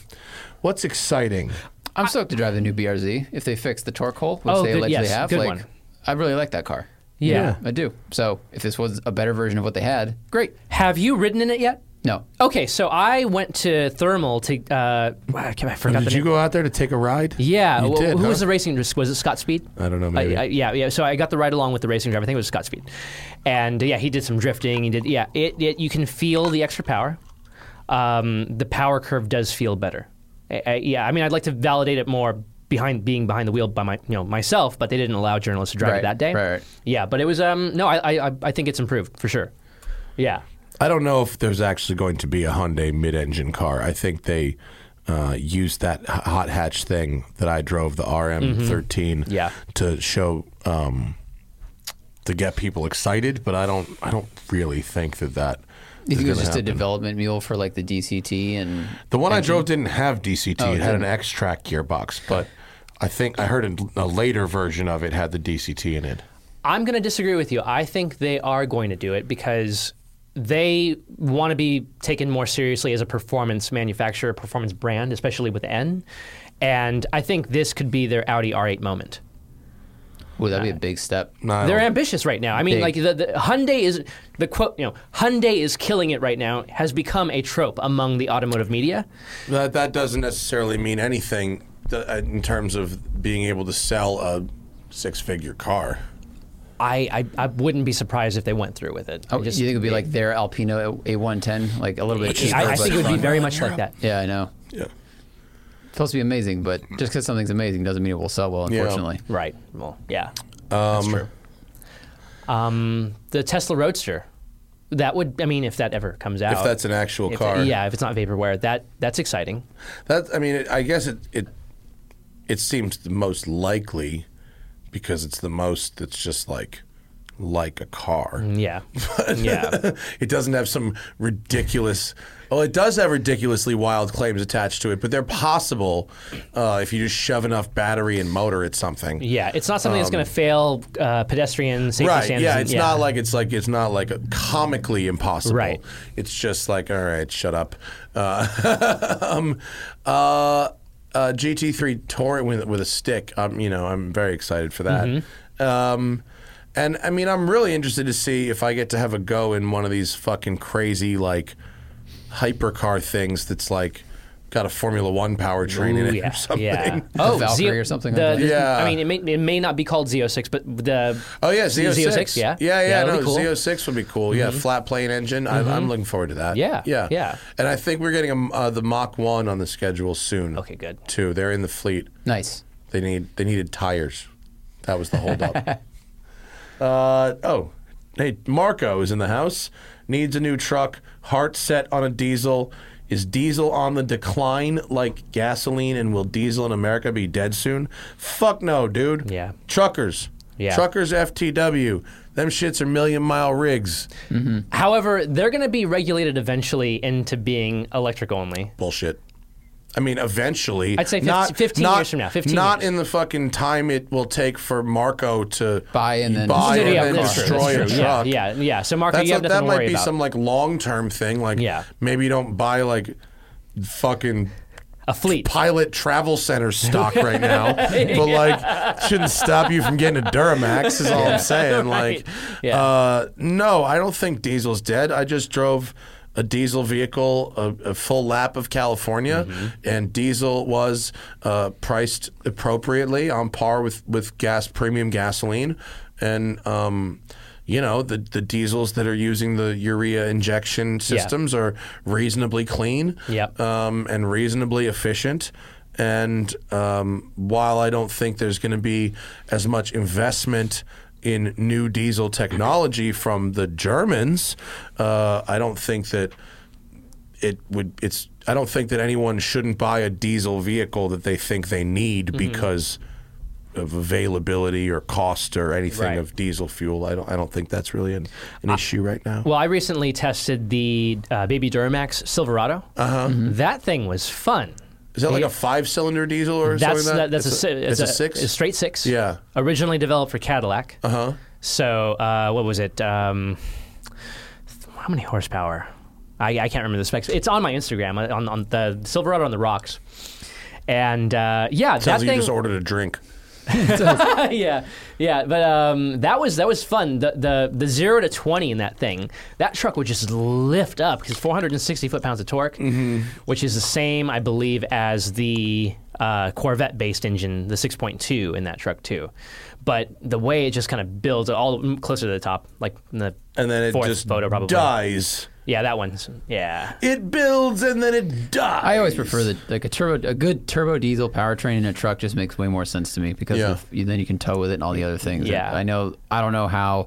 [SPEAKER 1] what's exciting?
[SPEAKER 3] I'm stoked to drive the new BRZ if they fix the torque hole, which
[SPEAKER 4] Oh,
[SPEAKER 3] they
[SPEAKER 4] good-
[SPEAKER 3] allegedly
[SPEAKER 4] yes,
[SPEAKER 3] have.
[SPEAKER 4] good
[SPEAKER 3] like,
[SPEAKER 4] one.
[SPEAKER 3] I really like that car.
[SPEAKER 4] Yeah.
[SPEAKER 3] I do. So if this was a better version of what they had, great.
[SPEAKER 4] Have you ridden in it yet?
[SPEAKER 3] No.
[SPEAKER 4] Okay, so I went to Thermal to. Uh, wow, I forgot the
[SPEAKER 1] Did you
[SPEAKER 4] name.
[SPEAKER 1] go out there to take a ride?
[SPEAKER 4] Yeah,
[SPEAKER 1] you
[SPEAKER 4] well,
[SPEAKER 1] did,
[SPEAKER 4] who
[SPEAKER 1] huh?
[SPEAKER 4] was the racing? Was it Scott Speed?
[SPEAKER 1] I don't know, maybe.
[SPEAKER 4] I, I, yeah, yeah. So I got the ride along with the racing driver. I think it was Scott Speed, and yeah, he did some drifting. He did. Yeah, it, it you can feel the extra power. Um, the power curve does feel better. I, I, yeah, I mean, I'd like to validate it more behind being behind the wheel by my you know myself, but they didn't allow journalists to drive
[SPEAKER 3] Right,
[SPEAKER 4] it that day.
[SPEAKER 3] right, right.
[SPEAKER 4] Yeah, but it was um no, I I I- I think it's improved for sure. Yeah.
[SPEAKER 1] I don't know if there's actually going to be a Hyundai mid-engine car. I think they uh, used that h- hot hatch thing that I drove the
[SPEAKER 3] Mm-hmm.
[SPEAKER 1] RM13
[SPEAKER 4] Yeah.
[SPEAKER 1] to show um, to get people excited, but I don't I don't really think that that
[SPEAKER 3] You
[SPEAKER 1] is
[SPEAKER 3] think it was
[SPEAKER 1] gonna
[SPEAKER 3] just a
[SPEAKER 1] happen.
[SPEAKER 3] development mule for like the DCT and
[SPEAKER 1] The one I drove didn't have DCT.
[SPEAKER 3] Oh,
[SPEAKER 1] it
[SPEAKER 3] it
[SPEAKER 1] had an
[SPEAKER 3] didn't.
[SPEAKER 1] X track gearbox, but I think I heard a- a later version of it had the DCT in it.
[SPEAKER 4] I'm going to disagree with you. I think they are going to do it because they want to be taken more seriously as a performance manufacturer, performance brand, especially with N. And I think this could be their Audi R8 moment.
[SPEAKER 3] would that be a big step?
[SPEAKER 1] No, I
[SPEAKER 4] They're
[SPEAKER 1] don't-
[SPEAKER 4] ambitious right now. I mean,
[SPEAKER 3] Big.
[SPEAKER 4] like the, the Hyundai is the quote. You know, Hyundai is killing it right now. Has become a trope among the automotive media.
[SPEAKER 1] That that doesn't necessarily mean anything th- in terms of being able to sell a six-figure car.
[SPEAKER 4] I, I, I wouldn't be surprised if they went through with it. I
[SPEAKER 3] Oh,
[SPEAKER 4] just-
[SPEAKER 3] you think it would be like their Alpino A110, like a little bit cheaper?
[SPEAKER 4] I, I
[SPEAKER 3] but
[SPEAKER 4] think it would be
[SPEAKER 3] fun?
[SPEAKER 4] very much like that.
[SPEAKER 3] Yeah, I know.
[SPEAKER 1] Yeah.
[SPEAKER 3] It's supposed to be amazing, but just because something's amazing doesn't mean it will sell well.
[SPEAKER 1] Yeah.
[SPEAKER 3] Unfortunately,
[SPEAKER 4] Right. Well, yeah. That's true. Um, the Tesla Roadster. That would, I mean, if that ever comes out.
[SPEAKER 1] If that's an actual
[SPEAKER 4] if-
[SPEAKER 1] car.
[SPEAKER 4] Yeah, if it's not vaporware, that that's exciting.
[SPEAKER 1] That I mean, it, I guess it it it seems the most likely because it's the most that's just like like a car.
[SPEAKER 4] Yeah. Mm, yeah.
[SPEAKER 1] it doesn't have some ridiculous. Well, it does have ridiculously wild claims attached to it, but they're possible uh, if you just shove enough battery and motor at something.
[SPEAKER 4] Yeah, it's not something that's going to fail uh, pedestrian safety
[SPEAKER 1] Um, Right?
[SPEAKER 4] standards.
[SPEAKER 1] Yeah,
[SPEAKER 4] and-
[SPEAKER 1] it's not like it's like it's not like a comically impossible.
[SPEAKER 4] Right.
[SPEAKER 1] It's just like all right, shut up. Uh, um, uh, uh, GT3 Torrent with, with a stick. Um, you know, I'm very excited for that.
[SPEAKER 4] Mm-hmm.
[SPEAKER 1] Um, and I mean, I'm really interested to see if I get to have a go in one of these fucking crazy like hypercar things. That's like got a Formula One powertrain in
[SPEAKER 4] Ooh,
[SPEAKER 1] it
[SPEAKER 4] yeah,
[SPEAKER 1] or something.
[SPEAKER 4] yeah.
[SPEAKER 3] Oh, Valkyrie or something
[SPEAKER 4] The,
[SPEAKER 3] like that.
[SPEAKER 4] the-
[SPEAKER 1] Yeah.
[SPEAKER 4] I mean, it may, it may not be called Z06, but the
[SPEAKER 1] Oh yeah, Z06.
[SPEAKER 4] yeah,
[SPEAKER 1] yeah, yeah.
[SPEAKER 4] that'll
[SPEAKER 1] no,
[SPEAKER 4] be cool. Mm-hmm.
[SPEAKER 1] Z06 would be cool. Yeah, flat plane engine. I, I'm looking forward to that.
[SPEAKER 4] Yeah,
[SPEAKER 1] yeah,
[SPEAKER 4] yeah.
[SPEAKER 1] And I think we're getting um, uh, the Mach One on the schedule soon.
[SPEAKER 4] Okay, good.
[SPEAKER 1] Too. They're in the fleet.
[SPEAKER 3] Nice.
[SPEAKER 1] They need they needed tires. That was the holdup. uh, oh, hey, Marco is in the house. Needs a new truck. Heart set on a diesel. Is diesel on the decline like gasoline? And will diesel in America be dead soon? Fuck no, dude.
[SPEAKER 4] Yeah.
[SPEAKER 1] Truckers.
[SPEAKER 4] Yeah.
[SPEAKER 1] Truckers FTW. Them shits are million mile rigs.
[SPEAKER 4] However, they're going to be regulated eventually into being electric only.
[SPEAKER 1] Bullshit. I mean, eventually.
[SPEAKER 4] I'd say 50
[SPEAKER 1] not,
[SPEAKER 4] 15
[SPEAKER 1] not-
[SPEAKER 4] years from now, 15
[SPEAKER 1] not
[SPEAKER 4] years.
[SPEAKER 1] in the fucking time it will take for Marco to
[SPEAKER 3] Buy and then-
[SPEAKER 1] buy
[SPEAKER 3] Yeah,
[SPEAKER 1] and
[SPEAKER 3] yeah,
[SPEAKER 1] then
[SPEAKER 3] that's true,
[SPEAKER 1] destroy
[SPEAKER 3] that's
[SPEAKER 1] a
[SPEAKER 3] true.
[SPEAKER 1] truck.
[SPEAKER 4] Yeah, yeah, yeah. So, Marco,
[SPEAKER 1] That's
[SPEAKER 4] you have
[SPEAKER 1] a-
[SPEAKER 4] nothing
[SPEAKER 1] that
[SPEAKER 4] to
[SPEAKER 1] might
[SPEAKER 4] worry
[SPEAKER 1] be
[SPEAKER 4] about.
[SPEAKER 1] some like long term thing. Like
[SPEAKER 4] Yeah.
[SPEAKER 1] maybe you don't buy like fucking
[SPEAKER 4] a fleet.
[SPEAKER 1] pilot travel center stock right now. But like shouldn't stop you from getting a Duramax is all I'm saying.
[SPEAKER 4] Right.
[SPEAKER 1] Like
[SPEAKER 4] Yeah.
[SPEAKER 1] uh, no, I don't think diesel's dead. I just drove a diesel vehicle, a, a full lap of California,
[SPEAKER 4] Mm-hmm.
[SPEAKER 1] and diesel was uh, priced appropriately, on par with, with gas premium gasoline, and um, you know the the diesels that are using the urea injection systems are reasonably clean
[SPEAKER 4] Yep.
[SPEAKER 1] um, and reasonably efficient. And um, while I don't think there's going to be as much investment in new diesel technology from the Germans, uh, I don't think that it would. It's I don't think that anyone shouldn't buy a diesel vehicle that they think they need
[SPEAKER 4] Mm-hmm.
[SPEAKER 1] because of availability or cost or anything
[SPEAKER 4] Right. Uh,
[SPEAKER 1] of diesel fuel. I don't. I don't think that's really an, an issue right now.
[SPEAKER 4] Well, I recently tested the uh, Baby Duramax Silverado. Uh-huh.
[SPEAKER 1] Mm-hmm.
[SPEAKER 4] That thing was fun.
[SPEAKER 1] Is that like a five-cylinder diesel or
[SPEAKER 4] That's
[SPEAKER 1] something? like
[SPEAKER 4] that, that's
[SPEAKER 1] It's
[SPEAKER 4] a, si-
[SPEAKER 1] it's a six.
[SPEAKER 4] a straight six.
[SPEAKER 1] Yeah. Uh-huh.
[SPEAKER 4] Originally developed for Cadillac. Uh huh. So uh, what was it? Um, th- how many horsepower? I, I can't remember the specs. It's on my Instagram uh, on, on the Silverado on the rocks. And uh, yeah,
[SPEAKER 1] Sounds
[SPEAKER 4] that
[SPEAKER 1] like
[SPEAKER 4] thing.
[SPEAKER 1] you just ordered a drink.
[SPEAKER 4] yeah, yeah. But um, that was that was fun. The, the the zero to twenty in that thing, that truck would just lift up because 460 foot pounds of torque, which is the same, I believe, as the uh, Corvette based engine, the 6.2 in that truck too. But the way it just kind of builds all mm, closer to the top, like in the
[SPEAKER 1] And then it
[SPEAKER 4] fourth
[SPEAKER 1] just
[SPEAKER 4] photo probably.
[SPEAKER 1] dies.
[SPEAKER 4] Yeah, that one's yeah.
[SPEAKER 1] It builds and then it dies.
[SPEAKER 3] I always prefer the like a turbo, a good turbo diesel powertrain in a truck just makes way more sense to me because
[SPEAKER 1] Yeah.
[SPEAKER 3] of, you, then you can tow with it and all the other things. And
[SPEAKER 4] Yeah.
[SPEAKER 3] I know. I don't know how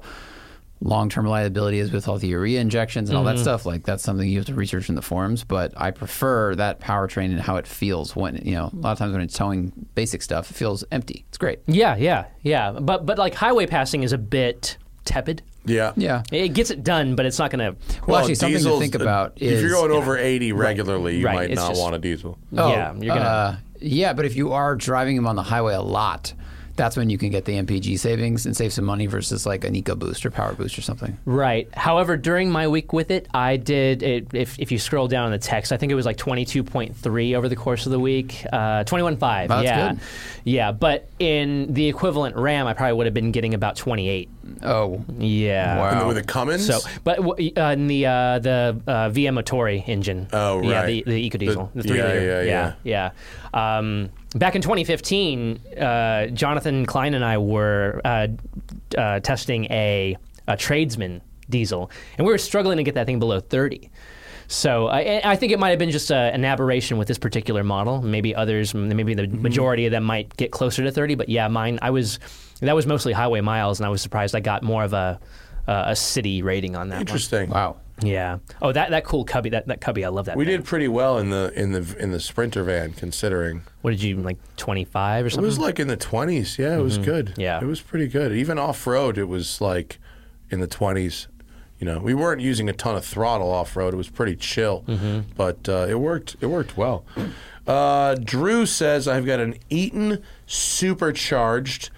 [SPEAKER 3] long term reliability is with all the urea injections and
[SPEAKER 1] Mm-hmm.
[SPEAKER 3] all that stuff. Like that's something you have to research in the forums. But I prefer that powertrain and how it feels when you know a lot of times when it's towing basic stuff, it feels empty. It's great.
[SPEAKER 4] Yeah, yeah, yeah. But but like highway passing is a bit tepid.
[SPEAKER 1] Yeah.
[SPEAKER 3] Yeah.
[SPEAKER 4] It gets it done, but it's not gonna.
[SPEAKER 3] Well, actually, something to
[SPEAKER 1] diesels- uh,
[SPEAKER 3] think about
[SPEAKER 1] if
[SPEAKER 3] is-
[SPEAKER 1] you're going over 80 regularly, you
[SPEAKER 4] Right,
[SPEAKER 1] might
[SPEAKER 4] it's
[SPEAKER 1] not
[SPEAKER 4] just-
[SPEAKER 1] want a diesel.
[SPEAKER 4] yeah, you're gonna.
[SPEAKER 3] Uh, yeah, but if you are driving them on the highway a lot, that's when you can get the MPG savings and save some money versus like an Eco Boost or Power Boost or something.
[SPEAKER 4] Right. However, during my week with it, I did. It, if if you scroll down in the text, I think it was like twenty two point three over the course of the week. Uh, twenty one five.
[SPEAKER 3] Wow, that's
[SPEAKER 4] yeah,
[SPEAKER 3] good.
[SPEAKER 4] yeah. But in the equivalent RAM, I probably would have been getting about twenty eight.
[SPEAKER 3] Oh,
[SPEAKER 4] Yeah.
[SPEAKER 3] Wow.
[SPEAKER 1] And then with the Cummins?
[SPEAKER 4] So, but w- uh, in the uh, the uh, VM Motori engine.
[SPEAKER 1] Oh,
[SPEAKER 4] Yeah,
[SPEAKER 1] right.
[SPEAKER 4] the, the EcoDiesel, the,
[SPEAKER 1] The-
[SPEAKER 4] three
[SPEAKER 1] yeah,
[SPEAKER 4] liter.
[SPEAKER 1] yeah,
[SPEAKER 4] yeah, yeah. Um, back in 2015, uh, Jonathan Klein and I were uh, uh, testing a, a tradesman diesel, and we were struggling to get that thing below 30. So I, and I think it might have been just a, an aberration with this particular model. Maybe others, maybe the
[SPEAKER 1] Mm-hmm.
[SPEAKER 4] majority of them might get closer to 30. But yeah, mine, I was that was mostly highway miles, and I was surprised I got more of a uh, a city rating on that.
[SPEAKER 1] Interesting.
[SPEAKER 3] Wow.
[SPEAKER 4] One. Yeah. Oh, that that cool cubby. That that cubby. I love that.
[SPEAKER 1] We
[SPEAKER 4] thing.
[SPEAKER 1] did pretty well in the in the in the sprinter van considering.
[SPEAKER 4] What did you like? Twenty five or
[SPEAKER 1] It
[SPEAKER 4] something. Mm-hmm.
[SPEAKER 1] was like in the 20s. Yeah, it was good.
[SPEAKER 4] Yeah.
[SPEAKER 1] It was pretty good. Even off road, it was like in the 20s. You know, we weren't using a ton of throttle off road. It was pretty chill,
[SPEAKER 4] Mm-hmm.
[SPEAKER 1] but uh, it worked. It worked well. Uh, Drew says I've got an Eaton supercharged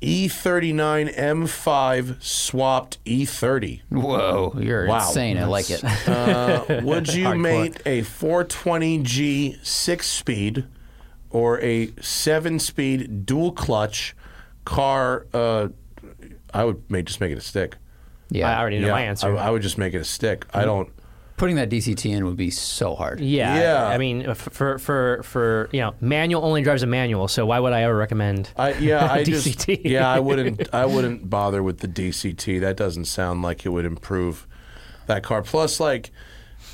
[SPEAKER 1] E E39 M5 swapped E E30.
[SPEAKER 3] Whoa, you're
[SPEAKER 1] Wow.
[SPEAKER 3] insane. I like it.
[SPEAKER 1] Uh, would you mate a 420G six speed or a seven speed dual clutch car? Uh, I would make, just make it a stick.
[SPEAKER 3] Yeah.
[SPEAKER 4] I already know my answer. Mm-hmm.
[SPEAKER 1] I, I would just make it a stick. I don't.
[SPEAKER 3] Putting that DCT in would be so hard.
[SPEAKER 4] yeah.
[SPEAKER 1] Yeah.
[SPEAKER 4] I mean, uh, f- for for for you know, manual only drives a manual. So why would I ever recommend?
[SPEAKER 1] I, yeah, I just.
[SPEAKER 4] DCT.
[SPEAKER 1] Yeah, I wouldn't. I wouldn't bother with the DCT. That doesn't sound like it would improve that car. Plus, like,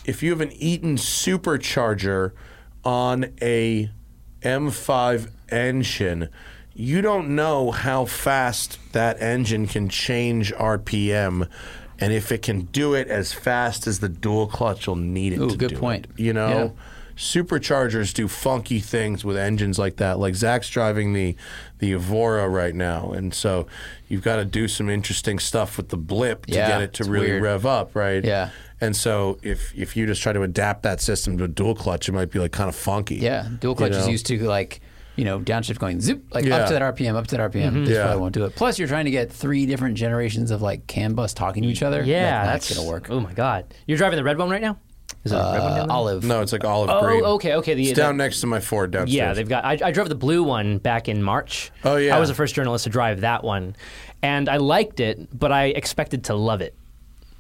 [SPEAKER 1] if you have an Eaton supercharger on a M5 engine, you don't know how fast that engine can change RPM. And if it can do it as fast as the dual clutch, you'll need it
[SPEAKER 3] Ooh,
[SPEAKER 1] to
[SPEAKER 3] good
[SPEAKER 1] do it,
[SPEAKER 3] point.
[SPEAKER 1] you know,
[SPEAKER 3] Yeah.
[SPEAKER 1] superchargers do funky things with engines like that. Like Zach's driving the the Evora right now, and so you've got to do some interesting stuff with the blip to
[SPEAKER 3] Yeah,
[SPEAKER 1] get it to
[SPEAKER 3] it's
[SPEAKER 1] really
[SPEAKER 3] weird.
[SPEAKER 1] rev up, right?
[SPEAKER 3] Yeah.
[SPEAKER 1] And so if if you just try to adapt that system to a dual clutch, it might be like kind of funky.
[SPEAKER 3] Yeah. Dual clutch
[SPEAKER 1] You
[SPEAKER 3] is
[SPEAKER 1] know?
[SPEAKER 3] used to like, you know, downshift going zip, like
[SPEAKER 1] Yeah.
[SPEAKER 3] up to that RPM, up to that
[SPEAKER 4] Mm-hmm.
[SPEAKER 3] RPM. This
[SPEAKER 1] Yeah.
[SPEAKER 3] probably won't do it. Plus, you're trying to get three different generations of like CAN bus talking to each other.
[SPEAKER 4] Yeah,
[SPEAKER 3] that's,
[SPEAKER 4] that's,
[SPEAKER 3] going to work.
[SPEAKER 4] Oh my god, you're driving the red one right now. Is it a red one
[SPEAKER 3] Uh,
[SPEAKER 4] down there?
[SPEAKER 3] olive.
[SPEAKER 1] No, it's like olive
[SPEAKER 4] Oh,
[SPEAKER 1] green.
[SPEAKER 4] okay, okay, the-
[SPEAKER 1] Uh, it's down next to my Ford downstairs.
[SPEAKER 4] Yeah, they've got. I, I drove the blue one back in March.
[SPEAKER 1] Oh, yeah.
[SPEAKER 4] I was the first journalist to drive that one, and I liked it, but I expected to love it.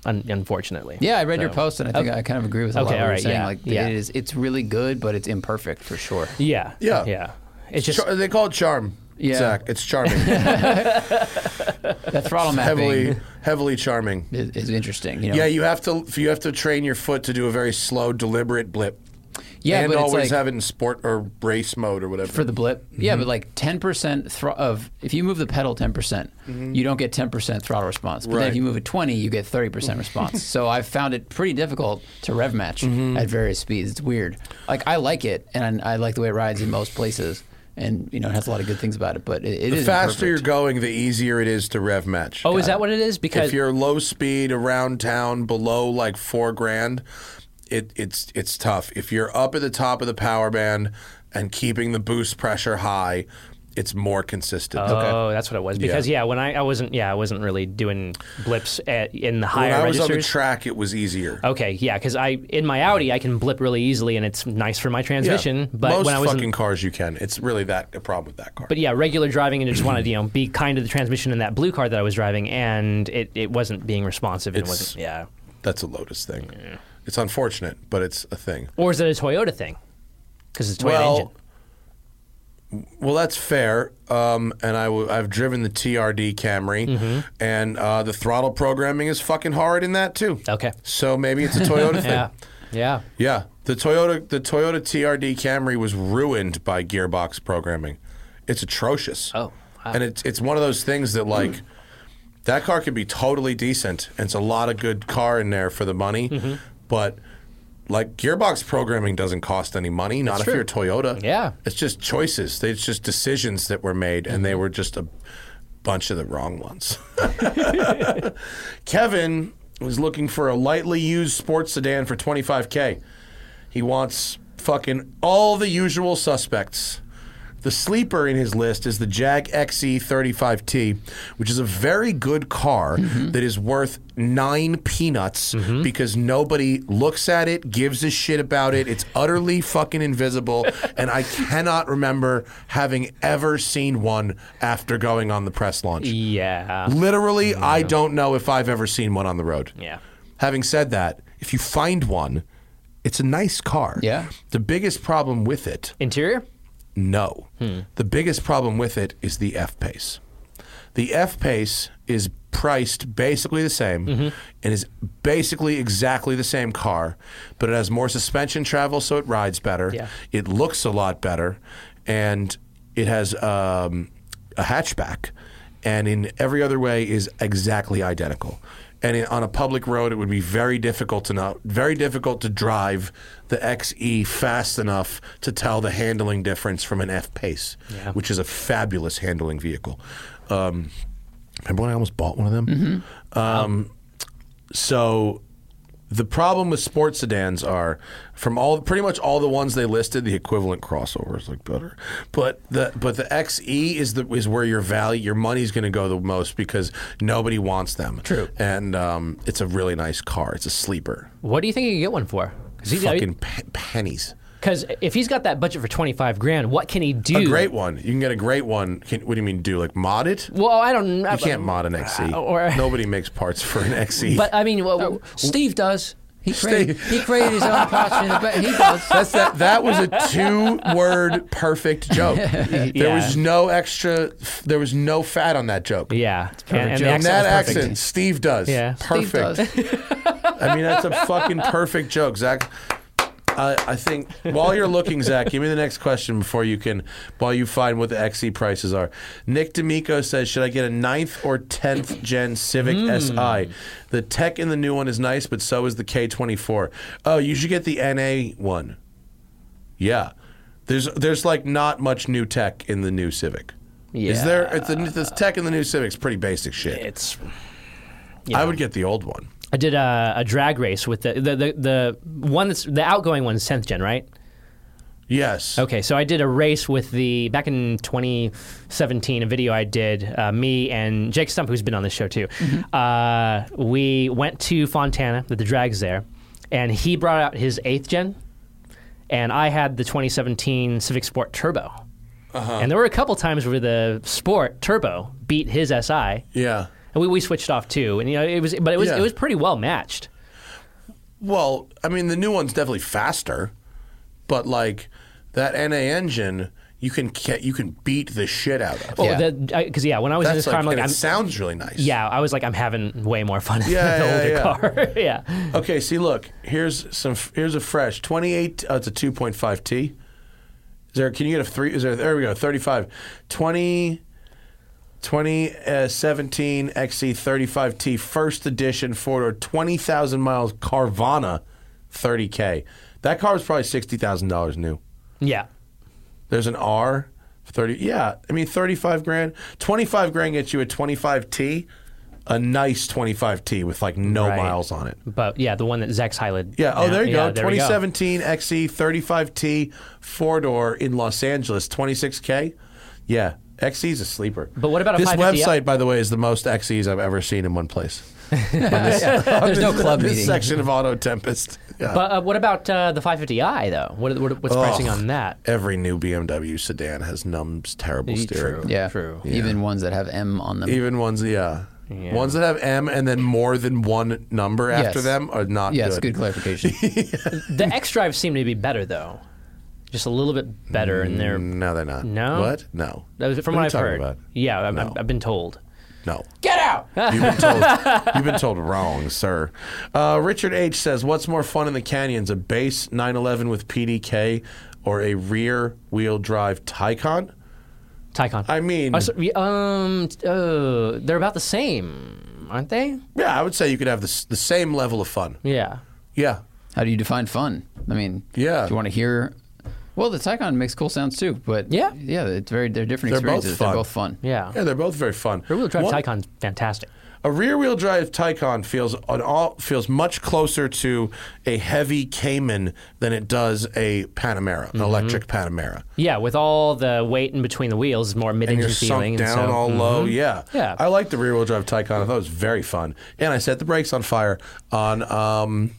[SPEAKER 4] Un- unfortunately.
[SPEAKER 3] Yeah, I read your post and I think I kind of agree with a lot
[SPEAKER 4] Okay,
[SPEAKER 3] of what
[SPEAKER 4] all
[SPEAKER 3] you're
[SPEAKER 4] right,
[SPEAKER 3] saying.
[SPEAKER 4] yeah,
[SPEAKER 3] Like,
[SPEAKER 4] yeah.
[SPEAKER 3] it is, it's really good, but it's imperfect for sure.
[SPEAKER 4] Yeah.
[SPEAKER 1] Yeah.
[SPEAKER 4] Yeah. It's just
[SPEAKER 1] Char- they call it charm.
[SPEAKER 3] Yeah.
[SPEAKER 1] Zach, it's charming.
[SPEAKER 3] That throttle mapping
[SPEAKER 1] heavily, heavily charming.
[SPEAKER 3] is, is interesting. You know?
[SPEAKER 1] Yeah, you have to you have to train your foot to do a very slow, deliberate blip.
[SPEAKER 3] Yeah,
[SPEAKER 1] and
[SPEAKER 3] but it's
[SPEAKER 1] always
[SPEAKER 3] like-
[SPEAKER 1] have Mm-hmm. it in sport or race mode or whatever.
[SPEAKER 3] for the blip. Yeah, but like 10% thro- of if you move the pedal 10%, percent you don't get 10% throttle response. But then
[SPEAKER 1] Mm-hmm. Right.
[SPEAKER 3] if you move it 20, you get 30% response. so I've found it pretty difficult to rev match
[SPEAKER 1] Mm-hmm.
[SPEAKER 3] at various speeds. It's weird. Like I like it and I like the way it rides in most places and you know it has a lot of good things about it, but it, it
[SPEAKER 1] the
[SPEAKER 3] is
[SPEAKER 1] faster you're
[SPEAKER 3] imperfect.
[SPEAKER 1] going, the easier it is to rev match.
[SPEAKER 4] Oh, is that what it is? Because
[SPEAKER 1] if you're low speed around town below like four grand, it, it's it's tough. If you're up at the top of the power band and keeping the boost pressure high, it's more consistent.
[SPEAKER 4] oh, that's what it was. Because yeah, when I, I wasn't yeah I wasn't really doing blips at, in the
[SPEAKER 1] When
[SPEAKER 4] higher
[SPEAKER 1] I was on the
[SPEAKER 4] registers.
[SPEAKER 1] track, it was easier.
[SPEAKER 4] okay, yeah, because I in my Audi I can blip really easily and it's nice for my
[SPEAKER 1] Yeah.
[SPEAKER 4] transmission. But
[SPEAKER 1] Most
[SPEAKER 4] when I was in
[SPEAKER 1] fucking cars, you can. It's really that a problem with that car.
[SPEAKER 4] but yeah, regular driving and I just wanted to you know be kind to the transmission in that blue car that I was driving, and it, it wasn't being responsive. And
[SPEAKER 1] It's-
[SPEAKER 4] it wasn't yeah.
[SPEAKER 1] That's a Lotus thing. It's unfortunate, but it's a thing.
[SPEAKER 4] Or is it a Toyota thing? Because it's a Toyota engine.
[SPEAKER 1] Well, well, that's fair. Um, and I w- I've driven the TRD Camry, and uh, the throttle programming is fucking hard in that too.
[SPEAKER 4] Okay.
[SPEAKER 1] So maybe it's a Toyota thing.
[SPEAKER 4] Yeah. Yeah.
[SPEAKER 1] Yeah, the Toyota the Toyota TRD Camry was ruined by gearbox programming. It's atrocious.
[SPEAKER 4] Oh, wow.
[SPEAKER 1] and it's it's one of those things that like that car could be totally decent, and it's a lot of good car in there for the money,
[SPEAKER 4] Mm-hmm.
[SPEAKER 1] but. Like gearbox programming doesn't cost any money, not if you're Toyota.
[SPEAKER 4] Yeah.
[SPEAKER 1] it's just choices. They- It's just decisions that were made, and
[SPEAKER 4] Mm-hmm.
[SPEAKER 1] they were just a bunch of the wrong ones. Kevin was looking for a lightly used sports sedan for 25K. He wants fucking all the usual suspects. The sleeper in his list is the Jag E XE35T, which is a very good car
[SPEAKER 4] Mm-hmm.
[SPEAKER 1] that is worth nine peanuts because nobody looks at it, gives a shit about it. It's utterly fucking invisible, and I cannot remember having ever seen one after going on the press launch.
[SPEAKER 4] E- Yeah.
[SPEAKER 1] Literally, I don't know if I've ever seen one on the road.
[SPEAKER 4] Yeah.
[SPEAKER 1] Having said that, if you find one, it's a nice car.
[SPEAKER 3] Yeah.
[SPEAKER 1] The biggest problem with it,
[SPEAKER 4] Interior?
[SPEAKER 1] no. The biggest problem with it is the F Pace. The F Pace is priced basically the same and is basically exactly the same car, but it has more suspension travel, so it rides better.
[SPEAKER 4] Yeah.
[SPEAKER 1] It looks a lot better, and it has um, a hatchback. and in every other way is exactly identical. And in, on a public road, it would be very difficult to not, very difficult to drive the XE fast enough to tell the handling difference from an F Pace, which is a fabulous handling vehicle. Um, remember when I almost bought one of them? Um, so the problem with sports sedans are from all pretty much all the ones they listed, the equivalent crossovers look better. But the but the XE is the is where your value your money's going to go the most because nobody wants them. True. And um, it's a really nice car. It's a sleeper.
[SPEAKER 4] What do you think you can get one for? Because
[SPEAKER 1] Fucking pe- pennies.
[SPEAKER 4] if he's got that budget for twenty five grand, what can he do?
[SPEAKER 1] A great one. You can get a great one. Can, what do you mean? Do like mod it?
[SPEAKER 4] Well, I don't.
[SPEAKER 1] You can't mod an XE.
[SPEAKER 4] or-
[SPEAKER 1] Nobody makes parts for an E. XE.
[SPEAKER 4] But I mean, well,
[SPEAKER 3] Steve does. He created, he created his own parts in the ba- He does.
[SPEAKER 1] That's that. That was a two-word perfect joke. There was no extra. There was no fat on that joke.
[SPEAKER 4] yeah,
[SPEAKER 3] perfect
[SPEAKER 4] and, and
[SPEAKER 3] joke.
[SPEAKER 4] the
[SPEAKER 1] In that
[SPEAKER 4] accent's perfect.
[SPEAKER 1] accent, Steve does.
[SPEAKER 4] Yeah.
[SPEAKER 3] Steve
[SPEAKER 1] perfect.
[SPEAKER 3] does.
[SPEAKER 1] I mean, that's a fucking perfect joke, Zach. I, I think while you're looking, Zach, give me the next question before you can, while you find what the XE prices are. Nick D'Amico says, should I get a ninth or tenth gen Civic
[SPEAKER 4] Hmm.
[SPEAKER 1] SI? The tech in the new one is nice, but so is the K24. Oh, you should get the NA one. Yeah, there's there's like not much new tech in the new Civic. Is there? It's the, the tech in the new Civic's pretty basic shit.
[SPEAKER 4] It's.
[SPEAKER 1] I would get the old one.
[SPEAKER 4] I did a, a drag race with the the, the the one that's the outgoing one's tenth gen, right?
[SPEAKER 1] Yes.
[SPEAKER 4] Okay, so I did a race with the back in 2017, a video I did. Uh, me and Jake Stump, who's been on this show too. Uh, we went to Fontana, the, the drags there, and he brought out his eighth gen, and I had the 2017 Civic Sport Turbo. And there were a couple times where the Sport Turbo beat his SI, and
[SPEAKER 1] Yeah.
[SPEAKER 4] we, we switched off too. And you know it was, but it was
[SPEAKER 1] Yeah.
[SPEAKER 4] it was pretty well matched.
[SPEAKER 1] Well, I mean, the new one's definitely faster, but like that NA engine, you can ca- you can beat the shit out of.
[SPEAKER 4] Well,
[SPEAKER 3] Yeah.
[SPEAKER 4] because yeah, when I was in
[SPEAKER 1] That's
[SPEAKER 4] this
[SPEAKER 1] like,
[SPEAKER 4] car, I'm like,
[SPEAKER 1] and
[SPEAKER 4] I'm,
[SPEAKER 1] it sounds really nice.
[SPEAKER 4] yeah, I was like, I'm having way more fun in
[SPEAKER 1] Yeah,
[SPEAKER 4] the
[SPEAKER 1] yeah,
[SPEAKER 4] older
[SPEAKER 1] yeah.
[SPEAKER 4] car. yeah.
[SPEAKER 1] Okay. See, look, here's some. Here's a fresh 28. Oh, it's a 2.5 T. Is there? Can you get a three? Is there? There we go. 35. 20. uh, 2017 XC35T E first edition four door 20,000 miles Carvana 30K. That car was probably $60,000 new.
[SPEAKER 4] Yeah.
[SPEAKER 1] There's an R, thirty. Yeah, I mean thirty-five grand, twenty-five grand gets you a twenty-five T, a nice twenty-five T with like no
[SPEAKER 4] Right.
[SPEAKER 1] miles on it.
[SPEAKER 4] But yeah, the one that Zach's highlighted.
[SPEAKER 1] Yeah. Oh,
[SPEAKER 4] now.
[SPEAKER 1] there you
[SPEAKER 4] Yeah,
[SPEAKER 1] go.
[SPEAKER 4] we
[SPEAKER 1] 2017 XE 35T E, four door in Los Angeles, 26k. Yeah, XE's a sleeper.
[SPEAKER 4] But what about a
[SPEAKER 1] this
[SPEAKER 4] 550?
[SPEAKER 1] website? By the way, is the most XE's I've ever seen in one place.
[SPEAKER 3] There's no club
[SPEAKER 1] this
[SPEAKER 3] meeting.
[SPEAKER 1] section of Auto Tempest. Yeah.
[SPEAKER 4] But uh, what about uh, the 550i though? What, what what's pricing
[SPEAKER 1] Ugh.
[SPEAKER 4] on that?
[SPEAKER 1] Every new BMW sedan has numbs terrible steering.
[SPEAKER 3] Yeah.
[SPEAKER 4] True.
[SPEAKER 3] Even ones that have M on them.
[SPEAKER 1] Even ones, yeah. Ones that have M and then more than one number after
[SPEAKER 3] Yes.
[SPEAKER 1] them are not
[SPEAKER 3] yeah, it's
[SPEAKER 1] good.
[SPEAKER 3] good clarification.
[SPEAKER 4] The X drives seem to be better though, just a little bit better in their.
[SPEAKER 1] No, they're not.
[SPEAKER 4] No?
[SPEAKER 1] What? No.
[SPEAKER 4] That was from
[SPEAKER 1] Mm. What are
[SPEAKER 4] what,
[SPEAKER 1] you
[SPEAKER 4] I've
[SPEAKER 1] talking
[SPEAKER 4] heard.
[SPEAKER 1] about?
[SPEAKER 4] Yeah, I've,
[SPEAKER 1] No.
[SPEAKER 4] I've been told.
[SPEAKER 1] No.
[SPEAKER 3] Get out!
[SPEAKER 1] You've been told, you've been told wrong, sir. Uh, Richard H says, "What's more fun in the canyons, a base 911 with PDK, or a rear-wheel drive Taycan?"
[SPEAKER 4] Tycon.
[SPEAKER 1] I mean,
[SPEAKER 4] Oh, so- yeah, um, uh, they're about the same, aren't they?
[SPEAKER 1] yeah, I would say you could have the, s- the same level of fun.
[SPEAKER 4] Yeah.
[SPEAKER 1] Yeah,
[SPEAKER 3] How do you define fun? I mean,
[SPEAKER 1] Yeah.
[SPEAKER 3] Do you want to hear? Well, the Tycon makes cool sounds too, but
[SPEAKER 4] Yeah.
[SPEAKER 3] yeah, it's very they're different
[SPEAKER 1] They're both
[SPEAKER 3] experiences.
[SPEAKER 1] fun.
[SPEAKER 3] They're both fun.
[SPEAKER 4] Yeah.
[SPEAKER 1] yeah, they're both very fun.
[SPEAKER 4] Rear wheel drive
[SPEAKER 1] One-
[SPEAKER 4] Tycon's fantastic.
[SPEAKER 1] A rear-wheel drive Taycan feels an all, feels much closer to a heavy Cayman than it does a Panamera,
[SPEAKER 4] Mm-hmm.
[SPEAKER 1] an electric Panamera.
[SPEAKER 4] Yeah, with all the weight in between the wheels, more
[SPEAKER 1] And
[SPEAKER 4] mid-engine
[SPEAKER 1] you're
[SPEAKER 4] feeling.
[SPEAKER 1] sunk
[SPEAKER 4] and
[SPEAKER 1] down
[SPEAKER 4] so- Mm.
[SPEAKER 1] all low. Yeah,
[SPEAKER 4] Yeah.
[SPEAKER 1] I like the rear-wheel drive Taycan. I thought it was very fun, and I set the brakes on fire on um,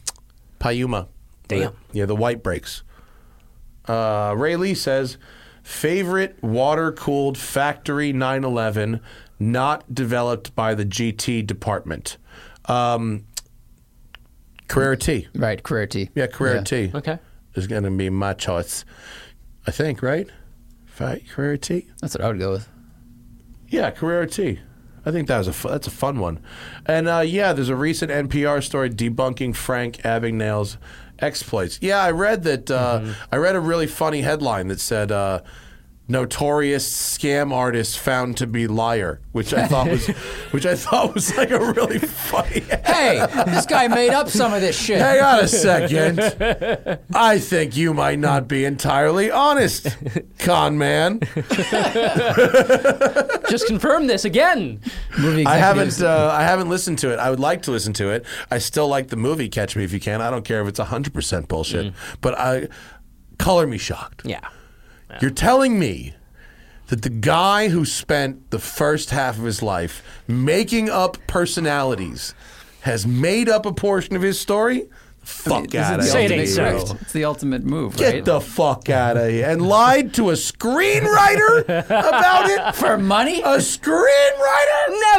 [SPEAKER 1] Payuma.
[SPEAKER 4] Damn.
[SPEAKER 1] The- yeah, the white brakes. Uh, Ray Lee says, favorite water-cooled factory 911, not developed by the GT department. Um, Carrera T.
[SPEAKER 3] Right, career T.
[SPEAKER 1] Yeah, Carrera T.
[SPEAKER 4] Okay.
[SPEAKER 1] Is going to be my choice, I think. Right? Fi- Carrera T.
[SPEAKER 3] That's what I would go with.
[SPEAKER 1] Yeah, Carrera T. I think that was a fu- that's a fun one, and uh, yeah, there's a recent NPR story debunking Frank Abagnale's exploits. Yeah, I read that. Uh, I read a really funny headline that said uh, notorious scam artist found to be liar, which I thought was, which I thought was like a really funny.
[SPEAKER 3] Hey, this guy made up some of this shit.
[SPEAKER 1] Hang on a second. I think you might not be entirely honest, con man.
[SPEAKER 4] Just confirm this again.
[SPEAKER 3] Movie
[SPEAKER 1] I haven't.
[SPEAKER 3] executives.
[SPEAKER 1] Uh, I haven't listened to it. I would like to listen to it. I still like the movie Catch Me If You Can. I don't care if it's hundred percent bullshit.
[SPEAKER 4] Mm.
[SPEAKER 1] But I color me shocked.
[SPEAKER 4] Yeah.
[SPEAKER 1] You're telling me that the guy who spent the first half of his life making up personalities has made up a portion of his story. Fuck
[SPEAKER 3] This is
[SPEAKER 1] out of
[SPEAKER 3] the
[SPEAKER 4] Say it
[SPEAKER 1] here!
[SPEAKER 4] ain't
[SPEAKER 3] ultimate
[SPEAKER 4] so.
[SPEAKER 3] correct. It's the ultimate move,
[SPEAKER 1] Get
[SPEAKER 3] right?
[SPEAKER 1] the fuck out of here! And lied to a screenwriter about it
[SPEAKER 3] For money?
[SPEAKER 1] A screenwriter?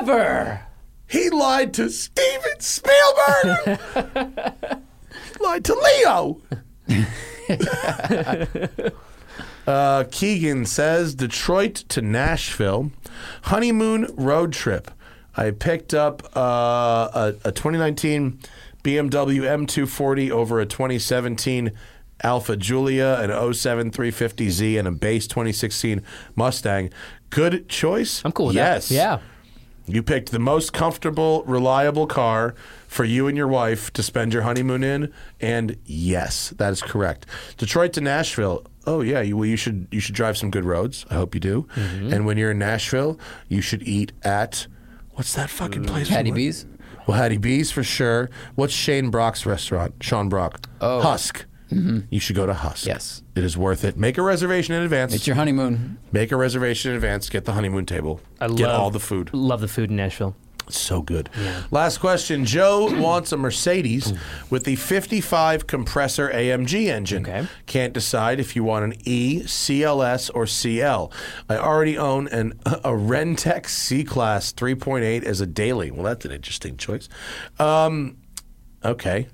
[SPEAKER 3] Never.
[SPEAKER 1] He lied to Steven Spielberg. he lied to Leo. uh, Keegan says Detroit to Nashville, honeymoon road trip. I picked up uh, a, a 2019 BMW M240 over a 2017 Alpha Julia, an 07 350Z, and a base 2016 Mustang. Good choice.
[SPEAKER 4] I'm cool with
[SPEAKER 1] yes.
[SPEAKER 4] that. Yeah.
[SPEAKER 1] You picked the most comfortable, reliable car for you and your wife to spend your honeymoon in, and yes, that is correct. Detroit to Nashville. Oh yeah, you, well, you should you should drive some good roads. I hope you do. And when you're in Nashville, you should eat at what's that fucking place?
[SPEAKER 3] Patty B's?
[SPEAKER 1] Well, Hattie B's for sure. What's Shane Brock's restaurant? Sean Brock. Oh. Husk. You should go to Husk.
[SPEAKER 3] Yes.
[SPEAKER 1] it is worth it. Make a reservation in advance.
[SPEAKER 3] It's your honeymoon.
[SPEAKER 1] Make a reservation in advance. Get the honeymoon table.
[SPEAKER 4] I
[SPEAKER 1] Get
[SPEAKER 4] love-
[SPEAKER 1] all the food.
[SPEAKER 4] Love the food in Nashville.
[SPEAKER 1] So good. Last question. Joe wants a Mercedes with the 55 compressor AMG engine.
[SPEAKER 4] Okay.
[SPEAKER 1] Can't decide if you want an E, CLS, or CL. I already own an a Rentec C Class 3.8 as a daily. Well, that's an interesting choice. Um, okay.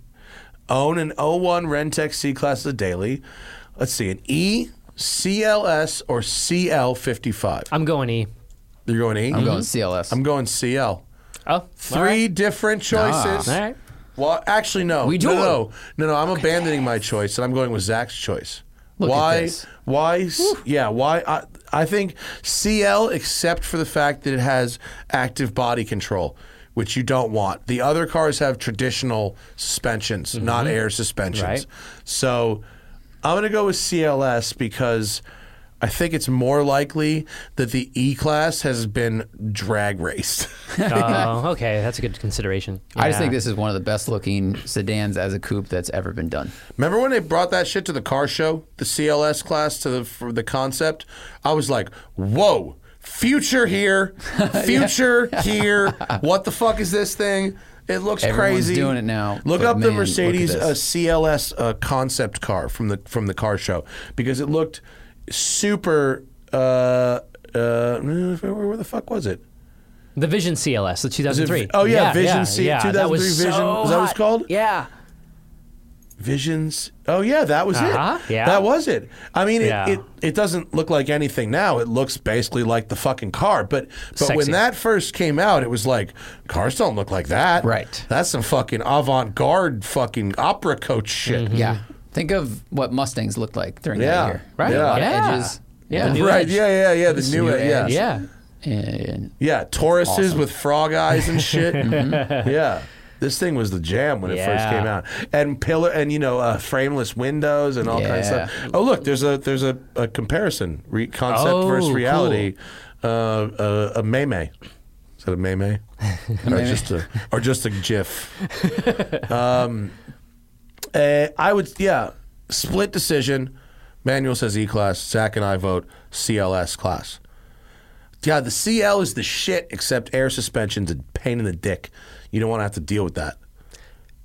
[SPEAKER 1] Own an 01 Rentec C Class as a daily. Let's see, an E, CLS, or CL55.
[SPEAKER 4] I'm going E.
[SPEAKER 1] You're going E?
[SPEAKER 3] I'm going CLS.
[SPEAKER 1] I'm going CL.
[SPEAKER 4] Oh,
[SPEAKER 1] Three
[SPEAKER 4] All right. Ah.
[SPEAKER 1] different choices.
[SPEAKER 4] All right.
[SPEAKER 1] Well, actually, no.
[SPEAKER 3] We
[SPEAKER 1] no,
[SPEAKER 3] do.
[SPEAKER 1] no, no, no. I'm abandoning my choice, and I'm going with Zach's choice.
[SPEAKER 3] Look at
[SPEAKER 1] why?
[SPEAKER 3] this.
[SPEAKER 1] Why? s- Yeah. Why? I, I think CL, except for the fact that it has active body control, which you don't want. The other cars have traditional suspensions, not air suspensions.
[SPEAKER 4] Right.
[SPEAKER 1] So I'm going to go with CLS because I think it's more likely that the E class has been drag raced.
[SPEAKER 4] Oh, okay. That's a good consideration.
[SPEAKER 3] I just
[SPEAKER 4] Yeah.
[SPEAKER 3] think this is one of the best looking sedans as a coupe that's ever been done.
[SPEAKER 4] Mm-hmm.
[SPEAKER 1] Remember when they brought that shit to the car show, the CLS class to the for the concept? I was like, "Whoa, future here, future here. What the fuck is this thing? It looks
[SPEAKER 3] Everyone's
[SPEAKER 1] crazy."
[SPEAKER 3] doing it now,
[SPEAKER 1] Look
[SPEAKER 3] but
[SPEAKER 1] up the
[SPEAKER 3] man, look at
[SPEAKER 1] Mercedes
[SPEAKER 3] this.
[SPEAKER 1] uh, CLS uh, concept car from the from the car show because it looked super. Uh, uh, where, where the fuck was it?
[SPEAKER 4] the Vision CLS, the
[SPEAKER 1] Was it
[SPEAKER 4] 2003.
[SPEAKER 1] Vi- oh yeah, Vision C.
[SPEAKER 4] yeah, yeah,
[SPEAKER 1] 2003
[SPEAKER 4] that was
[SPEAKER 1] Vision.
[SPEAKER 4] So
[SPEAKER 1] was that what it's
[SPEAKER 4] hot.
[SPEAKER 1] called?
[SPEAKER 4] Yeah.
[SPEAKER 1] Visions. Oh yeah, that was
[SPEAKER 4] Uh-huh,
[SPEAKER 1] it.
[SPEAKER 4] yeah.
[SPEAKER 1] That was it. I mean, it,
[SPEAKER 4] Yeah.
[SPEAKER 1] it it doesn't look like anything now. It looks basically like the fucking car. But but when
[SPEAKER 4] Sexy.
[SPEAKER 1] that first came out, it was like cars don't look like that.
[SPEAKER 3] Right.
[SPEAKER 1] That's some fucking avant-garde fucking opera coach shit.
[SPEAKER 4] Mm-hmm.
[SPEAKER 3] Yeah. Think of what Mustangs looked like during
[SPEAKER 1] Yeah.
[SPEAKER 3] that year. Right.
[SPEAKER 1] Yeah.
[SPEAKER 3] A lot
[SPEAKER 4] Yeah.
[SPEAKER 3] of edges.
[SPEAKER 4] Yeah.
[SPEAKER 3] New
[SPEAKER 1] Right.
[SPEAKER 3] edge.
[SPEAKER 1] Yeah. Yeah. Yeah. The new.
[SPEAKER 3] new
[SPEAKER 1] yeah.
[SPEAKER 3] edge.
[SPEAKER 1] Yeah.
[SPEAKER 4] Yeah.
[SPEAKER 3] And
[SPEAKER 1] Tauruses with frog eyes and shit. Mm-hmm. Yeah. This thing was the jam when it first
[SPEAKER 4] Yeah.
[SPEAKER 1] came out, and pillar and you know uh, frameless windows and all kinds
[SPEAKER 3] Yeah.
[SPEAKER 1] of stuff. Oh look, there's a there's a, a comparison re- concept
[SPEAKER 4] Oh,
[SPEAKER 1] versus
[SPEAKER 4] cool.
[SPEAKER 1] reality. Uh, uh, a meme. Is that a meme? or
[SPEAKER 3] meme.
[SPEAKER 1] just a or just a gif. Um, Uh, I would, yeah, split decision. Manuel says E class. Zach and I vote CLS class. Yeah, the CL is the shit, except air suspension's a pain in the dick. You don't want to have to deal with that.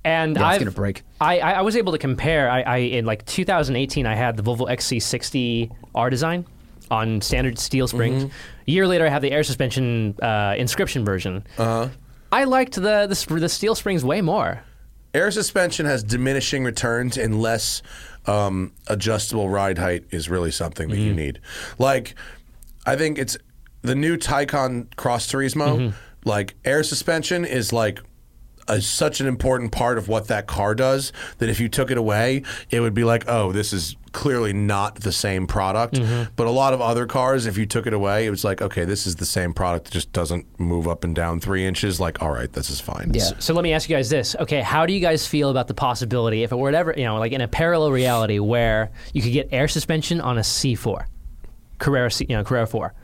[SPEAKER 4] And
[SPEAKER 3] it's
[SPEAKER 4] I've-
[SPEAKER 3] gonna break.
[SPEAKER 4] I, I I was able to compare. I, I in like 2018, I had the Volvo XC60 R Design on standard steel springs.
[SPEAKER 3] Mm-hmm.
[SPEAKER 4] A year later, I have the air suspension uh, inscription version.
[SPEAKER 3] Uh-huh.
[SPEAKER 4] Uh huh. I liked the, the sp- the steel springs way more.
[SPEAKER 1] Air suspension has diminishing returns unless um, adjustable ride height is really something that you need. Like, I think it's the new Taycan Cross Turismo. Like air suspension is like a, such an important part of what that car does that if you took it away, it would be like, oh, this is clearly not the same product. But a lot of other cars, if you took it away, it was like, okay, this is the same product. It just doesn't move up and down three inches. Like, all right, this is fine.
[SPEAKER 3] Yeah.
[SPEAKER 4] So let me ask you guys this. Okay, how do you guys feel about the possibility, if it were to ever, you know, like in a parallel reality where you could get air suspension on a C4, Carrera, C, you know, Carrera 4?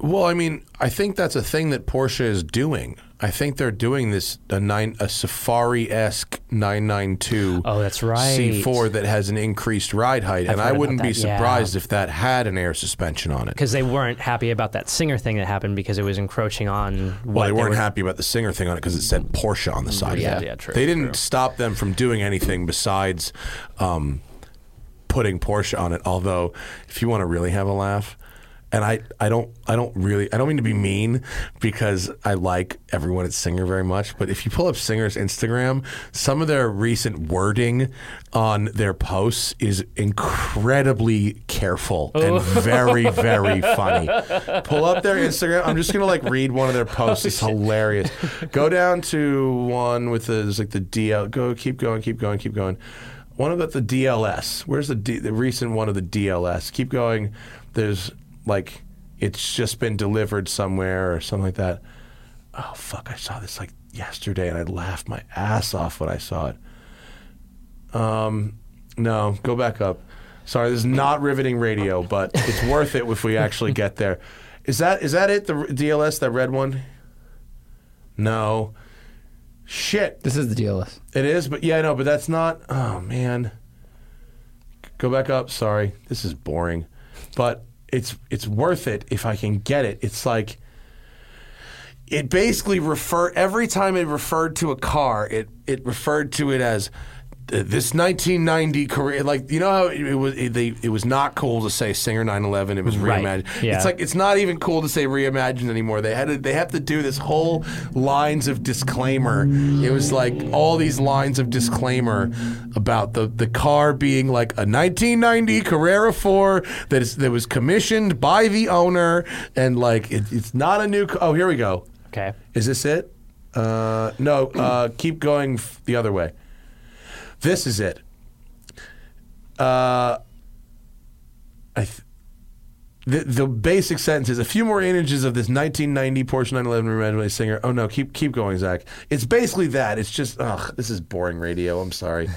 [SPEAKER 1] Well, I mean, I think that's a thing that Porsche is doing. I think they're doing this a nine a Safari esque nine nine two.
[SPEAKER 4] Oh, that's right.
[SPEAKER 1] C four that has an increased ride height, and
[SPEAKER 4] heard
[SPEAKER 1] I
[SPEAKER 4] about
[SPEAKER 1] wouldn't be
[SPEAKER 4] that, yeah.
[SPEAKER 1] surprised if that had an air suspension on it.
[SPEAKER 4] Because they weren't happy about that singer thing that happened because it was encroaching on what
[SPEAKER 1] Well, they
[SPEAKER 4] they
[SPEAKER 1] weren't
[SPEAKER 4] were- Mm-hmm.
[SPEAKER 1] happy about the singer thing on it because it said Porsche on the side.
[SPEAKER 4] Yeah,
[SPEAKER 1] of it.
[SPEAKER 4] yeah, true,
[SPEAKER 1] They didn't stop them from doing anything besides um, putting Porsche on it. Although, if you want to really have a laugh, and I, I don't, I don't really, I don't mean to be mean because I like everyone at Singer very much. But if you pull up Singer's Instagram, some of their recent wording on their posts is incredibly careful and very, very funny. Pull up their Instagram. I'm just gonna like read one of their posts. It's hilarious. Go down to one with the there's like the DL. Go, keep going, keep going, keep going. One about the DLS. Where's the D, the recent one of the DLS? Keep going. There's like it's just been delivered somewhere or something like that. Oh fuck! I saw this like yesterday and I laughed my ass off when I saw it. Um, no, go back up. Sorry, this is not riveting radio, but it's worth it if we actually get there. Is that is that it? The DLS, that red one? No. Shit.
[SPEAKER 3] This is the DLS.
[SPEAKER 1] It is, but yeah, no, but that's not. Oh man, go back up. Sorry, this is boring, but it's it's worth it if I can get it. It's like it basically refer every time it referred to a car, it it referred to it as uh, this 1990 Korea. Like you know how it, it was it, they, it was not cool to say Singer 911. It was
[SPEAKER 4] Right.
[SPEAKER 1] reimagined.
[SPEAKER 4] Yeah.
[SPEAKER 1] It's like it's not even cool to say reimagined anymore. They had to, they have to do this whole lines of disclaimer. It was like all these lines of disclaimer about the, the car being like a 1990 Carrera 4 that is that was commissioned by the owner and like it, it's not a new. ca- Oh, here we go.
[SPEAKER 4] Okay.
[SPEAKER 1] Is this it? Uh, no, uh, keep going f- the other way. This is it. Uh, I th- the, the basic sentence is a few more inches of this 1990 Porsche 911 Remedial Singer. Oh no, keep keep going, Zach. It's basically that. It's just ugh, this is boring radio. I'm sorry.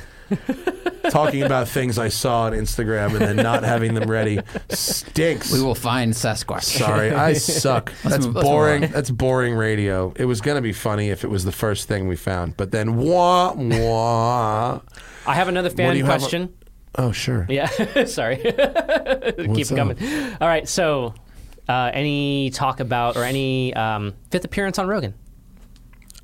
[SPEAKER 1] Talking about things I saw on Instagram and then not having them ready stinks.
[SPEAKER 3] We will find Sasquatch.
[SPEAKER 1] Sorry, I suck. That's
[SPEAKER 3] move- let's
[SPEAKER 1] boring.
[SPEAKER 3] move
[SPEAKER 1] That's boring radio. It was gonna be funny if it was the first thing we found, but then wah wah.
[SPEAKER 4] I have another
[SPEAKER 1] What do
[SPEAKER 4] fan
[SPEAKER 1] you have-
[SPEAKER 4] question.
[SPEAKER 1] Oh sure.
[SPEAKER 4] Yeah, sorry. Keep it coming. All right, so uh, any talk about or any um, fifth appearance on Rogan?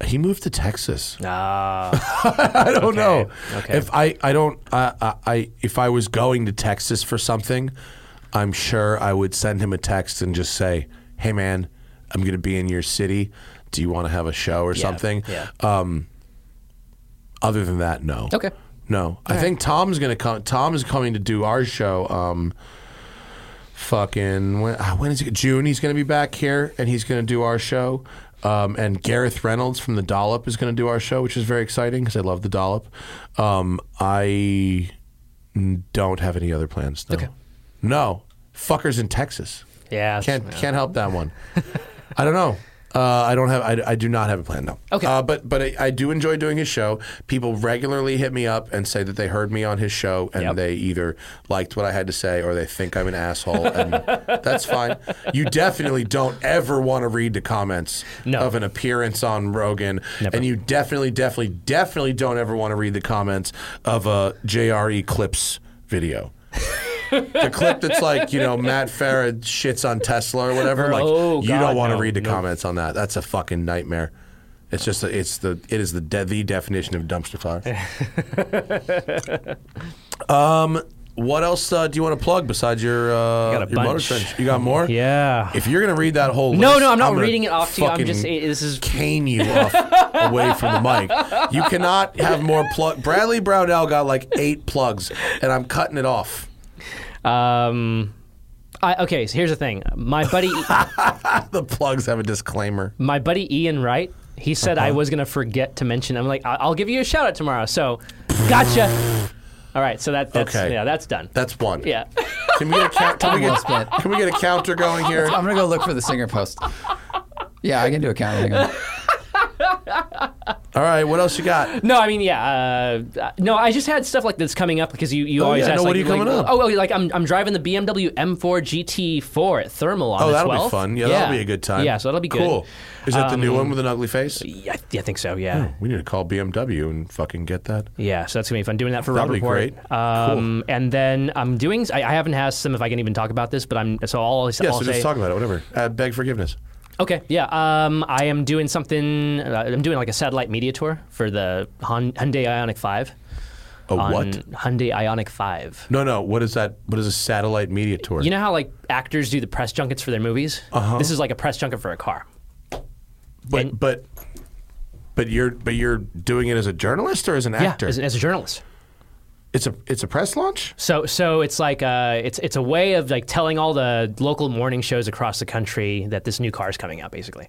[SPEAKER 1] He moved to Texas.
[SPEAKER 4] Ah,
[SPEAKER 1] I don't know.
[SPEAKER 4] okay.
[SPEAKER 1] If I I don't I, I I if I was going to Texas for something, I'm sure I would send him a text and just say, "Hey man, I'm gonna be in your city. Do you want to have a show or something?"
[SPEAKER 4] yeah.
[SPEAKER 1] Um. Other than that, no.
[SPEAKER 3] Okay.
[SPEAKER 1] No, I think Tom's gonna come. Tom is coming to do our show. Um, fucking when, ah, when is it? June. He's gonna be back here, and he's gonna do our show. Um, and Gareth Reynolds from the Dollop is gonna do our show, which is very exciting because I love the Dollop. Um, I n- don't have any other plans. No. Okay. No, fuckers in Texas.
[SPEAKER 4] yeah.
[SPEAKER 1] Can't can't help that one. I don't know. Uh, I don't have. I, I do not have a plan. No.
[SPEAKER 4] Okay.
[SPEAKER 1] Uh, but but I, I do enjoy doing his show. People regularly hit me up and say that they heard me on his show and
[SPEAKER 4] Yep.
[SPEAKER 1] they either liked what I had to say or they think I'm an asshole. And that's fine. You definitely don't ever want to read the comments
[SPEAKER 4] No.
[SPEAKER 1] of an appearance on Rogan, and you definitely definitely definitely don't ever want to read the comments of a JRE Clips video the clip that's like you know Matt Farah shits on Tesla or whatever. Like
[SPEAKER 4] Oh,
[SPEAKER 1] you
[SPEAKER 4] God,
[SPEAKER 1] don't want to
[SPEAKER 4] no,
[SPEAKER 1] read the
[SPEAKER 4] no.
[SPEAKER 1] comments on that. That's a fucking nightmare. It's just a, it's the it is the de- the definition of dumpster fire. um, what else uh, do you want to plug besides your uh,
[SPEAKER 4] got a
[SPEAKER 1] your motor
[SPEAKER 4] bunch.
[SPEAKER 1] trench? You got more?
[SPEAKER 4] Yeah.
[SPEAKER 1] If you're gonna read that whole
[SPEAKER 4] No,
[SPEAKER 1] list,
[SPEAKER 4] no, I'm not
[SPEAKER 1] gonna
[SPEAKER 4] reading it off to you. I'm
[SPEAKER 1] fucking
[SPEAKER 4] just it, this is
[SPEAKER 1] cane you off away from the mic. You cannot have more plug. Bradley Brownell got like eight plugs, and I'm cutting it off.
[SPEAKER 4] um. I, okay, so here's the thing. My buddy, E-
[SPEAKER 1] The plugs have a disclaimer.
[SPEAKER 4] my buddy Ian Wright, He said I was going to forget to mention. I'm like, I- I'll give you a shout out tomorrow. So, gotcha. All right, so that, that's
[SPEAKER 1] Okay.
[SPEAKER 4] yeah, that's done.
[SPEAKER 1] That's one.
[SPEAKER 4] yeah.
[SPEAKER 1] Can we get a count? Can, we
[SPEAKER 3] Well
[SPEAKER 1] get,
[SPEAKER 3] spent.
[SPEAKER 1] can we get a counter going here?
[SPEAKER 3] I'm gonna go look for the singer post. Yeah, I can do a counting.
[SPEAKER 1] All right. What else you got?
[SPEAKER 4] No, I mean, yeah. Uh, no, I just had stuff like this coming up because you, you
[SPEAKER 1] Oh,
[SPEAKER 4] always
[SPEAKER 1] yeah,
[SPEAKER 4] ask
[SPEAKER 1] no,
[SPEAKER 4] like,
[SPEAKER 1] what are you
[SPEAKER 4] like,
[SPEAKER 1] coming up?
[SPEAKER 4] Oh, well, like I'm, I'm driving the BMW M4 GT4 at Thermal on
[SPEAKER 1] Oh,
[SPEAKER 4] the
[SPEAKER 1] that'll be
[SPEAKER 4] 12th.
[SPEAKER 1] fun. Yeah, that'll be a good time.
[SPEAKER 4] Yeah, so that'll be good. Um,
[SPEAKER 1] Cool. Is that the new one with an ugly face?
[SPEAKER 4] Yeah, I th- I think so. Yeah.
[SPEAKER 1] We need to call BMW and fucking get that.
[SPEAKER 4] Yeah, so that's gonna be fun doing that for
[SPEAKER 1] That'll
[SPEAKER 4] Robert
[SPEAKER 1] be
[SPEAKER 4] Port.
[SPEAKER 1] great.
[SPEAKER 4] Um, And then I'm doing. I, I haven't asked them if I can even talk about this, but I'm. So I'll. I'll
[SPEAKER 1] Yeah. so
[SPEAKER 4] say,
[SPEAKER 1] just talk about it. Whatever. Uh, beg forgiveness.
[SPEAKER 4] Okay. Yeah. Um, I am doing something. Uh, I'm doing like a satellite media tour for the Hon- Hyundai Ionic Five.
[SPEAKER 1] A
[SPEAKER 4] on
[SPEAKER 1] what?
[SPEAKER 4] Hyundai Ionic Five.
[SPEAKER 1] No, no. What is that? What is a satellite media tour?
[SPEAKER 4] You know how like actors do the press junkets for their movies? Uh-huh. This is like a press junket for a car.
[SPEAKER 1] but
[SPEAKER 4] and-
[SPEAKER 1] but but you're but you're doing it as a journalist or as an actor?
[SPEAKER 4] Yeah. As, as a journalist.
[SPEAKER 1] it's a it's a press launch.
[SPEAKER 4] So so it's like uh, it's it's a way of like telling all the local morning shows across the country that this new car is coming out, basically.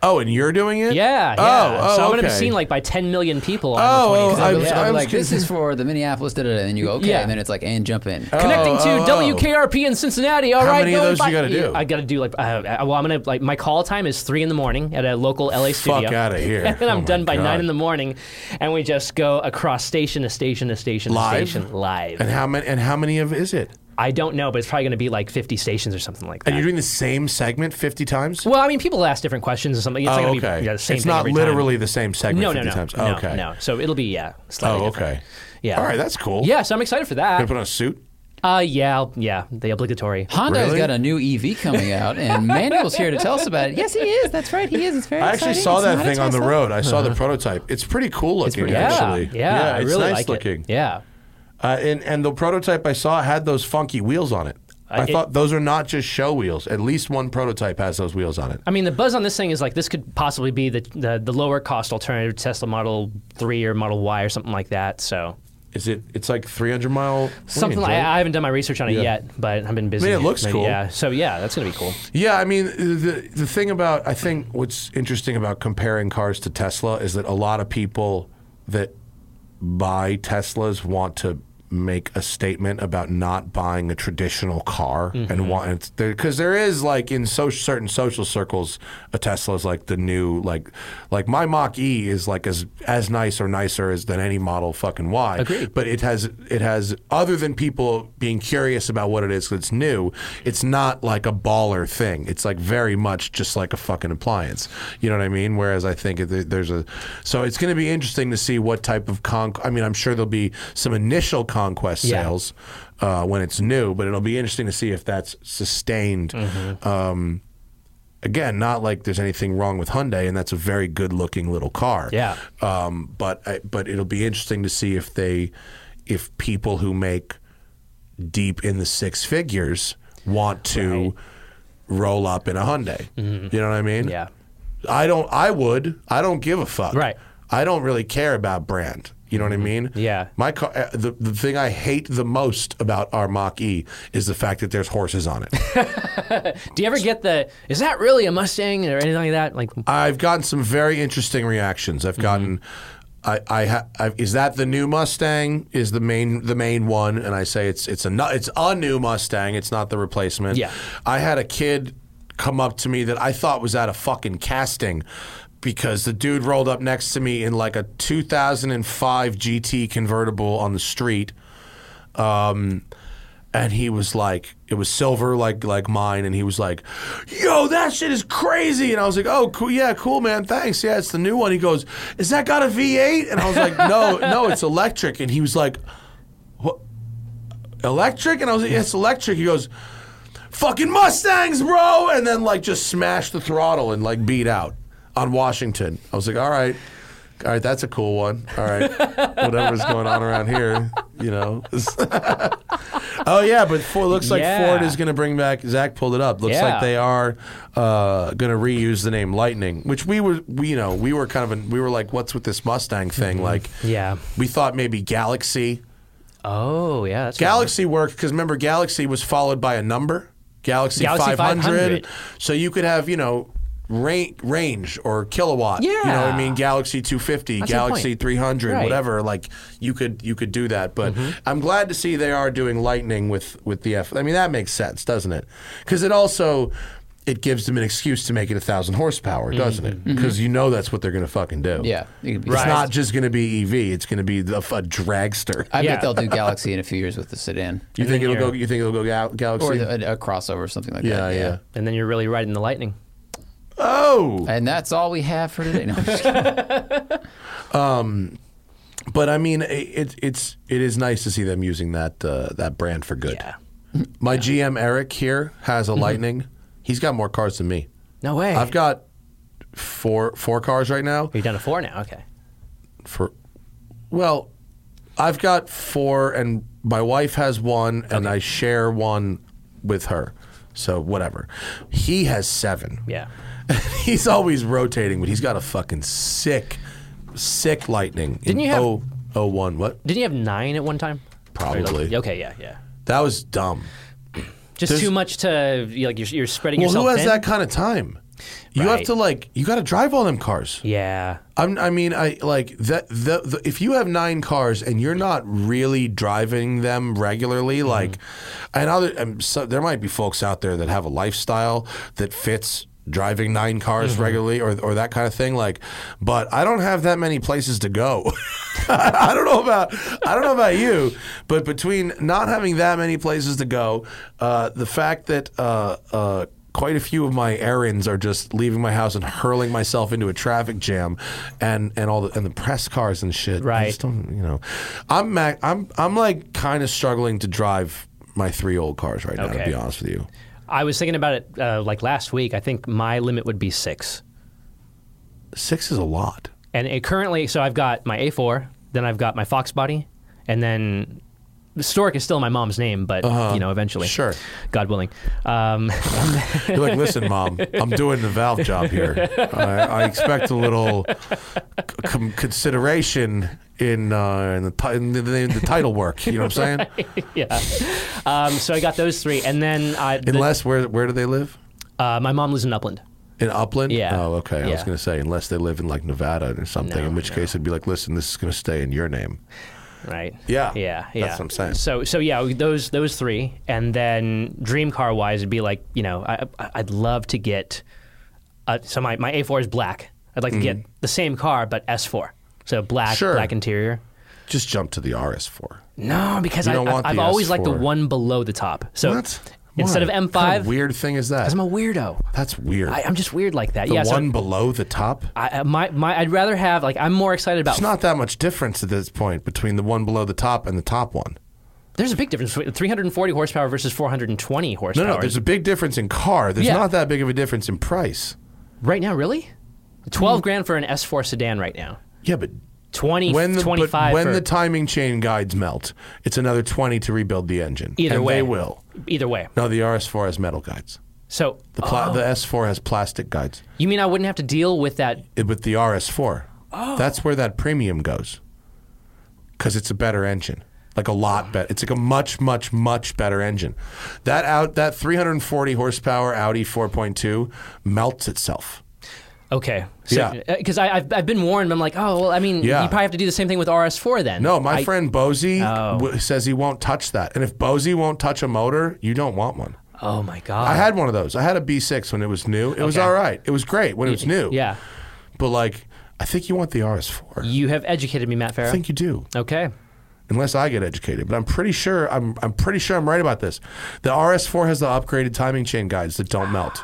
[SPEAKER 1] Oh, and you're doing it?
[SPEAKER 4] Yeah.
[SPEAKER 1] Oh,
[SPEAKER 4] yeah.
[SPEAKER 1] oh,
[SPEAKER 4] so I'm gonna be
[SPEAKER 1] okay.
[SPEAKER 4] seen like by 10 million people. On
[SPEAKER 1] Oh,
[SPEAKER 4] the 20th.
[SPEAKER 1] oh, I'm-
[SPEAKER 3] I'm,
[SPEAKER 1] I'm
[SPEAKER 3] like, this is
[SPEAKER 1] confused.
[SPEAKER 3] for the Minneapolis, da da da. And you go, okay,
[SPEAKER 4] Yeah.
[SPEAKER 3] and then it's like, and jump in.
[SPEAKER 4] Connecting
[SPEAKER 1] oh,
[SPEAKER 4] to
[SPEAKER 1] oh.
[SPEAKER 4] WKRP in Cincinnati. All right,
[SPEAKER 1] many of
[SPEAKER 4] going
[SPEAKER 1] those you
[SPEAKER 4] by-
[SPEAKER 1] gotta do?
[SPEAKER 4] I gotta do like. Uh, uh, well, I'm gonna like my call time is three in the morning at a local LA studio.
[SPEAKER 1] outta here.
[SPEAKER 4] and then
[SPEAKER 1] Oh
[SPEAKER 4] I'm
[SPEAKER 1] my
[SPEAKER 4] done by
[SPEAKER 1] God.
[SPEAKER 4] nine in the morning, and we just go across station to station to station
[SPEAKER 1] Live?
[SPEAKER 4] to station live.
[SPEAKER 1] And how many? And how many of is it?
[SPEAKER 4] I don't know, but it's probably gonna be like 50 stations or something like that.
[SPEAKER 1] And you're doing the same segment fifty times?
[SPEAKER 4] well, I mean, people ask different questions or something. It's not
[SPEAKER 1] oh,
[SPEAKER 4] gonna
[SPEAKER 1] okay.
[SPEAKER 4] be yeah, the same
[SPEAKER 1] it's
[SPEAKER 4] thing
[SPEAKER 1] not
[SPEAKER 4] every time.
[SPEAKER 1] literally the same segment
[SPEAKER 4] No, no,
[SPEAKER 1] 50
[SPEAKER 4] no,
[SPEAKER 1] times.
[SPEAKER 4] no,
[SPEAKER 1] okay.
[SPEAKER 4] no. So it'll be yeah. Slightly
[SPEAKER 1] Oh,
[SPEAKER 4] different.
[SPEAKER 1] okay.
[SPEAKER 4] Yeah.
[SPEAKER 1] All right, that's cool.
[SPEAKER 4] Yeah, so I'm excited for that.
[SPEAKER 1] Gonna put on a suit.
[SPEAKER 4] Uh, yeah, I'll- yeah, the obligatory.
[SPEAKER 3] Honda's
[SPEAKER 1] Really?
[SPEAKER 3] got a new EV coming out, and Manuel's here to tell us about it. Yes, he is. That's right. He is. It's very
[SPEAKER 1] I actually
[SPEAKER 3] exciting.
[SPEAKER 1] saw
[SPEAKER 3] It's
[SPEAKER 1] that
[SPEAKER 3] not a
[SPEAKER 1] thing on the
[SPEAKER 3] Tesla.
[SPEAKER 1] road. I saw the prototype. It's pretty cool looking,
[SPEAKER 3] pretty-
[SPEAKER 4] Uh-huh. Yeah,
[SPEAKER 1] actually.
[SPEAKER 4] yeah, I
[SPEAKER 1] it's
[SPEAKER 4] really
[SPEAKER 1] nice
[SPEAKER 4] like
[SPEAKER 1] looking.
[SPEAKER 4] it. Yeah,
[SPEAKER 1] Uh, and and the prototype I saw had those funky wheels on it. I,
[SPEAKER 4] Uh, it-
[SPEAKER 1] thought those are not just show wheels. At least one prototype has those wheels on it.
[SPEAKER 4] I mean, the buzz on this thing is like this could possibly be the the, the lower cost alternative to Tesla Model Three or Model Y or something like that. So
[SPEAKER 1] Is it? It's like 300 mile. range,
[SPEAKER 4] something like,
[SPEAKER 1] right?
[SPEAKER 4] I, I haven't done my research on it
[SPEAKER 1] Yeah.
[SPEAKER 4] yet, but I've been busy.
[SPEAKER 1] I mean, it looks
[SPEAKER 4] But
[SPEAKER 1] cool.
[SPEAKER 4] Yeah, so yeah, that's gonna be cool.
[SPEAKER 1] Yeah, I mean the the thing about I think what's interesting about comparing cars to Tesla is that a lot of people that buy Teslas want to make a statement about not buying a traditional car and want because there is like in so, certain social circles a Tesla is like the new like like my Mach E is like as as nice or nicer as than any model fucking Y
[SPEAKER 4] Agreed.
[SPEAKER 1] but it has it has other than people being curious about what it is that's new it's not like a baller thing it's like very much just like a fucking appliance you know what i mean whereas i think it, there's a so it's going to be interesting to see what type of con i mean i'm sure there'll be some initial conquest
[SPEAKER 4] Yeah.
[SPEAKER 1] sales uh, when it's new but it'll be interesting to see if that's sustained
[SPEAKER 4] Mm-hmm.
[SPEAKER 1] um, again, not like there's anything wrong with Hyundai, and that's a very good looking little car.
[SPEAKER 4] Yeah.
[SPEAKER 1] Um, but I, but it'll be interesting to see if they, if people who make deep in the six figures want to roll up in a Hyundai. You know what I mean?
[SPEAKER 4] Mm-hmm. Yeah.
[SPEAKER 1] I don't. I would. I don't give a fuck.
[SPEAKER 4] Right. Mm-hmm.
[SPEAKER 1] I don't really care about brand. You know what I mean?
[SPEAKER 4] Yeah.
[SPEAKER 1] My car. uh, The the thing I hate the most about our Mach E is the fact that there's horses on it.
[SPEAKER 4] Do you ever get the? Is that really a Mustang or anything like that? Like,
[SPEAKER 1] I've gotten some very interesting reactions. I've gotten, I, I, ha, I, is that the new Mustang? Is the main the main one? And I say it's it's a nu- it's a new Mustang. It's not the replacement.
[SPEAKER 4] Yeah.
[SPEAKER 1] I had a kid come up to me that I thought was at a fucking casting. Because the dude rolled up next to me in like a 2005 GT convertible on the street, and he was like, it was silver, like like mine, and he was like, "Yo, that shit is crazy!" And I was like, "Oh, cool, yeah, cool, man, thanks, yeah, it's the new one." He goes, "Is that got a V8?" And I was like, "No, no, it's electric." And he was like, "What? Electric?" And I was like, yeah, "It's electric." He goes, "Fucking Mustangs, bro!" And then like just smashed the throttle and like beat out on Washington. I was like, "All right." All right, that's a cool one. All right, whatever's going on around here, you know. Oh yeah, but Ford looks like
[SPEAKER 4] Yeah.
[SPEAKER 1] Ford is going to bring back. Zach pulled it up. Looks like
[SPEAKER 4] Yeah.
[SPEAKER 1] they are uh, going to reuse the name Lightning, which we were, we, you know, we were kind of, an, we were like, what's with this Mustang thing? Like,
[SPEAKER 4] Mm-hmm. yeah.
[SPEAKER 1] we thought maybe Galaxy.
[SPEAKER 4] Oh, yeah. That's
[SPEAKER 1] Galaxy worked because remember, Galaxy was followed by a number, Galaxy,
[SPEAKER 4] Galaxy
[SPEAKER 1] 500.
[SPEAKER 4] 500.
[SPEAKER 1] So you could have, you know, ra- range or kilowatt. You know what I
[SPEAKER 4] Yeah.
[SPEAKER 1] mean? Galaxy 250,
[SPEAKER 4] That's the
[SPEAKER 1] Galaxy
[SPEAKER 4] point.
[SPEAKER 1] 300,
[SPEAKER 4] Right.
[SPEAKER 1] whatever. Like you could you could do that, but I'm glad to see they are doing lightning with with the F. I mean that makes sense, doesn't it? Because it also it gives them an excuse to make it a thousand horsepower, doesn't it? Because you know that's what they're going to fucking do.
[SPEAKER 3] Yeah, it could be-
[SPEAKER 1] It's
[SPEAKER 3] Right.
[SPEAKER 1] not just going to be EV. It's going to be the, a dragster.
[SPEAKER 3] I
[SPEAKER 4] Yeah.
[SPEAKER 3] bet they'll do Galaxy in a few years with the sedan
[SPEAKER 1] you think
[SPEAKER 4] then
[SPEAKER 1] it'll go?
[SPEAKER 4] you're-
[SPEAKER 1] You think it'll go gal- Galaxy?
[SPEAKER 3] or the, a, a crossover or something like
[SPEAKER 1] yeah,
[SPEAKER 3] that.
[SPEAKER 1] yeah.
[SPEAKER 4] and then you're really riding the lightning.
[SPEAKER 1] Oh,
[SPEAKER 3] And that's all we have for today. No, I'm just kidding.
[SPEAKER 1] But I mean, i- it, it's it is nice to see them using that uh, that brand for good.
[SPEAKER 4] Yeah. Mm-hmm.
[SPEAKER 1] My GM Eric here has a Lightning. He's got more cars than me.
[SPEAKER 4] No way.
[SPEAKER 1] I've got four four cars right now.
[SPEAKER 4] You're down to four now. Okay.
[SPEAKER 1] For well, I've got four, and my wife has one, and I share one with her. So whatever. He has seven.
[SPEAKER 4] Yeah.
[SPEAKER 1] he's always rotating, but he's got a fucking sick, sick Lightning. in
[SPEAKER 4] Didn't you have-
[SPEAKER 1] oh- oh one? What?
[SPEAKER 4] Didn't you have nine at one time?
[SPEAKER 1] Probably.
[SPEAKER 4] Okay. Yeah. Yeah.
[SPEAKER 1] That was dumb.
[SPEAKER 4] Just too much to you like. You're, you're spreading
[SPEAKER 1] Well,
[SPEAKER 4] yourself.
[SPEAKER 1] who has
[SPEAKER 4] thin.
[SPEAKER 1] that kind of time? You have
[SPEAKER 4] Right.
[SPEAKER 1] to like you got to drive all them cars.
[SPEAKER 4] Yeah.
[SPEAKER 1] I'm, I mean, I like that. The, the if you have nine cars and you're not really driving them regularly, like, and other and so there might be folks out there that have a lifestyle that fits driving nine cars regularly or or that kind of thing. Like, but I don't have that many places to go. I don't know about I don't know about you, but between not having that many places to go, uh, the fact that uh, uh, quite a few of my errands are just leaving my house and hurling myself into a traffic jam, and, and all the and the press cars and shit. I
[SPEAKER 4] Right.
[SPEAKER 1] just don't- you know, I'm ma- I'm I'm like kind of struggling to drive my three old cars right now. To
[SPEAKER 4] Okay.
[SPEAKER 1] be honest with you,
[SPEAKER 4] I was thinking about it uh, like last week. I think my limit would be six.
[SPEAKER 1] six is a lot.
[SPEAKER 4] And it currently, so I've got my A4, then I've got my Fox body, and then Stork is still my mom's name, but you know, eventually,
[SPEAKER 1] Sure.
[SPEAKER 4] God willing. Um,
[SPEAKER 1] You're like, listen, mom, I'm doing the valve job here. I, I expect a little c- com- consideration in uh, in, the ti- in, the, in the title work. You know what I'm saying?
[SPEAKER 4] yeah. Um, so I got those three, and then I, the-
[SPEAKER 1] Unless where where do they live?
[SPEAKER 4] uh, my mom lives in Upland.
[SPEAKER 1] In Upland?
[SPEAKER 4] Yeah.
[SPEAKER 1] Oh, okay. I was
[SPEAKER 4] Yeah.
[SPEAKER 1] going to say unless they live in like Nevada or something,
[SPEAKER 4] No,
[SPEAKER 1] in which case it'd be like, listen, this is going to stay in your name.
[SPEAKER 4] right?
[SPEAKER 1] Yeah.
[SPEAKER 4] yeah,
[SPEAKER 1] That's
[SPEAKER 4] yeah.
[SPEAKER 1] what I'm saying.
[SPEAKER 4] So, so yeah, those those three, and then dream car wise, it'd be like you know, I, I- I'd love to get. Uh, so my my A4 is black. I'd like to get the same car but S4. So black,
[SPEAKER 1] Mm-hmm. Sure.
[SPEAKER 4] black interior.
[SPEAKER 1] Just jump to the RS4.
[SPEAKER 4] No, because
[SPEAKER 1] You
[SPEAKER 4] I,
[SPEAKER 1] don't want
[SPEAKER 4] I, have
[SPEAKER 1] the
[SPEAKER 4] always liked the
[SPEAKER 1] S4.
[SPEAKER 4] one below the top. So
[SPEAKER 1] What?
[SPEAKER 4] instead of
[SPEAKER 1] Why?
[SPEAKER 4] M5,
[SPEAKER 1] What kind of weird thing is that?
[SPEAKER 4] because I'm a weirdo.
[SPEAKER 1] That's weird.
[SPEAKER 4] I, I'm just weird like that.
[SPEAKER 1] the
[SPEAKER 4] yeah,
[SPEAKER 1] one
[SPEAKER 4] so
[SPEAKER 1] below the top.
[SPEAKER 4] I, I- my, my, I'd rather have like I'm more excited about.
[SPEAKER 1] It's not that much difference at this point between the one below the top and the top one.
[SPEAKER 4] there's a big difference between 340 horsepower versus 420
[SPEAKER 1] No,
[SPEAKER 4] horsepower.
[SPEAKER 1] no, there's a big difference in car. There's
[SPEAKER 4] Yeah.
[SPEAKER 1] not that big of a difference in price.
[SPEAKER 4] Right now, really? Twelve grand for an S4 sedan right now.
[SPEAKER 1] Yeah, but
[SPEAKER 4] Twenty,
[SPEAKER 1] when the, but
[SPEAKER 4] twenty-five.
[SPEAKER 1] when
[SPEAKER 4] for-
[SPEAKER 1] the timing chain guides melt, it's another 20 to rebuild the engine.
[SPEAKER 4] Either
[SPEAKER 1] and
[SPEAKER 4] way.
[SPEAKER 1] they will.
[SPEAKER 4] either way.
[SPEAKER 1] No, the RS4 has metal guides.
[SPEAKER 4] So
[SPEAKER 1] The, pla-
[SPEAKER 4] Oh.
[SPEAKER 1] the S4 has plastic guides.
[SPEAKER 4] you mean I wouldn't have to deal with that?
[SPEAKER 1] It, with the RS4,
[SPEAKER 4] Oh.
[SPEAKER 1] that's where that premium goes, because it's a better engine, like a lot better. It's like a much, much, much better engine. That out that 340 horsepower Audi 4.2 melts itself.
[SPEAKER 4] Okay.
[SPEAKER 1] Yeah.
[SPEAKER 4] Because I've, I've been warned. I'm like, oh, well, I mean,
[SPEAKER 1] Yeah.
[SPEAKER 4] you probably have to do the same thing with RS4 then.
[SPEAKER 1] No, my
[SPEAKER 4] I- Oh.
[SPEAKER 1] friend Bozy w- says he won't touch that. And if Bozy won't touch a motor, you don't want one.
[SPEAKER 4] Oh my god.
[SPEAKER 1] I had one of those. I had a B6 when it was new. It was
[SPEAKER 4] Okay.
[SPEAKER 1] all right. It was great when it was new.
[SPEAKER 4] Yeah.
[SPEAKER 1] But like, I think you want the RS4.
[SPEAKER 4] You have educated me, Matt
[SPEAKER 1] I
[SPEAKER 4] Farah.
[SPEAKER 1] think you do,
[SPEAKER 4] okay.
[SPEAKER 1] unless I get educated. But I'm pretty sure I'm I'm pretty sure I'm right about this. The RS4 has the upgraded timing chain guides that don't melt.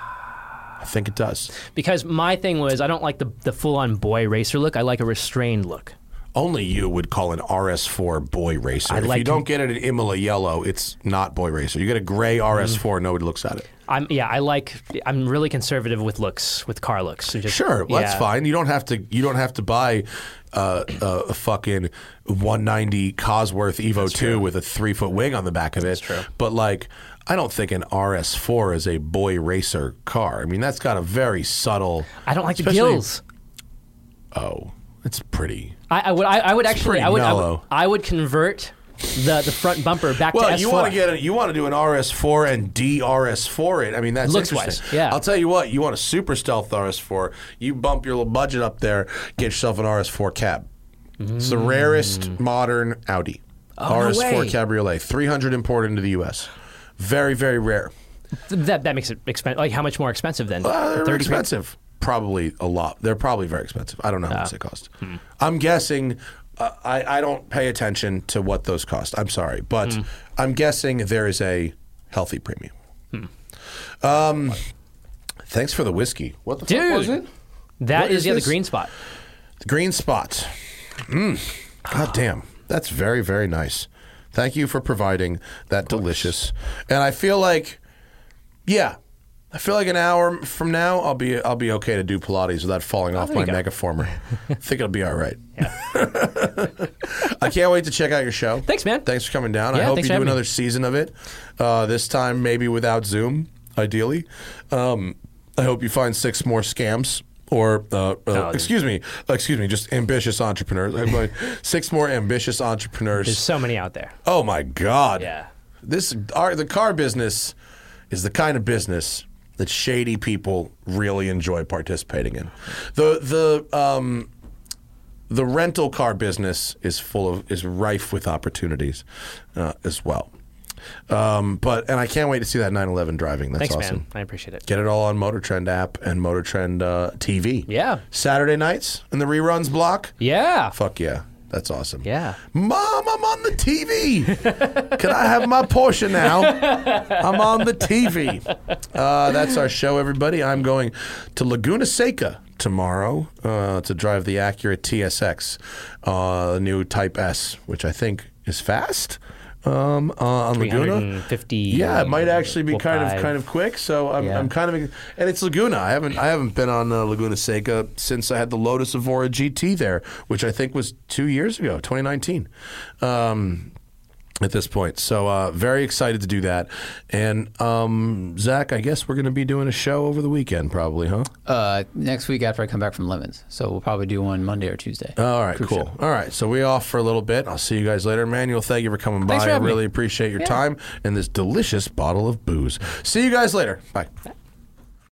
[SPEAKER 1] I think it does.
[SPEAKER 4] Because my thing was, I don't like the the full on boy racer look. I like a restrained look.
[SPEAKER 1] Only you would call an RS4 boy racer. if
[SPEAKER 4] like
[SPEAKER 1] you
[SPEAKER 4] to-
[SPEAKER 1] don't get it in Imola yellow, it's not boy racer. You get a gray RS4, nobody looks at it.
[SPEAKER 4] I'm yeah. I like. I'm really conservative with looks, with car looks. So just-
[SPEAKER 1] Sure, well, that's
[SPEAKER 4] yeah.
[SPEAKER 1] fine. You don't have to. You don't have to buy uh, a, a fucking 190 Cosworth Evo 2 with a three foot wing on the back of it. true. But like, I don't think an RS4 is a boy racer car. I mean, that's got a very subtle.
[SPEAKER 4] I don't like the
[SPEAKER 1] especially-
[SPEAKER 4] gills.
[SPEAKER 1] Oh, it's pretty.
[SPEAKER 4] I, I would. I, I would actually.
[SPEAKER 1] pretty
[SPEAKER 4] I would, I would.
[SPEAKER 1] mellow.
[SPEAKER 4] I would convert the, the front bumper back to
[SPEAKER 1] Well,
[SPEAKER 4] S4.
[SPEAKER 1] you want to get a, you want to do an RS4 and DRS4 it. I mean, that's
[SPEAKER 4] Looks-wise,
[SPEAKER 1] interesting.
[SPEAKER 4] yeah.
[SPEAKER 1] I'll tell you what, you want a super stealth RS4. You bump your little budget up there, get yourself an RS4 cab. It's the rarest modern Audi.
[SPEAKER 3] no
[SPEAKER 1] RS4
[SPEAKER 3] way.
[SPEAKER 1] Cabriolet, 300 imported into the US. Very very rare.
[SPEAKER 4] that that makes it expensive. Like how much more expensive then?
[SPEAKER 1] Uh, they're
[SPEAKER 4] 30
[SPEAKER 1] expensive. Probably a lot. They're probably very expensive. I don't know how much they cost. I'm guessing. Uh, I I don't pay attention to what those cost. I'm sorry, but I'm guessing there is a healthy premium. Um, thanks for the whiskey. What the fuck was
[SPEAKER 4] Dude.
[SPEAKER 1] it?
[SPEAKER 4] That
[SPEAKER 1] What
[SPEAKER 4] is,
[SPEAKER 1] is
[SPEAKER 4] the other
[SPEAKER 1] this?
[SPEAKER 4] green spot.
[SPEAKER 1] The green spot. Mm. God damn, that's very very nice. Thank you for providing that delicious. And I feel like, yeah, I feel like an hour from now I'll be I'll be okay to do Pilates without falling off
[SPEAKER 4] there
[SPEAKER 1] my
[SPEAKER 4] you go.
[SPEAKER 1] mega former. I think it'll be all right. I can't wait to check out your show.
[SPEAKER 4] Thanks, man.
[SPEAKER 1] Thanks for coming down. I
[SPEAKER 4] Yeah,
[SPEAKER 1] hope you
[SPEAKER 4] thanks for
[SPEAKER 1] do
[SPEAKER 4] having me.
[SPEAKER 1] another season of it. Uh, this time maybe without Zoom, ideally. Um, I hope you find six more scams. Or uh, uh,
[SPEAKER 4] Oh,
[SPEAKER 1] excuse me, excuse me, just ambitious entrepreneurs. I mean, six more ambitious
[SPEAKER 4] There's
[SPEAKER 1] entrepreneurs.
[SPEAKER 4] so many out there.
[SPEAKER 1] Oh my God!
[SPEAKER 4] Yeah.
[SPEAKER 1] this our, the car business is the kind of business that shady people really enjoy participating in. The the um, the rental car business is full of is rife with opportunities uh, as well. Um, but and I can't wait to see that 911 driving. That's
[SPEAKER 4] Thanks,
[SPEAKER 1] awesome.
[SPEAKER 4] man. I appreciate it.
[SPEAKER 1] Get it all on Motor Trend app and Motor Trend uh, TV.
[SPEAKER 4] Yeah.
[SPEAKER 1] Saturday nights in the reruns block.
[SPEAKER 4] Yeah.
[SPEAKER 1] Fuck yeah. That's awesome.
[SPEAKER 4] Yeah.
[SPEAKER 1] Mom, I'm on the TV. Can I have my Porsche now? I'm on the TV. Uh, that's our show, everybody. I'm going to Laguna Seca tomorrow uh, to drive the Acura TSX, uh, new Type S, which I think is fast um, uh, on Laguna.
[SPEAKER 4] 350.
[SPEAKER 1] Yeah, it might actually be
[SPEAKER 4] Wolf
[SPEAKER 1] kind of
[SPEAKER 4] five.
[SPEAKER 1] kind of quick. So I'm,
[SPEAKER 4] Yeah.
[SPEAKER 1] I'm kind of, and it's Laguna. I haven't I haven't been on uh, Laguna Seca since I had the Lotus Evora GT there, which I think was two years ago, 2019. Um, at this point, so uh, very excited to do that. And um, Zach, I guess we're going to be doing a show over the weekend, probably, huh?
[SPEAKER 3] Uh, next week after I come back from Lemons, so we'll probably do one Monday or Tuesday.
[SPEAKER 1] All right, cool. All right, so we off for a little bit. I'll see you guys later. Manuel, thank you for coming
[SPEAKER 4] Thanks
[SPEAKER 1] by.
[SPEAKER 4] for
[SPEAKER 1] I
[SPEAKER 4] having me.
[SPEAKER 1] really appreciate your time and this delicious bottle of booze. See you guys later. Bye.